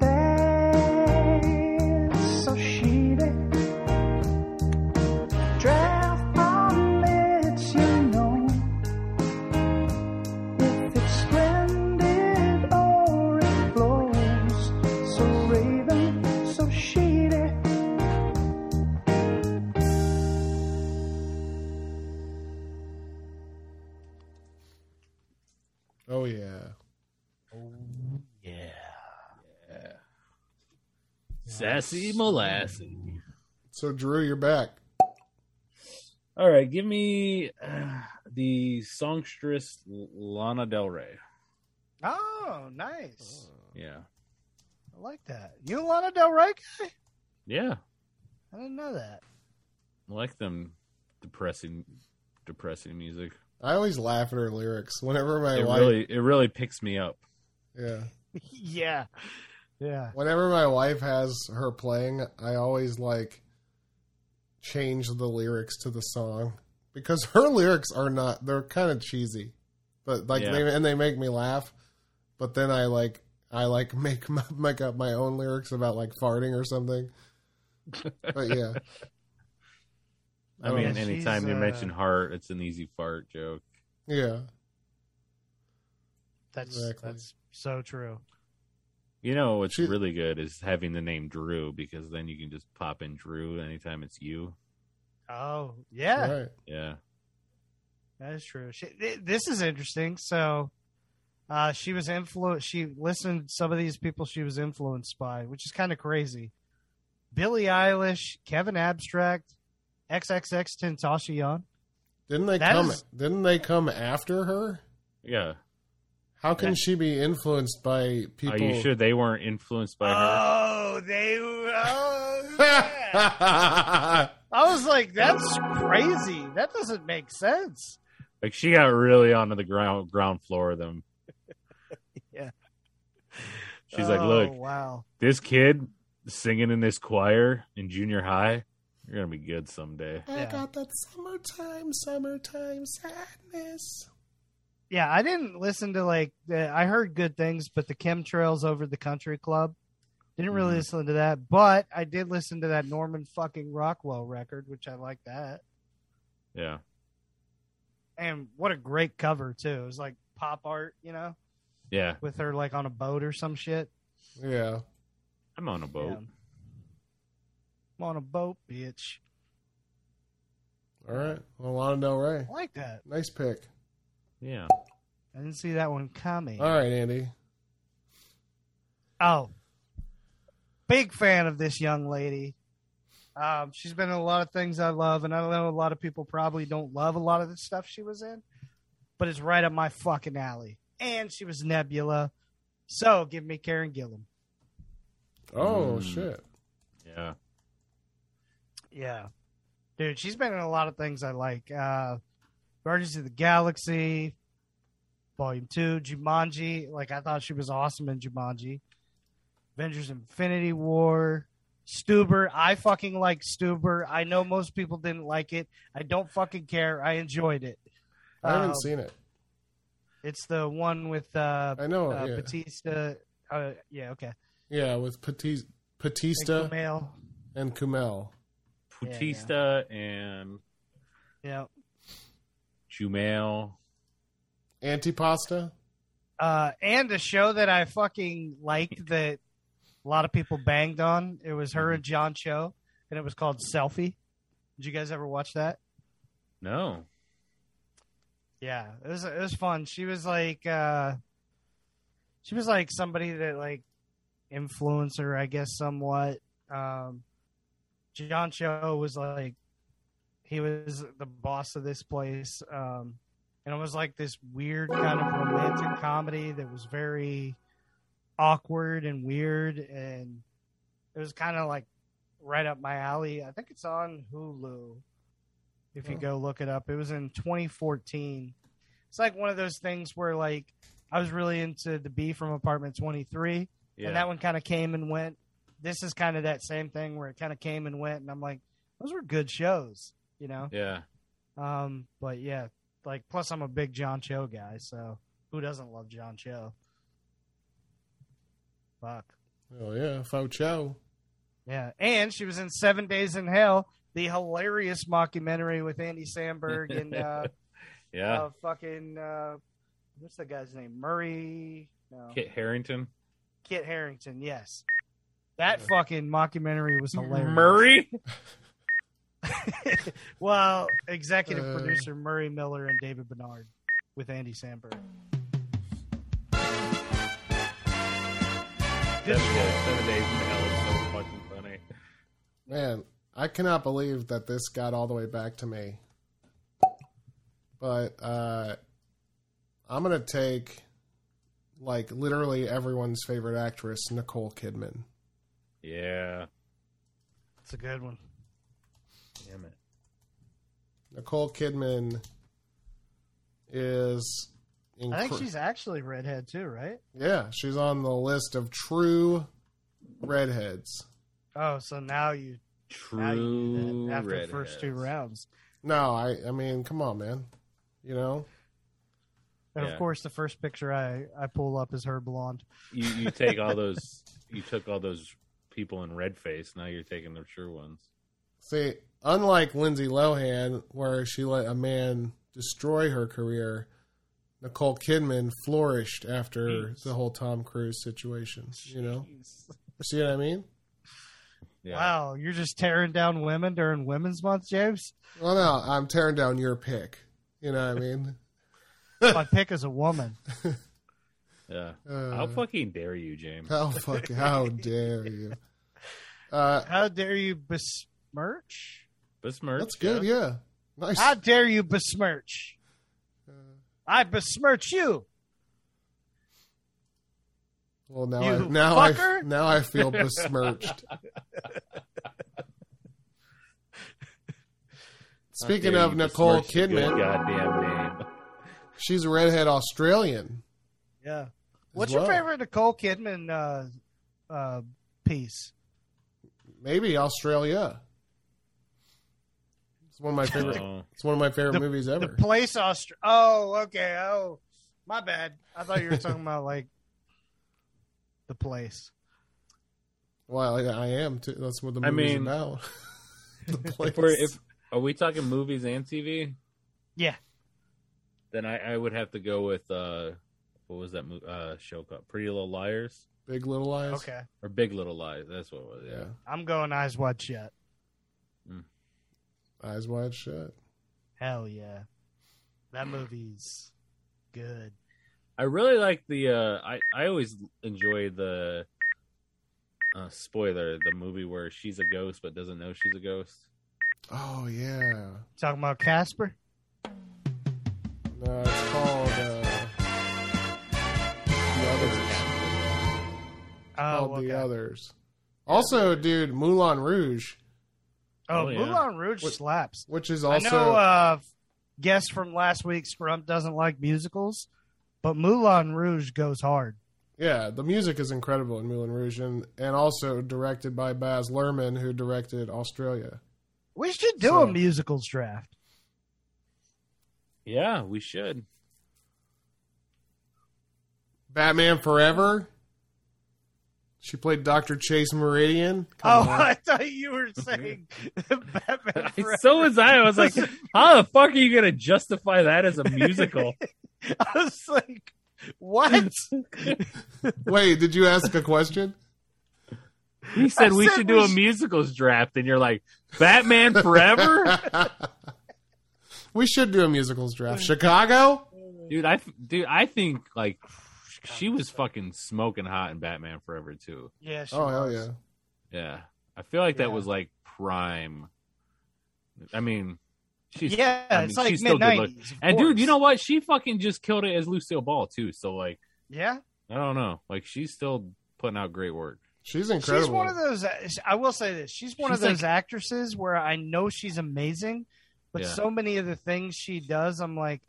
S5: that's so shitty. Draft lets you know if it's splendid or it blows. So raven, so shitty.
S4: oh yeah.
S2: Yeah. Yeah. Sassy molasses.
S4: So Drew, you're back.
S2: All right, give me uh, the songstress Lana Del Rey.
S3: Oh, nice.
S2: Yeah.
S3: Oh. I like that. You a Lana Del Rey guy?
S2: Yeah.
S3: I didn't know that.
S2: I like them depressing depressing music.
S4: I always laugh at her lyrics whenever my
S2: it
S4: wife.
S2: really it really picks me up.
S4: Yeah.
S3: yeah. Yeah.
S4: Whenever my wife has her playing, I always like change the lyrics to the song because her lyrics are not they're kind of cheesy. But like
S2: Yeah.
S4: they and they make me laugh, but then I like I like make my, make up my own lyrics about like farting or something. But yeah, Um,
S2: I mean,
S3: Yeah,
S2: anytime
S3: she's,
S2: you
S3: uh,
S2: mention heart, it's an easy fart joke.
S4: yeah,
S3: That's
S4: Exactly.
S3: that's so true.
S2: You know what's
S4: She-
S2: really good is having the name Drew because then you can just pop in Drew anytime it's you.
S3: Oh yeah,
S4: right.
S2: Yeah.
S3: that is true. She, th- this is interesting. So, uh, she was influenced. She listened to some of these people she was influenced by, which is kind of crazy. Billie Eilish, Kevin Abstract, XXX Tentacion.
S4: Didn't they
S3: That
S4: come?
S3: is-
S4: Didn't they come after her?
S2: Yeah.
S4: How can
S2: Yeah.
S4: she be influenced by people?
S2: Are you sure they weren't influenced by her?
S3: Oh, they. Oh, yeah. I was like, that's crazy. That doesn't make sense.
S2: Like she got really onto the ground ground floor of them.
S3: Yeah.
S2: She's like,
S3: Oh,
S2: look,
S3: wow.
S2: this kid singing in this choir in junior high, you're gonna be good someday.
S4: I
S3: Yeah.
S4: got that summertime, summertime sadness.
S3: Yeah, I didn't listen to like the, I heard good things, but the chemtrails over the country club didn't really
S4: Mm-hmm.
S2: Mhm.
S3: listen to that. But I did listen to that Norman fucking Rockwell record, which I like that.
S2: Yeah.
S3: And what a great cover too! It was like pop art, you know,
S2: Yeah.
S3: with her like on a boat or some shit.
S4: Yeah,
S2: I'm on a boat.
S3: Yeah. I'm on a boat, bitch.
S4: all right. Well, Lana Del Rey,
S3: I like that.
S4: nice pick.
S2: Yeah.
S3: I didn't see that one coming.
S4: All right, Andy.
S3: Oh, big fan of this young lady. Um, she's been in a lot of things I love, and I know a lot of people probably don't love a lot of the stuff she was in, but it's right up my fucking alley. And she was Nebula, so give me Karen Gillum.
S4: Oh
S2: Mm.
S4: shit.
S2: Yeah.
S3: Yeah, dude, she's been in a lot of things I like. Uh, Guardians of the Galaxy, Volume Two, Jumanji. Like I thought she was awesome in Jumanji. Avengers: Infinity War, Stuber. I fucking like Stuber. I know most people didn't like it. I don't fucking care. I enjoyed it.
S4: I haven't
S3: Um,
S4: seen it.
S3: It's the one with uh,
S4: I know.
S3: uh
S4: Oh, yeah.
S3: Batista. Uh, yeah, okay.
S4: yeah, with Patis- Batista
S3: Male.
S4: and Kumel.
S3: Yeah, yeah.
S2: Putista and
S3: Yeah.
S2: Jumail.
S4: Antipasta.
S3: uh, and a show that I fucking liked that a lot of people banged on. It was her and John Cho, and it was called Selfie. Did you guys ever watch that?
S2: No.
S3: Yeah, it was it was fun. She was like uh, she was like somebody that like influenced her, I guess, somewhat. Um, John Cho was like he was the boss of this place, um, and it was like this weird kind of romantic comedy that was very awkward and weird, and it was kind of like right up my alley. I think it's on Hulu. If you
S4: Oh.
S3: go look it up, it was in 2014. It's like one of those things where like I was really into the B from Apartment 23
S2: Yeah.
S3: and that one kind of came and went. This is kind of that same thing where it kind of came and went, and I'm like, those were good shows, you know.
S2: yeah.
S3: Um, but yeah, like plus I'm a big John Cho guy, so who doesn't love John Cho? Fuck
S4: Oh yeah, Fo Chow.
S3: yeah, and she was in Seven Days in Hell, the hilarious mockumentary with Andy Samberg and uh,
S2: Yeah.
S3: uh fucking uh, what's the guy's name? Murray? No,
S2: Kit Harrington.
S3: Kit Harrington. Yes. That fucking mockumentary was hilarious.
S2: Murray?
S3: well, executive
S4: Uh.
S3: producer Murray Miller and David Bernard with Andy Samberg.
S2: Seven, days- seven days in hell is so fucking funny.
S4: Man, I cannot believe that this got all the way back to me. But uh I'm gonna take like literally everyone's favorite actress, Nicole Kidman.
S2: Yeah.
S3: It's a good one.
S2: Damn it.
S4: Nicole Kidman is
S3: I think
S4: incre-
S3: she's actually redhead too, right?
S4: yeah, she's on the list of true redheads.
S3: Oh, so now you now
S2: True.
S3: you knew that after
S2: redheads.
S3: the first two rounds.
S4: No, I I mean, come on, man. You know?
S3: And
S2: Yeah.
S3: of course, the first picture I, I pull up is her blonde.
S2: You you take all those you took all those people in red face. Now you're taking the sure ones.
S4: See, unlike Lindsay Lohan, where she let a man destroy her career, Nicole Kidman flourished after
S2: Jeez.
S4: the whole Tom Cruise situation. You know, see what I mean?
S2: Yeah.
S3: Wow, you're just tearing down women during Women's Month, James?
S4: Well, no, I'm tearing down your pick. You know what I mean?
S3: My pick is a woman.
S2: Yeah.
S4: Uh,
S2: How fucking dare you, James?
S4: How fuck? How dare you? Uh,
S3: How dare you besmirch?
S2: Besmirch.
S4: that's good.
S2: Yeah.
S4: Yeah, nice. Uh,
S3: How dare you besmirch? I besmirch you.
S4: well, now
S3: You
S4: I now I
S3: fucker.
S4: now I feel besmirched. Speaking
S2: Dare
S4: of
S2: you
S4: Nicole
S2: besmirch the good
S4: Kidman,
S2: Goddamn name.
S4: she's a redhead Australian.
S3: Yeah.
S4: as
S3: What's
S4: well.
S3: your favorite Nicole Kidman uh, uh, piece?
S4: Maybe Australia. It's one of my favorite.
S2: Oh.
S4: It's one of my favorite
S3: The-
S4: movies
S3: The
S4: ever.
S3: Place Austria. Oh, okay. Oh, my bad. I thought you were talking about like the place.
S4: well, I, I am too. That's what the
S2: I
S4: movie's
S2: mean-
S4: about. the place.
S2: If we're, if are we talking movies and TV?
S3: Yeah.
S2: Then I, I would have to go with uh, what was that mo- uh, show called? Pretty Little Liars
S4: Big Little Lies.
S3: Okay.
S2: or Big Little Lies? That's what it was. Yeah.
S4: Yeah.
S3: I'm going eyes wide shut.
S4: Eyes wide shut.
S3: Hell yeah. That movie's good.
S2: I really like the. Uh, I I always enjoy the. Uh, spoiler: the movie where she's a ghost but doesn't know she's a ghost.
S4: Oh yeah.
S3: Talking about Casper?
S4: No, it's called. Uh, the others.
S3: Oh,
S4: called
S3: okay.
S4: the others. Also, dude, Moulin Rouge,
S3: oh,
S2: Oh, yeah.
S3: Moulin Rouge
S4: What-
S3: slaps.
S4: which is also
S3: I know uh guest from last week Scrum doesn't like musicals, but Moulin Rouge goes hard.
S4: Yeah, the music is incredible in Moulin Rouge, and, and also directed by Baz Luhrmann, who directed Australia.
S3: We should do
S4: So-
S3: a musicals draft.
S2: Yeah, we should.
S4: Batman Forever. She played Dr. Chase Meridian. Come
S3: oh,
S4: on.
S3: I thought you were saying Batman Forever.
S2: so was I. I was like, how the fuck are you gonna justify that as a musical?
S3: I was like, what?
S4: Wait, did you ask a question?
S2: He said
S3: I
S2: we
S3: said
S2: should
S3: we
S2: do a
S3: should-
S2: musicals draft, and you're like, Batman Forever,
S4: we should do a musicals draft. Chicago?
S2: dude. I dude, I think like she was fucking smoking hot in Batman Forever too.
S3: yeah, she
S4: Oh, hell
S3: was.
S4: yeah.
S2: Yeah, I feel like that
S3: Yeah.
S2: was like prime. I mean, she's
S3: Yeah,
S2: I mean,
S3: it's like
S2: she's still
S3: mid
S2: good-looking.
S3: nineties.
S2: and dude, you know what? She fucking just killed it as Lucille Ball too. So like,
S3: Yeah.
S2: I don't know. Like she's still putting out great work.
S4: She's incredible.
S3: She's one of those. I will say this: she's one
S2: She's
S3: of those actresses where I know she's amazing, but
S2: Yeah.
S3: so many of the things she does, I'm like,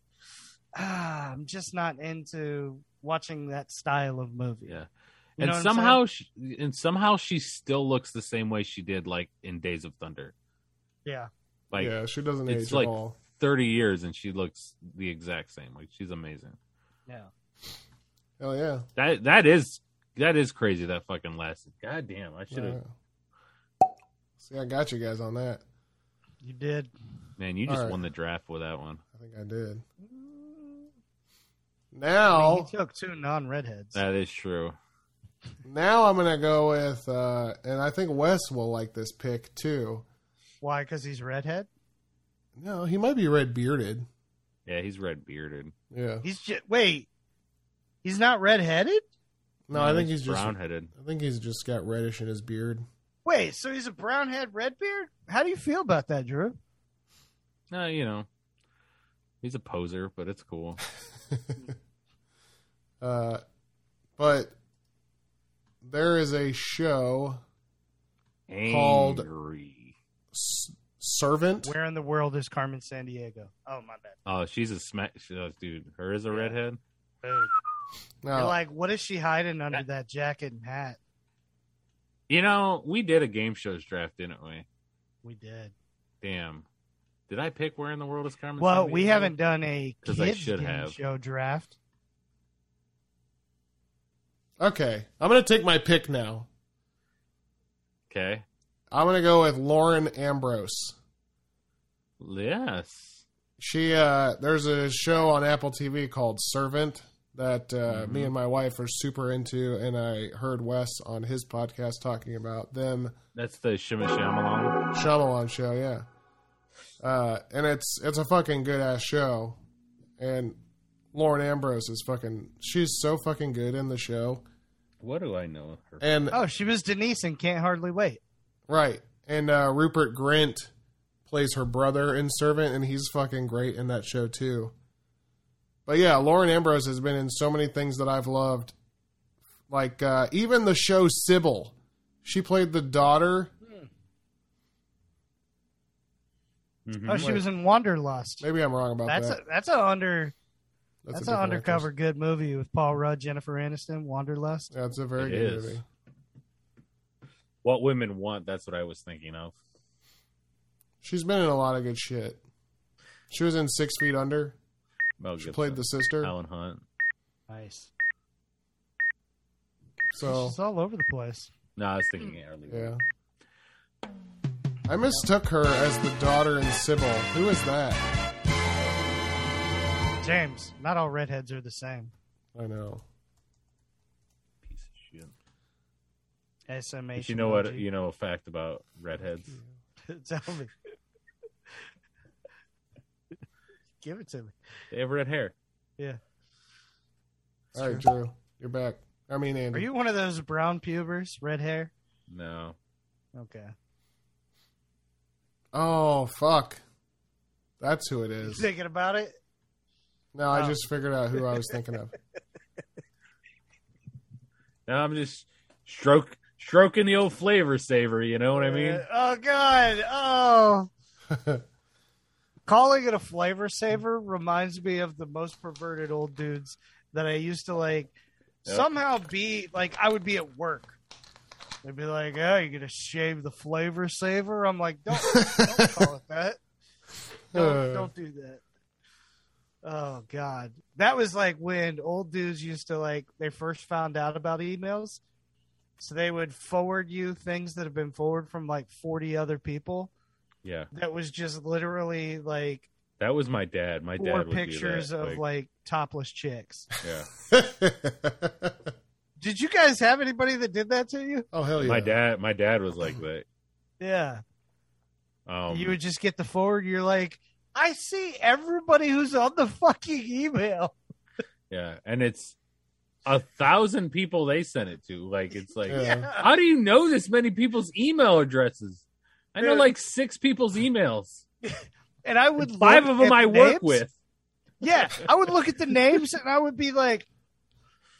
S3: ah, I'm just not into watching that style of movie.
S2: Yeah.
S3: You know what
S2: and
S3: I'm
S2: somehow, she, and somehow, she still looks the same way she did like in Days of Thunder.
S3: saying? yeah,
S2: Like
S4: yeah, she doesn't
S2: it's
S4: age
S2: like-
S4: at all.
S2: 30 years and she looks the exact same. Like she's amazing.
S3: yeah.
S4: Hell yeah.
S2: That that is that is crazy that fucking lasted. God damn, I should have
S4: Wow. See, I got you guys on that.
S3: You did.
S2: man, you just
S4: Alright.
S2: won the draft with that one.
S4: I think I did.
S3: I
S4: Now,
S3: mean, he took two non-redheads.
S2: That is true.
S4: Now I'm gonna go with, uh, and I think Wes will like this pick too.
S3: Why? Because he's redhead.
S4: No, he might be red bearded.
S2: Yeah, he's red bearded.
S4: Yeah.
S3: He's just wait. He's not redheaded.
S4: No, I think he's just.
S2: brown headed.
S4: I think he's just got reddish in his beard.
S3: Wait, so he's a brownhead redbeard? How do you feel about that, Drew?
S2: No, Uh, you know. He's a poser, but it's cool.
S4: Uh, but there is a show Called-
S2: Angry.
S4: S- Servant.
S3: Where in the world is Carmen San Diego? Oh my bad.
S2: Oh, she's a smack dude. Her is a
S3: Yeah.
S2: redhead.
S3: You're
S4: No,
S3: like, what is she hiding under that jacket and hat?
S2: You know, we did a game shows draft, didn't we?
S3: We did.
S2: Damn. Did I pick Where in the World is Carmen?
S3: Well,
S2: Sandiego?
S3: we haven't done a
S2: 'Cause I
S3: kids
S2: should
S3: game
S2: have.
S3: show draft.
S4: Okay, I'm gonna take my pick now.
S2: Okay.
S4: I'm gonna go with Lauren Ambrose.
S2: Yes.
S4: She uh, there's a show on Apple TV called Servant that uh, me and my wife are super into, and I heard Wes on his podcast talking about them.
S2: That's the Shima Shyamalan.
S4: Shyamalan show, yeah. Uh, and it's it's a fucking good ass show, and Lauren Ambrose is fucking. She's so fucking good in the show,
S2: What do I know of her?
S4: and
S3: Oh, she was Denise and can't hardly wait.
S4: right, and uh, Rupert Grint plays her brother in Servant, and he's fucking great in that show too. But yeah, Lauren Ambrose has been in so many things that I've loved, like uh, even the show Sybil. She played the daughter.
S2: Mhm.
S3: Oh, she was in Wanderlust.
S4: Mm-hmm. Maybe I'm wrong about
S3: That's
S4: that.
S3: a, that's a under
S4: a
S3: that's, an
S4: different actress.
S3: undercover good movie with Paul Rudd, Jennifer Aniston, Wanderlust.
S4: That's a very
S2: It
S4: good
S2: is.
S4: movie.
S2: What women want, that's what I was thinking of.
S4: She's been in a lot of good shit. She was in Six Feet Under.
S2: Mel
S4: She
S2: Gibson,
S4: played the sister.
S2: Alan Hunt.
S3: Nice.
S4: So
S3: She's all over the place.
S2: No, I was thinking earlier.
S4: yeah, I mistook her as the daughter in Sybil. Who is that?
S3: James, not all redheads are the same.
S4: I know.
S2: Piece of shit.
S3: SMH.
S2: But you know what? You know a fact about redheads.
S3: Tell me. Give it to me.
S2: They have red hair.
S3: Yeah.
S4: All right, Drew, you're back. I mean,
S3: Are
S4: Andy.
S3: you one of those brown pubers, red hair?
S2: No.
S3: Okay.
S4: oh fuck, that's who it
S3: You
S4: is.
S3: thinking about it?
S4: No, I
S3: Oh.
S4: just figured out who I was thinking of.
S2: No, I'm just stroke stroking the old flavor saver. You know what I mean?
S3: Uh, oh god. Oh. Calling it a flavor saver reminds me of the most perverted old dudes that I used to like
S2: Yep.
S3: somehow be like I would be at work. They'd be like, "Oh, you're gonna shave the flavor saver." I'm like, "Don't, don't call it that. Don't,
S4: Uh.
S3: don't do that." Oh God, that was like when old dudes used to like they first found out about emails. So they would forward you things that have been forwarded from like 40 other people.
S2: Yeah.
S3: That was just literally like
S2: That was my dad. My
S3: four
S2: dad would
S3: pictures
S2: do that.
S3: of like, topless chicks.
S2: yeah.
S3: Did you guys have anybody that did that to you?
S4: oh hell yeah!
S2: My dad. My dad was like that.
S3: Yeah.
S2: Um,
S3: you would just get the forward. You're like, I see everybody who's on the fucking email.
S2: Yeah, and it's a thousand people they sent it to. Like it's like,
S4: Yeah.
S2: how do you know this many people's email addresses? I know
S3: Dude.
S2: like six people's emails.
S3: And I would
S2: Five
S3: look
S2: of them
S3: at
S2: I
S3: the
S2: work
S3: names.
S2: with.
S3: Yeah, I would look at the names and I would be like,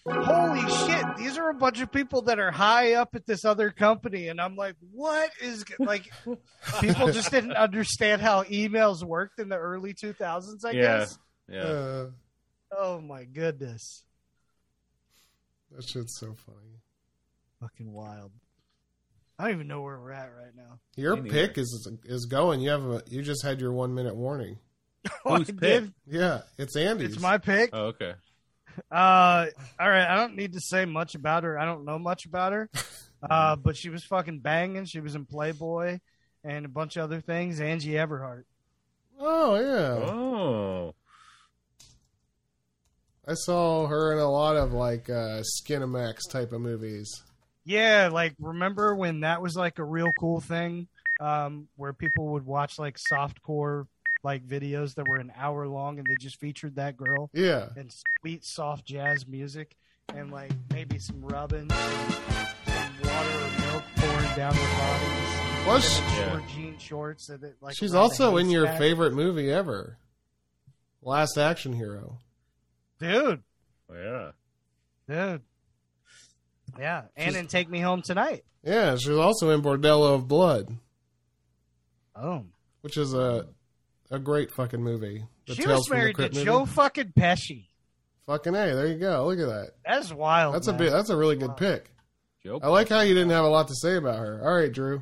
S3: "Holy shit, these are a bunch of people that are high up at this other company." And I'm like, "What is g-" like?" People just didn't understand how emails worked in the early 2000s. I
S2: Yeah.
S3: guess.
S2: Yeah,
S4: Uh,
S3: Oh my goodness,
S4: that shit's so funny.
S3: fucking wild. I don't even know where we're at right now.
S4: Your
S2: Me neither.
S4: pick is is going. You have a, you just had your one minute warning.
S2: Who's
S3: I
S2: pick?
S3: did-
S4: Yeah, it's Andy's.
S3: It's my pick.
S2: Oh, okay.
S3: Uh, all right. I don't need to say much about her. I don't know much about her. Uh, but she was fucking banging. She was in Playboy and a bunch of other things. Angie Everhart.
S4: Oh yeah,
S2: Oh,
S4: I saw her in a lot of like uh, Skinamax type of movies.
S3: Yeah, like remember when that was like a real cool thing, um, where people would watch like softcore like videos that were an hour long and they just featured that girl
S4: Yeah,
S3: and sweet soft jazz music and like maybe some rubbing, some water or milk pouring down their bodies.
S4: plus
S2: Yeah.
S3: Or jean shorts and it, like
S4: she's
S3: around
S4: also
S3: the
S4: in your
S3: haystack.
S4: favorite movie ever, Last Action Hero.
S3: dude
S2: Oh, yeah.
S3: dude yeah and
S4: She's-
S3: in take me home tonight
S4: Yeah, she's also in Bordello of Blood,
S3: oh
S4: which is a a great fucking movie. The
S3: she
S4: Tales
S3: was
S4: from the
S3: married to
S4: Crypt movie.
S3: joe fucking pesci
S4: Fucking a, there you go. Look at that.
S3: that's wild
S4: That's a
S3: Oh, man.
S4: bit. That's a really good
S3: Wow.
S4: pick.
S2: Joe.
S4: I like how you didn't have a lot to say about her. All right, Drew.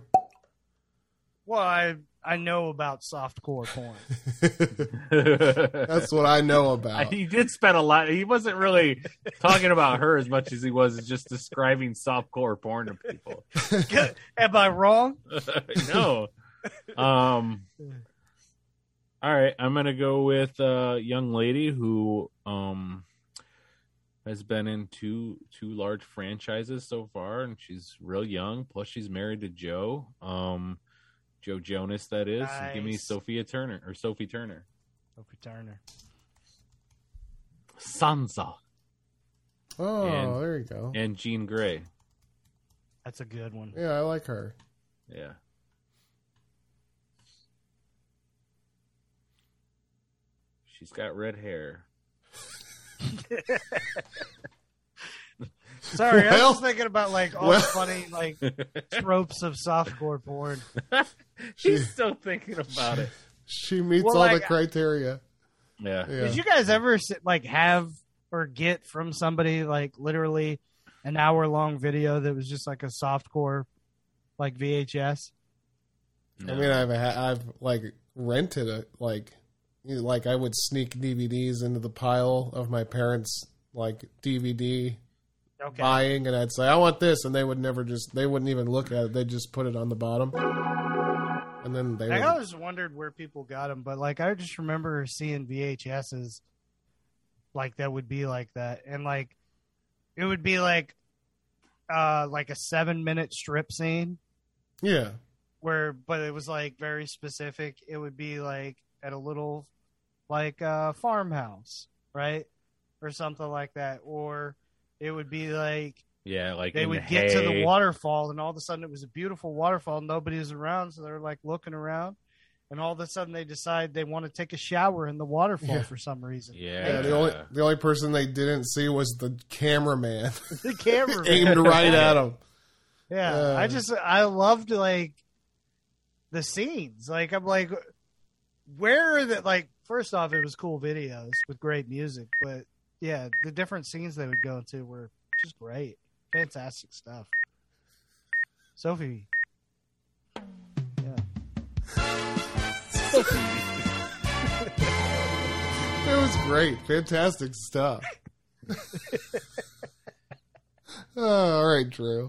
S3: well i I know about softcore porn.
S4: That's what I know
S2: I-
S4: about.
S2: he did spend a lot. He wasn't really talking about her as much as he was just describing softcore porn to people.
S3: Am I wrong?
S2: no. Um. All right, I'm gonna go with a young lady who um has been in two two large franchises so far, and she's real young. Plus, she's married to Joe, um, Joe Jonas. That is. And Give me
S3: Nice.
S2: Sophia Turner or Sophie Turner.
S3: Sophie Turner.
S2: Sansa
S4: Oh,
S2: And-
S4: there you go.
S2: and Jean Grey.
S3: That's a good one.
S4: Yeah, I like her.
S2: Yeah. She's got red hair.
S3: Sorry, I
S4: Well-
S3: was just thinking about like all
S4: well-
S3: the funny like tropes of softcore porn.
S2: She's still thinking about it.
S4: She meets
S3: Well,
S4: all
S3: like-
S4: the criteria.
S2: Yeah.
S4: Yeah.
S3: Did you guys ever s- like have or get from somebody like literally an hour long video that was just like a softcore like VHS?
S2: No.
S4: I mean, I've ha- I've like rented a like you know, like I would sneak DVDs into the pile of my parents' like DVD
S3: Okay.
S4: buying, and I'd say I want this, and they would never just they wouldn't even look at it. They'd just put it on the bottom, and then they
S3: Like, I
S4: would-
S3: always wondered where people got them, but like I just remember seeing VHSs like that would be like that, and like it would be like uh like a seven minute strip scene
S4: yeah
S3: where, but it was like very specific. It would be like at a little like uh, farmhouse, right, or something like that, or it would be like
S2: yeah, like
S3: they
S2: in
S3: would
S2: the
S3: get to the
S2: hay.
S3: waterfall and all of a sudden it was a beautiful waterfall nobody was around so they're like looking around and all of a sudden they decide they want to take a shower in the waterfall
S4: Yeah.
S3: for some reason
S2: Yeah.
S4: yeah. The only the only person they didn't see was the cameraman
S3: the camera
S4: aimed right at him.
S3: yeah
S4: Uh.
S3: i just i loved like the scenes like i'm like where are the like first off it was cool videos with great music but yeah the different scenes they would go into were just great fantastic stuff sophie
S4: It was great, fantastic stuff. Oh, all right, Drew,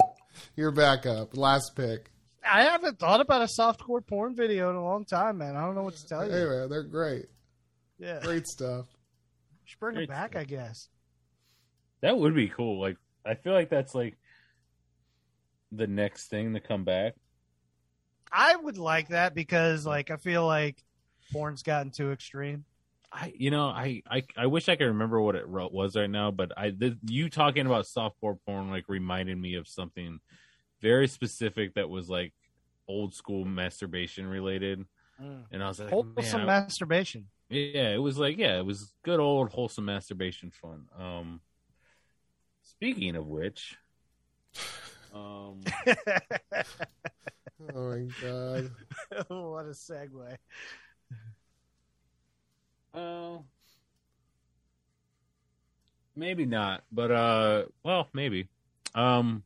S4: you're back up. Last pick.
S3: I haven't thought about a softcore porn video in a long time, man. I don't know what to tell
S4: Hey
S3: you.
S4: man, they're great.
S3: Yeah,
S4: Great stuff.
S3: should bring it back, I guess.
S2: That would be cool. Like I feel like that's like the next thing to come back.
S3: I would like that because, like, I feel like porn's gotten too extreme.
S2: I you know, I I, I wish I could remember what it wrote was right now, but I the, you talking about softcore porn like reminded me of something very specific that was like old school masturbation related. And I was like,
S3: Wholesome
S2: man, I-
S3: masturbation.
S2: Yeah, it was like yeah, it was good old wholesome masturbation fun. Um speaking of which um
S4: Oh my god.
S3: what a segue.
S2: uh, maybe not, but uh well, maybe. Um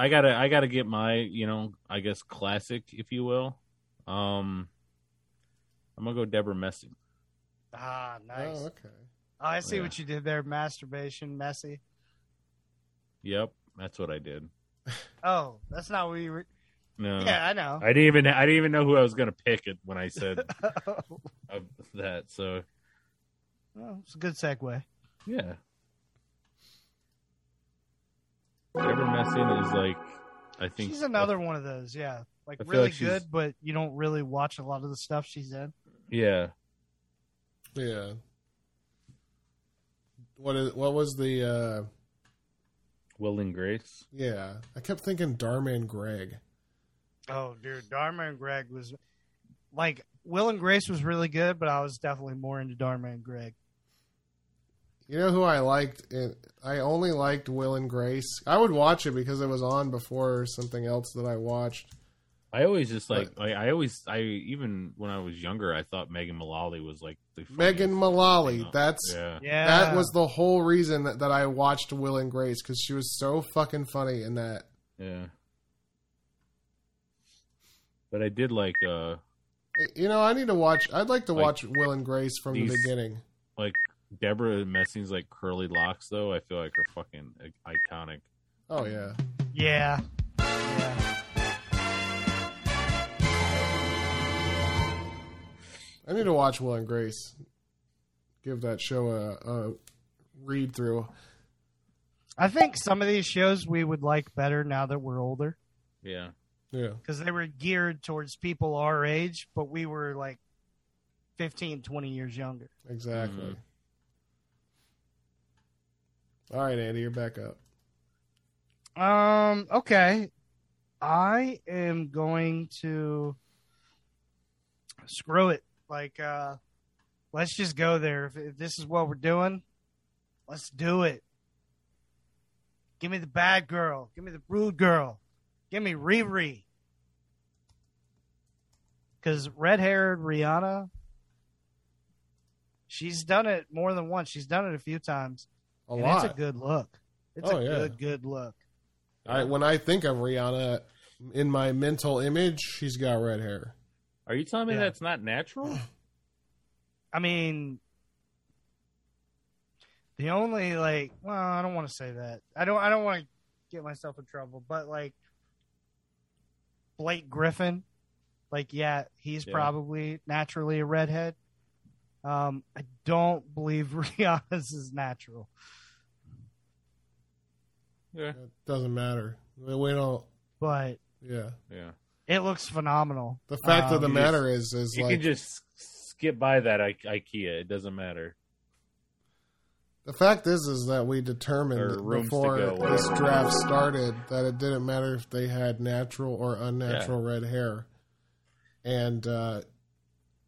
S2: I got to I got to get my, you know, I guess classic if you will. Um I'm going to go Deborah Messing.
S3: Ah, nice.
S4: Oh,
S3: Oh,
S4: okay.
S3: I see
S2: Yeah.
S3: what you did there. Masturbation, messy.
S2: Yep, that's what I did.
S3: Oh, that's not what you were.
S2: No.
S3: yeah, I know.
S2: I didn't even I didn't even know who I was gonna pick it when I said of that. So
S3: Well, it's a good segue.
S2: yeah, Deborah Messing is like I think
S3: She's another one of those. Yeah, like
S2: I feel
S3: really
S2: like she's-
S3: good, but you don't really watch a lot of the stuff she's in.
S2: yeah,
S4: Yeah. What is what was the uh
S2: Will and Grace.
S4: yeah. I kept thinking Darman Greg.
S3: Oh, dude, Dharma and Greg was like Will and Grace was really good, but I was definitely more into Dharma and Greg.
S4: You know who I liked it I only liked Will and Grace. I would watch it because it was on before something else that I watched.
S2: I always just like I, I always I even when I was younger I thought Megan Mullally was like the
S4: Megan
S2: funniest.
S4: Mullally.
S2: Yeah.
S4: That's
S2: yeah
S3: Yeah,
S4: that was the whole reason that, that I watched Will and Grace because she was so fucking funny in that.
S2: yeah But I did like uh
S4: You know, I need to watch. I'd like to
S2: Like,
S4: watch Will and Grace from the
S2: these-
S4: beginning.
S2: like Deborah Messing's like curly locks though. I feel like are fucking like, iconic.
S4: Oh yeah,
S3: Yeah. Yeah.
S4: I need to watch Will and Grace. Give that show a, a read through.
S3: I think some of these shows we would like better now that we're older
S2: Yeah.
S4: Yeah,
S3: because they were geared towards people our age, but we were like 15, 20 years younger.
S4: exactly. All right, Andy, you're back up.
S3: Um, okay. I am going to screw it. Like uh let's just go there. If, if this is what we're doing, let's do it. Give me the bad girl. Give me the rude girl. Give me Riri. Cuz red-haired Rihanna she's done it more than once. She's done it a few times.
S4: A
S3: and
S4: lot.
S3: it's a good look. It's
S4: Oh,
S3: a
S4: yeah.
S3: good good look.
S4: I, when I think of Rihanna in my mental image, she's got red hair.
S2: Are you telling me
S3: Yeah.
S2: that's not natural?
S3: I mean, the only like, well, I don't want to say that. I don't. I don't want to get myself in trouble. But like, Blake Griffin, like, yeah, he's
S2: Yeah.
S3: probably naturally a redhead. Um, I don't believe Rihanna's is natural.
S2: Yeah.
S4: It doesn't matter. We don't.
S3: But
S4: Yeah.
S2: Yeah.
S3: it looks phenomenal.
S4: The fact
S3: Um,
S4: of the
S2: you
S4: matter is, is
S2: You
S4: like
S2: can just skip by that I- IKEA. It doesn't matter.
S4: the fact is, is that we determined
S2: Or rooms to
S4: before
S2: go,
S4: this
S2: whatever.
S4: draft started that it didn't matter if they had natural or unnatural red hair, and uh,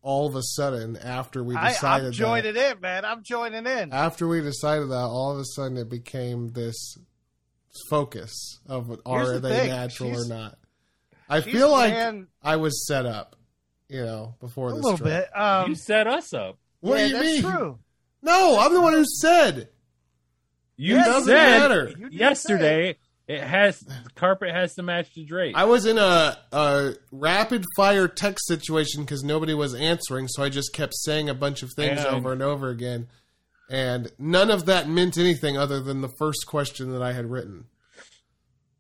S4: all of a sudden, after we
S3: I,
S4: decided
S3: I'm
S4: that,
S3: joining in, man. I'm joining in.
S4: after we decided that, all of a sudden it became this focus of are
S3: the
S4: they
S3: thing,
S4: natural or
S3: she's-
S4: not. I
S3: She's
S4: feel like
S3: ran
S4: I was set up, you know, before
S3: a
S4: this
S3: little
S4: draft.
S3: bit. Um,
S2: you set us up.
S4: What
S3: yeah,
S4: do you
S3: that's
S4: mean?
S3: True.
S4: No, I'm the one who said.
S2: You
S4: It doesn't
S2: said
S4: matter.
S3: You did
S2: yesterday it has the carpet has to match the drape.
S4: I was in a, a rapid fire text situation because nobody was answering, so I just kept saying a bunch of things
S2: And-
S4: over and over again. And none of that meant anything other than the first question that I had written.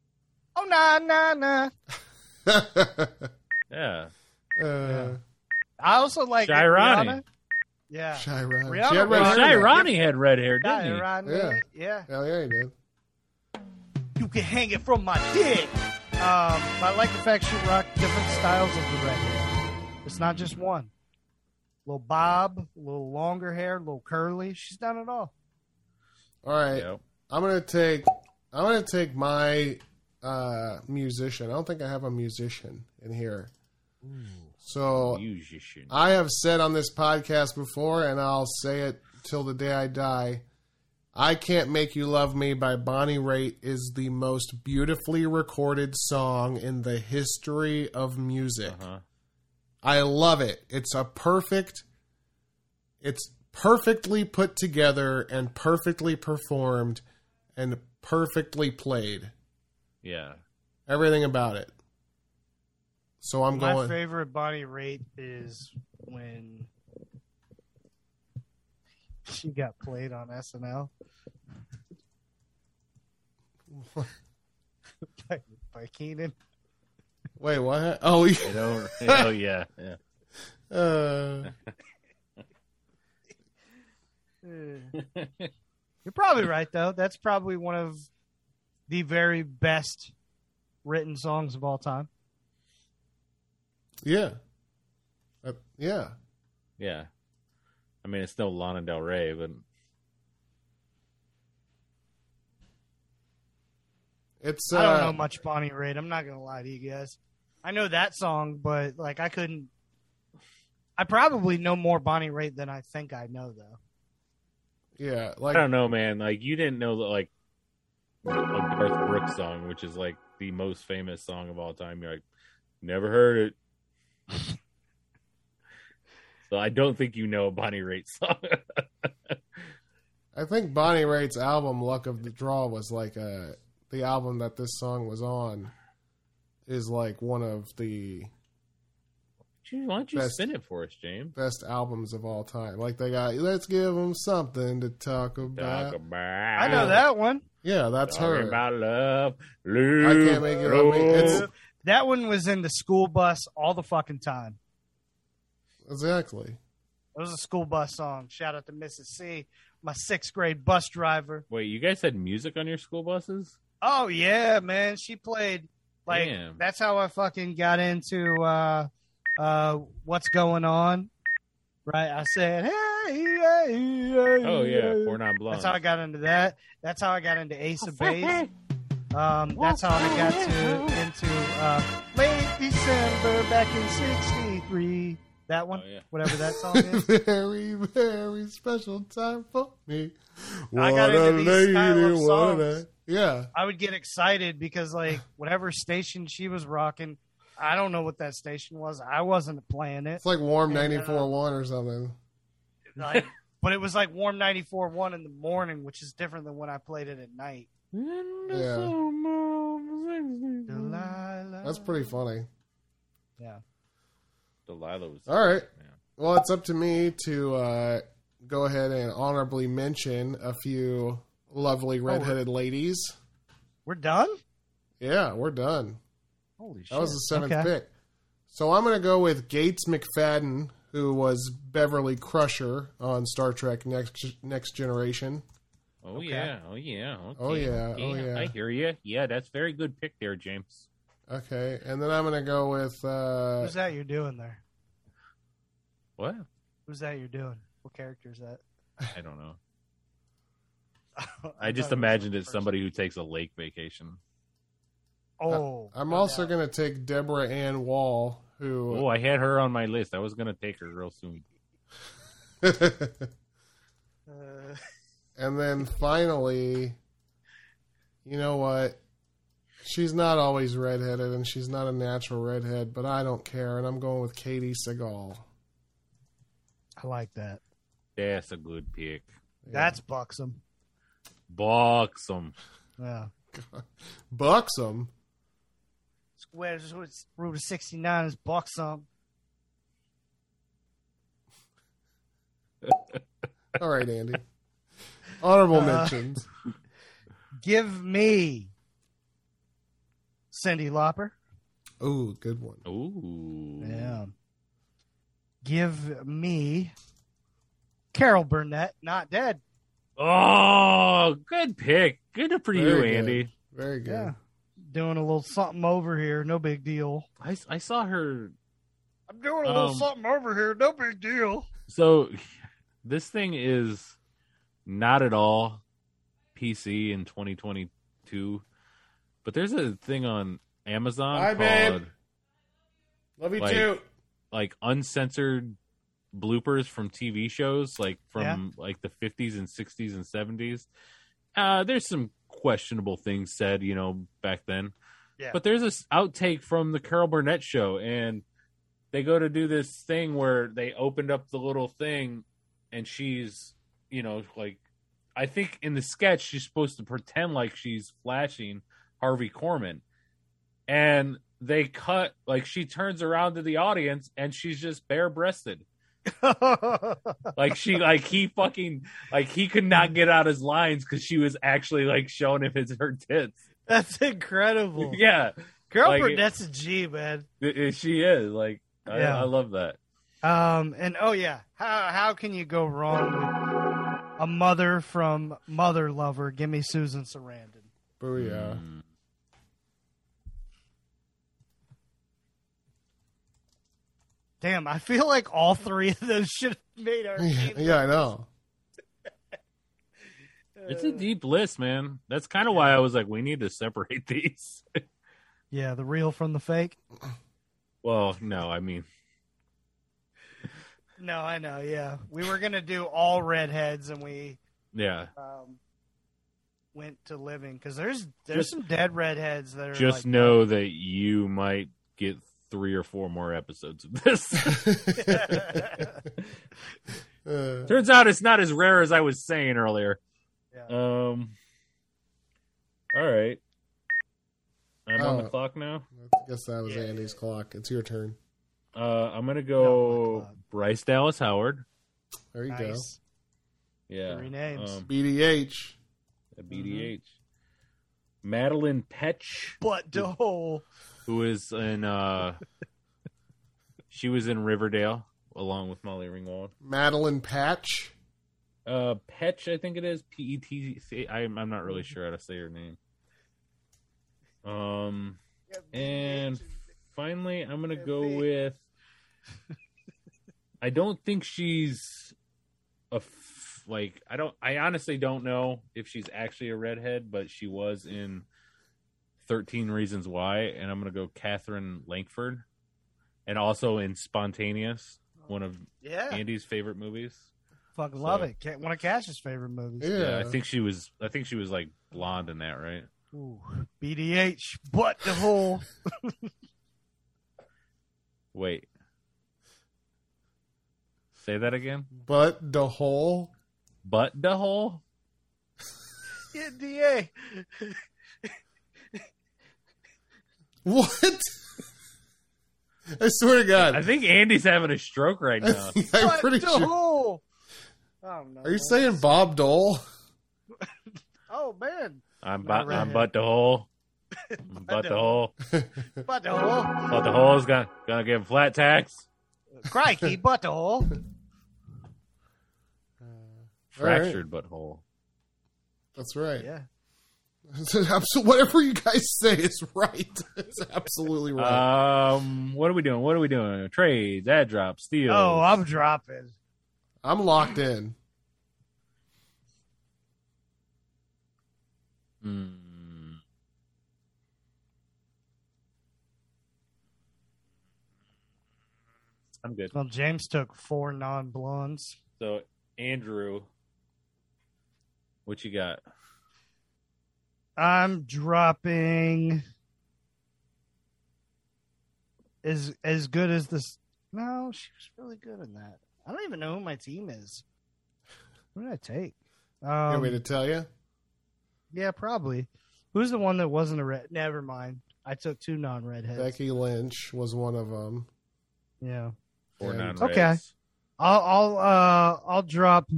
S3: Oh nah nah nah.
S4: uh,
S2: yeah.
S3: I also like
S2: Shairani.
S3: Rihanna. Yeah.
S4: Shy Ronnie.
S3: Rihanna
S4: She had red
S3: was-
S2: Well,
S4: hair
S2: Shy
S4: back.
S2: Ronnie had red hair, didn't he?
S3: Shairani. Yeah.
S4: Hell yeah, he did.
S3: You can hang it from my dick. Um, I like the fact she rocked different styles of the red hair. It's not just one. Little bob, little longer hair, little curly. She's done it all.
S4: All right.
S2: Yeah.
S4: I'm gonna take I'm gonna take my uh musician. I don't think I have a musician in here. So
S2: Musician.
S4: I have said on this podcast before, and I'll say it till the day I die. I Can't Make You Love Me by Bonnie Raitt is the most beautifully recorded song in the history of music.
S2: Uh-huh.
S4: I love it. It's a perfect it's perfectly put together and perfectly performed and perfectly played.
S2: Yeah.
S4: Everything about it. So I'm
S3: my
S4: going
S3: favorite Bonnie Raitt is when she got played on SNL. by, by Keenan.
S4: Wait, what? Oh, yeah.
S2: It over, oh yeah. Yeah.
S4: uh,
S3: Eh. You're probably right, though. That's probably one of the very best written songs of all time.
S4: yeah. Uh, yeah.
S2: Yeah. I mean it's no Lana Del Rey, but
S4: It's
S3: I don't
S4: uh,
S3: know much Bonnie Raitt. I'm not gonna lie to you guys. I know that song, but like I couldn't. I probably know more Bonnie Raitt than I think I know, though.
S4: yeah,
S2: I
S4: like
S2: don't know, man. Like you didn't know that like a Garth Brooks song, which is like the most famous song of all time. You're like, never heard it. so I don't think you know a Bonnie Raitt song.
S4: I think Bonnie Raitt's album "Luck of the Draw" was like a the album that this song was on is like one of the
S2: don't you, why don't you
S4: Best-
S2: spin it for us, James?
S4: Best albums of all time. Like they got, let's give them something to talk about.
S2: Talk about.
S3: I know that one.
S4: Yeah, that's
S2: Talk
S4: her.
S2: about love. Lose,
S4: I can't make it up. It's,
S3: That one was in the school bus all the fucking time.
S4: exactly.
S3: It was a school bus song. Shout out to Mrs. C, my sixth grade bus driver.
S2: Wait, you guys had music on your school buses?
S3: Oh yeah, man. She played like
S2: Damn.
S3: that's how I fucking got into uh uh what's going on. Right? I said, hey, hey, hey,
S2: Oh yeah,
S3: hey."
S2: four non blondes.
S3: That's how I got into that. That's how I got into Ace of Base. Um, that's how I got to into uh, late December back in '63. That one,
S2: Oh, yeah.
S3: whatever that song is.
S4: very, very special time for me.
S3: I got into these style of songs.
S4: Yeah.
S3: I would get excited because like whatever station she was rocking, I don't know what that station was. I wasn't playing it,
S4: It's like warm
S3: Yeah.
S4: 94 1 or something.
S3: like, but it was like warm '94 one in the morning, which is different than when I played it at night.
S4: Yeah.
S2: Mm.
S3: Delilah.
S4: That's pretty funny.
S3: Yeah.
S2: Delilah was.
S4: All right.
S2: man.
S4: Well, it's up to me to uh, go ahead and honorably mention a few
S3: Oh,
S4: lovely redheaded ladies.
S3: We're done.
S4: Yeah, we're done.
S3: Holy shit!
S4: That was the seventh
S3: Okay.
S4: pick. So I'm going to go with Gates McFadden, who was Beverly Crusher on Star Trek Next Next Generation.
S2: Oh
S3: Okay.
S2: yeah. Oh yeah.
S4: Oh,
S2: okay,
S4: yeah,
S2: okay,
S4: oh, yeah.
S2: I hear you. Yeah, that's very good pick there, James.
S4: Okay, and then I'm going to go with uh,
S3: Who's that you're doing there?
S2: What?
S3: Who's that you're doing? What character is that?
S2: I don't know. I just imagined it's somebody who takes a lake vacation.
S3: Oh,
S4: I'm
S3: no
S4: also
S3: doubt.
S4: going to take Deborah Ann Wall,
S2: Oh,
S4: who
S2: I had her on my list. I was gonna take her real soon.
S3: Uh,
S4: and then finally, you know what? She's not always redheaded, and she's not a natural redhead, but I don't care, and I'm going with Katie Seagal.
S3: I like that.
S2: That's a good pick.
S3: That's buxom.
S2: Buxom.
S3: Yeah.
S4: Buxom.
S3: Squares with root of sixty nine is buxom.
S4: All right, Andy. Honorable
S3: Uh,
S4: mentions.
S3: Give me Cindy Lauper.
S4: Ooh, good one.
S2: Ooh.
S3: Yeah. Give me Carol Burnett, not dead.
S2: Oh, good pick. Good for you,
S4: Very good.
S2: Andy.
S4: Very good.
S3: Yeah. Doing a little something over here, no big deal.
S2: I, I saw her.
S3: I'm doing
S2: a little Um, something
S3: over here, no big deal.
S2: So this thing is not at all PC in 2022, but there's a thing on Amazon
S4: Hi, babe.
S2: called
S4: Love you
S2: Like-
S4: too.
S2: like uncensored bloopers from TV shows, like from like the 50s and 60s and 70s. Uh, there's some questionable things said, you know, back then.
S3: Yeah.
S2: But there's this outtake from the Carol Burnett show, and they go to do this thing where they opened up the little thing, and she's, you know, like, I think in the sketch she's supposed to pretend like she's flashing Harvey Korman, and they cut like she turns around to the audience and she's just bare breasted, like she like he fucking like he could not get out his lines because she was actually like showing him his her tits.
S3: That's incredible.
S2: yeah,
S3: Carol
S2: Like it-
S3: Burnett's a G, man.
S2: It- it- she is like I,
S3: Yeah.
S2: I love that.
S3: Um, and oh yeah, how how can you go wrong with a mother from Mother Lover? Give me Susan Sarandon.
S4: Booyah.
S2: Mm.
S3: Damn, I feel like all three of those should have made our.
S2: Mm.
S4: Yeah,
S3: team.
S4: I know.
S2: It's a deep list, man. That's kind of why I was like, we need to separate these.
S3: yeah, the real from the fake.
S2: well, no, I mean,
S3: No, I know. Yeah, we were gonna do all redheads, and we
S2: yeah,
S3: um, went to living because there's there's
S2: Just-
S3: some dead redheads that are
S2: just
S3: like,
S2: know that you might get three or four more episodes of this.
S4: Uh,
S2: Turns out it's not as rare as I was saying earlier.
S3: Yeah.
S2: Um. All right. I'm on the
S4: Oh.
S2: clock now.
S4: I guess that was
S3: Yeah.
S4: Andy's clock. It's your turn.
S2: Uh, I'm gonna
S3: No, my
S2: go
S3: God.
S2: Bryce Dallas Howard.
S4: There you go.
S3: Nice.
S2: Yeah,
S3: Three names.
S2: Um,
S4: BDH.
S2: a BDH. Madeline Petch,
S3: But oh, the whole
S2: who is in, uh, she was in Riverdale along with Molly Ringwald.
S4: Madeline Patch.
S2: Uh, Petch, I think it is P E T C. I'm I'm not really sure how to say her name. Um, and finally, I'm gonna go with. I don't think she's a f- like I don't. I honestly don't know if she's actually a redhead, but she was in Thirteen Reasons Why, and I'm gonna go Catherine Langford, and also in Spontaneous, one of
S3: yeah,
S2: Andy's favorite movies.
S3: fucking love
S2: So-
S3: it. Ca- One of Cash's favorite movies.
S4: Yeah.
S2: Yeah, I think she was. I think she was like blonde in that, right?
S3: Ooh, BDH, but the whole
S2: Wait, say that again.
S4: But the whole.
S2: Butt the hole.
S3: NDA.
S4: What? I swear to God.
S2: I think Andy's having a stroke right now.
S4: I'm
S3: But
S4: pretty
S3: the
S4: sure.
S3: whole. I don't know.
S4: Are you saying Bob Dole?
S3: Oh man,
S2: I'm butt.
S3: Not right.
S2: I'm butt the hole. I'm butt the hole.
S3: but the whole.
S2: Butt the hole's gonna gonna give him flat tax.
S3: Crikey, but the whole.
S4: All right.
S2: Fractured butthole.
S4: That's right.
S3: Yeah.
S4: Abso- Whatever you guys say is right. It's absolutely right.
S2: Um, what are we doing? What are we doing? Trades, ad drop, steal.
S3: Oh, I'm dropping.
S4: I'm locked in.
S2: Mm. I'm good.
S3: Well, James took four non blondes.
S2: So Andrew, what you got?
S3: I'm dropping as as good as this. No, she was really good in that. I don't even know who my team is. What did I take?
S4: You want
S3: Um,
S4: me to tell you?
S3: yeah, probably. Who's the one that wasn't a red? Never mind. I took two non redheads.
S4: Becky Lynch was one of them.
S3: Yeah,
S2: Or
S4: Yeah.
S2: non
S3: Okay. I'll I'll uh I'll drop.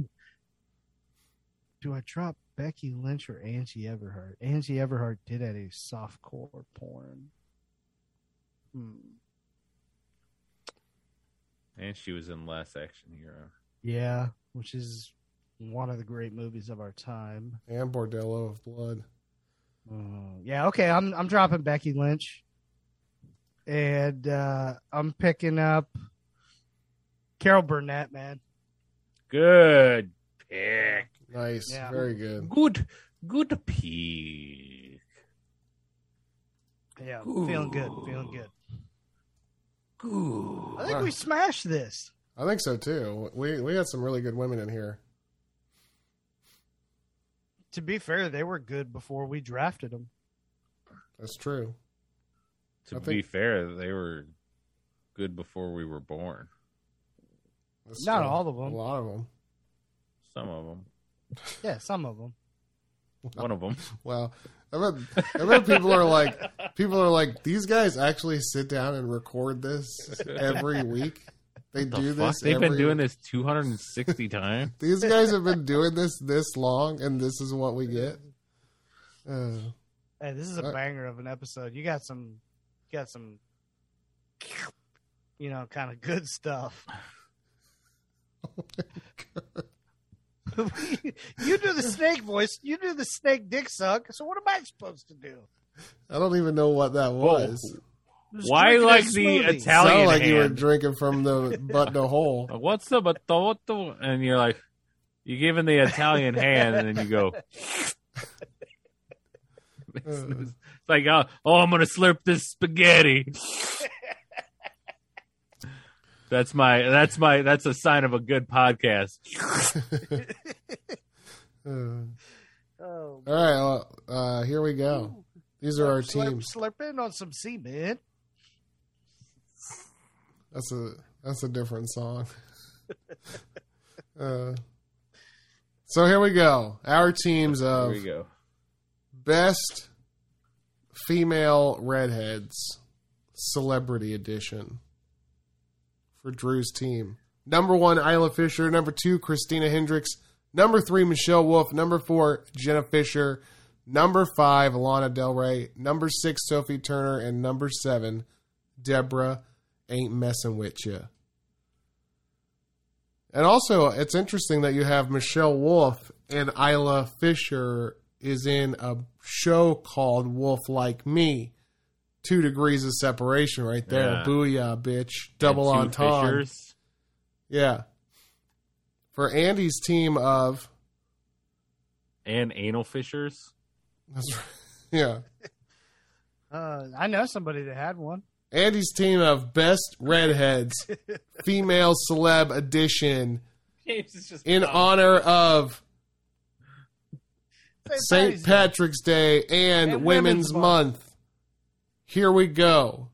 S3: Do I drop Becky Lynch or Angie Everhart? Angie Everhart did at a softcore porn. Hmm.
S2: And she was in Last Action Hero.
S3: Yeah, which is one of the great movies of our time.
S4: And Bordello of Blood.
S3: Uh, yeah, okay, I'm I'm dropping Becky Lynch, and uh, I'm picking up Carol Burnett, man.
S2: Good pick.
S4: Nice.
S3: Yeah.
S4: Very good.
S2: Good, good pick.
S3: Yeah, feeling good, feeling good.
S2: Good.
S3: I think we smashed this.
S4: I think so too. We we had some really good women in here.
S3: To be fair, they were good before we drafted them.
S4: That's true.
S2: To
S4: I
S2: be
S4: think-
S2: fair, they were good before we were born.
S4: That's
S3: Not
S4: true.
S3: all of 'em.
S4: A lot of them.
S2: Some of them.
S3: Yeah, some of them.
S2: One of them.
S4: Wow. I bet, I bet people are like people are like these guys actually sit down and record this every week. They
S2: The
S4: do
S2: fuck?
S4: this.
S2: They've been
S4: every-
S2: doing this 260 times.
S4: These guys have been doing this this long, and this is what we get. Uh,
S3: Hey, this is a
S4: Uh,
S3: banger of an episode. You got some, you got some, you know, kind of good stuff. you do the snake voice. You do the snake dick suck. So what am I supposed to do?
S4: I don't even know what that was.
S3: Just
S2: Why
S3: drinking
S2: like
S3: a
S2: the
S3: smoothie.
S2: Italian
S4: Sound like you were
S2: hand?
S4: drinking from the butt to hole.
S2: Like, What's up? What the, what the? And you're like, you give him the Italian hand, and then you go. it's like, oh, oh, I'm gonna slurp this spaghetti. that's my. That's my. That's a sign of a good podcast.
S4: Uh,
S3: Oh,
S4: all right, well, uh, here we go. These are our teams.
S3: Slurp, slurping on some semen.
S4: That's a that's a different song. uh, so here we go. Our teams
S2: There
S4: of
S2: we go.
S4: best female redheads, celebrity edition. for Drew's team. Number one, Isla Fisher. Number two, Christina Hendricks. Number three, Michelle Wolf. Number four, Jenna Fisher. Number five, Lana Del Rey. Number six, Sophie Turner. And number seven, Deborah ain't messing with you. And also, it's interesting that you have Michelle Wolf and Isla Fisher is in a show called Wolf Like Me. Two degrees of separation right there.
S2: Yeah.
S4: Booyah, bitch. Double
S2: And two
S4: entendre.
S2: Fishers.
S4: Yeah. For Andy's team of
S2: and anal fishers.
S4: that's right. yeah.
S3: Uh, I know somebody that had one.
S4: Andy's team of best redheads, female celeb edition
S2: James is just
S4: in honor of St. Patrick's Day and,
S3: And
S4: Women's,
S3: Women's
S4: Month.
S3: Month.
S4: Here we go.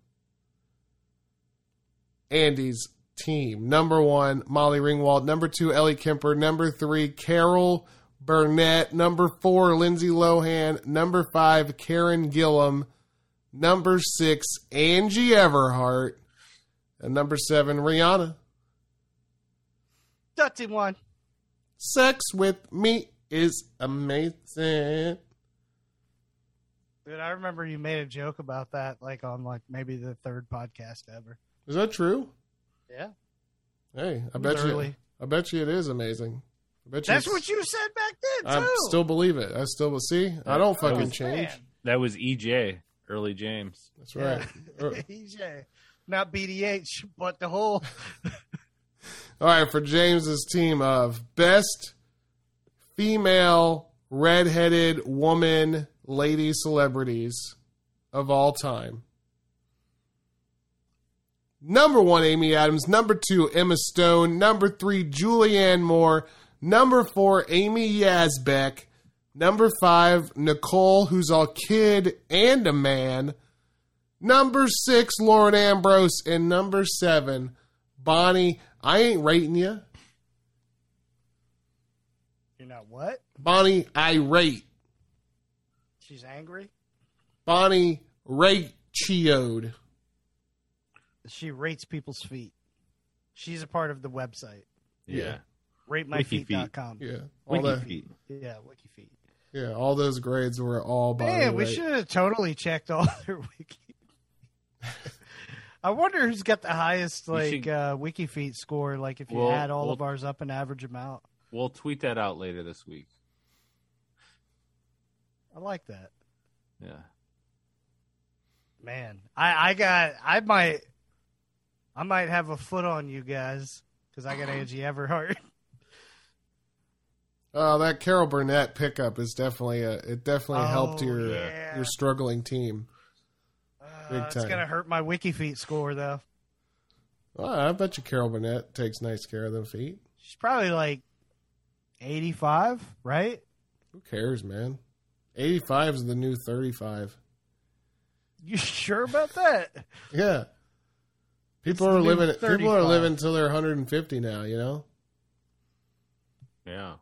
S4: Andy's team. Number one, Molly Ringwald. Number two, Ellie Kemper. Number three, Carol Burnett. Number four, Lindsay Lohan. Number five, Karen Gillum. Number six, Angie Everhart. And number seven, Rihanna.
S3: Dutty one.
S4: Sex with me is amazing.
S3: Dude, I remember you made a joke about that, like on like maybe the third podcast ever.
S4: Is that true?
S3: Yeah,
S4: Hey, I bet you.
S3: Literally.
S4: I bet you it is amazing. I bet you
S3: that's
S4: it's-
S3: what you said back then too. Oh,
S4: I still believe it. I still will see. I don't
S2: I
S4: fucking
S2: was-
S4: change.
S3: Man.
S2: That was EJ, early James.
S4: That's right. Uh,
S3: EJ, not BDH, but the whole
S4: All right, for James's team of best female redheaded woman lady celebrities of all time. Number one, Amy Adams. Number two, Emma Stone. Number three, Julianne Moore. Number four, Amy Yazbek. Number five, Nicole, who's a kid and a man. Number six, Lauren Ambrose. And number seven, Bonnie. I ain't rating you.
S3: You're not what?
S4: Bonnie, I rate.
S3: She's angry.
S4: Bonnie, rate Chioed.
S3: She rates people's feet. She's a part of the website.
S4: Yeah.
S2: Wiki feet.
S3: RateMyFeet.com. Yeah,
S4: Yeah. All
S2: Wiki
S4: that,
S2: feet.
S3: yeah Wiki feet.
S4: yeah, all those grades were all Bonnie.
S3: Man, we
S4: rate.
S3: should have totally checked all their wiki. I wonder who's got the highest
S2: You
S3: like
S2: should-
S3: uh, wiki feet score. Like if you
S2: Well,
S3: add all
S2: well-
S3: of ours up and average them out,
S2: We'll tweet that out later this week.
S3: I like that.
S2: Yeah.
S3: Man, I I got I might I might have a foot on you guys because I got Angie Everhart.
S4: Uh, that Carol Burnett pickup is definitely a, it definitely helped
S3: Oh,
S4: your
S3: yeah.
S4: your struggling team. Big
S3: Uh, it's
S4: time.
S3: gonna hurt my wiki feet score though.
S4: Well, I bet you Carol Burnett takes nice care of them feet.
S3: She's probably like eighty five, right?
S4: Who cares, man? 85 is the new 35.
S3: You sure about that?
S4: Yeah. People
S3: It's
S4: are
S3: the new
S4: living people are
S3: 35.
S4: living until they're 150 now, you know?
S2: Yeah.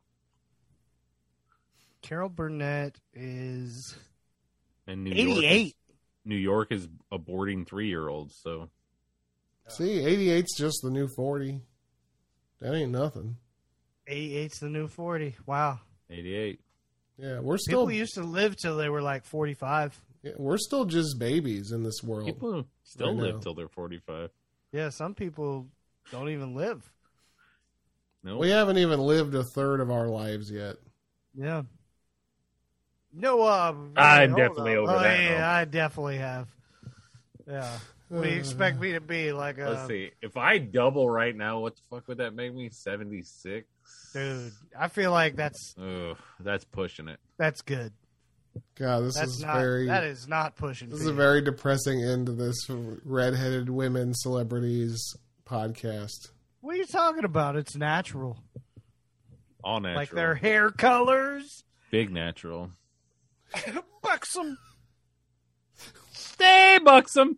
S3: Carol Burnett is
S2: And New York is-
S3: eighty eight.
S2: New York is aborting three year olds, so
S4: See, 88's just the new 40. That ain't nothing.
S3: 88's the new 40. Wow.
S2: eighty eight.
S4: Yeah, we're
S3: People
S4: still
S3: used to live till they were like 45.
S4: yeah, we're still just babies in this world.
S2: People still
S4: Oh. know.
S2: live till they're forty five.
S3: Yeah, some people don't even live.
S2: No,
S4: We haven't even lived a third of our lives yet.
S3: Yeah. No, uh,
S2: I'm
S3: hold
S2: definitely
S3: on.
S2: over
S3: oh,
S2: that
S3: Yeah,
S2: now.
S3: I definitely have. Yeah. What
S4: Uh,
S3: do you expect me to be? Like uh, a.
S2: Let's see. If I double right now, what the fuck would that make me? Seventy six.
S3: Dude, I feel like that's
S2: Ugh, that's pushing it.
S3: that's good.
S4: God, this
S3: That's
S4: is
S3: not
S4: very
S3: that is not pushing.
S4: this is a
S3: people.
S4: very depressing end to this redheaded women celebrities podcast.
S3: what are you talking about? It's natural.
S2: All natural.
S3: Like their hair colors.
S2: big natural.
S3: Buxom.
S2: Stay buxom.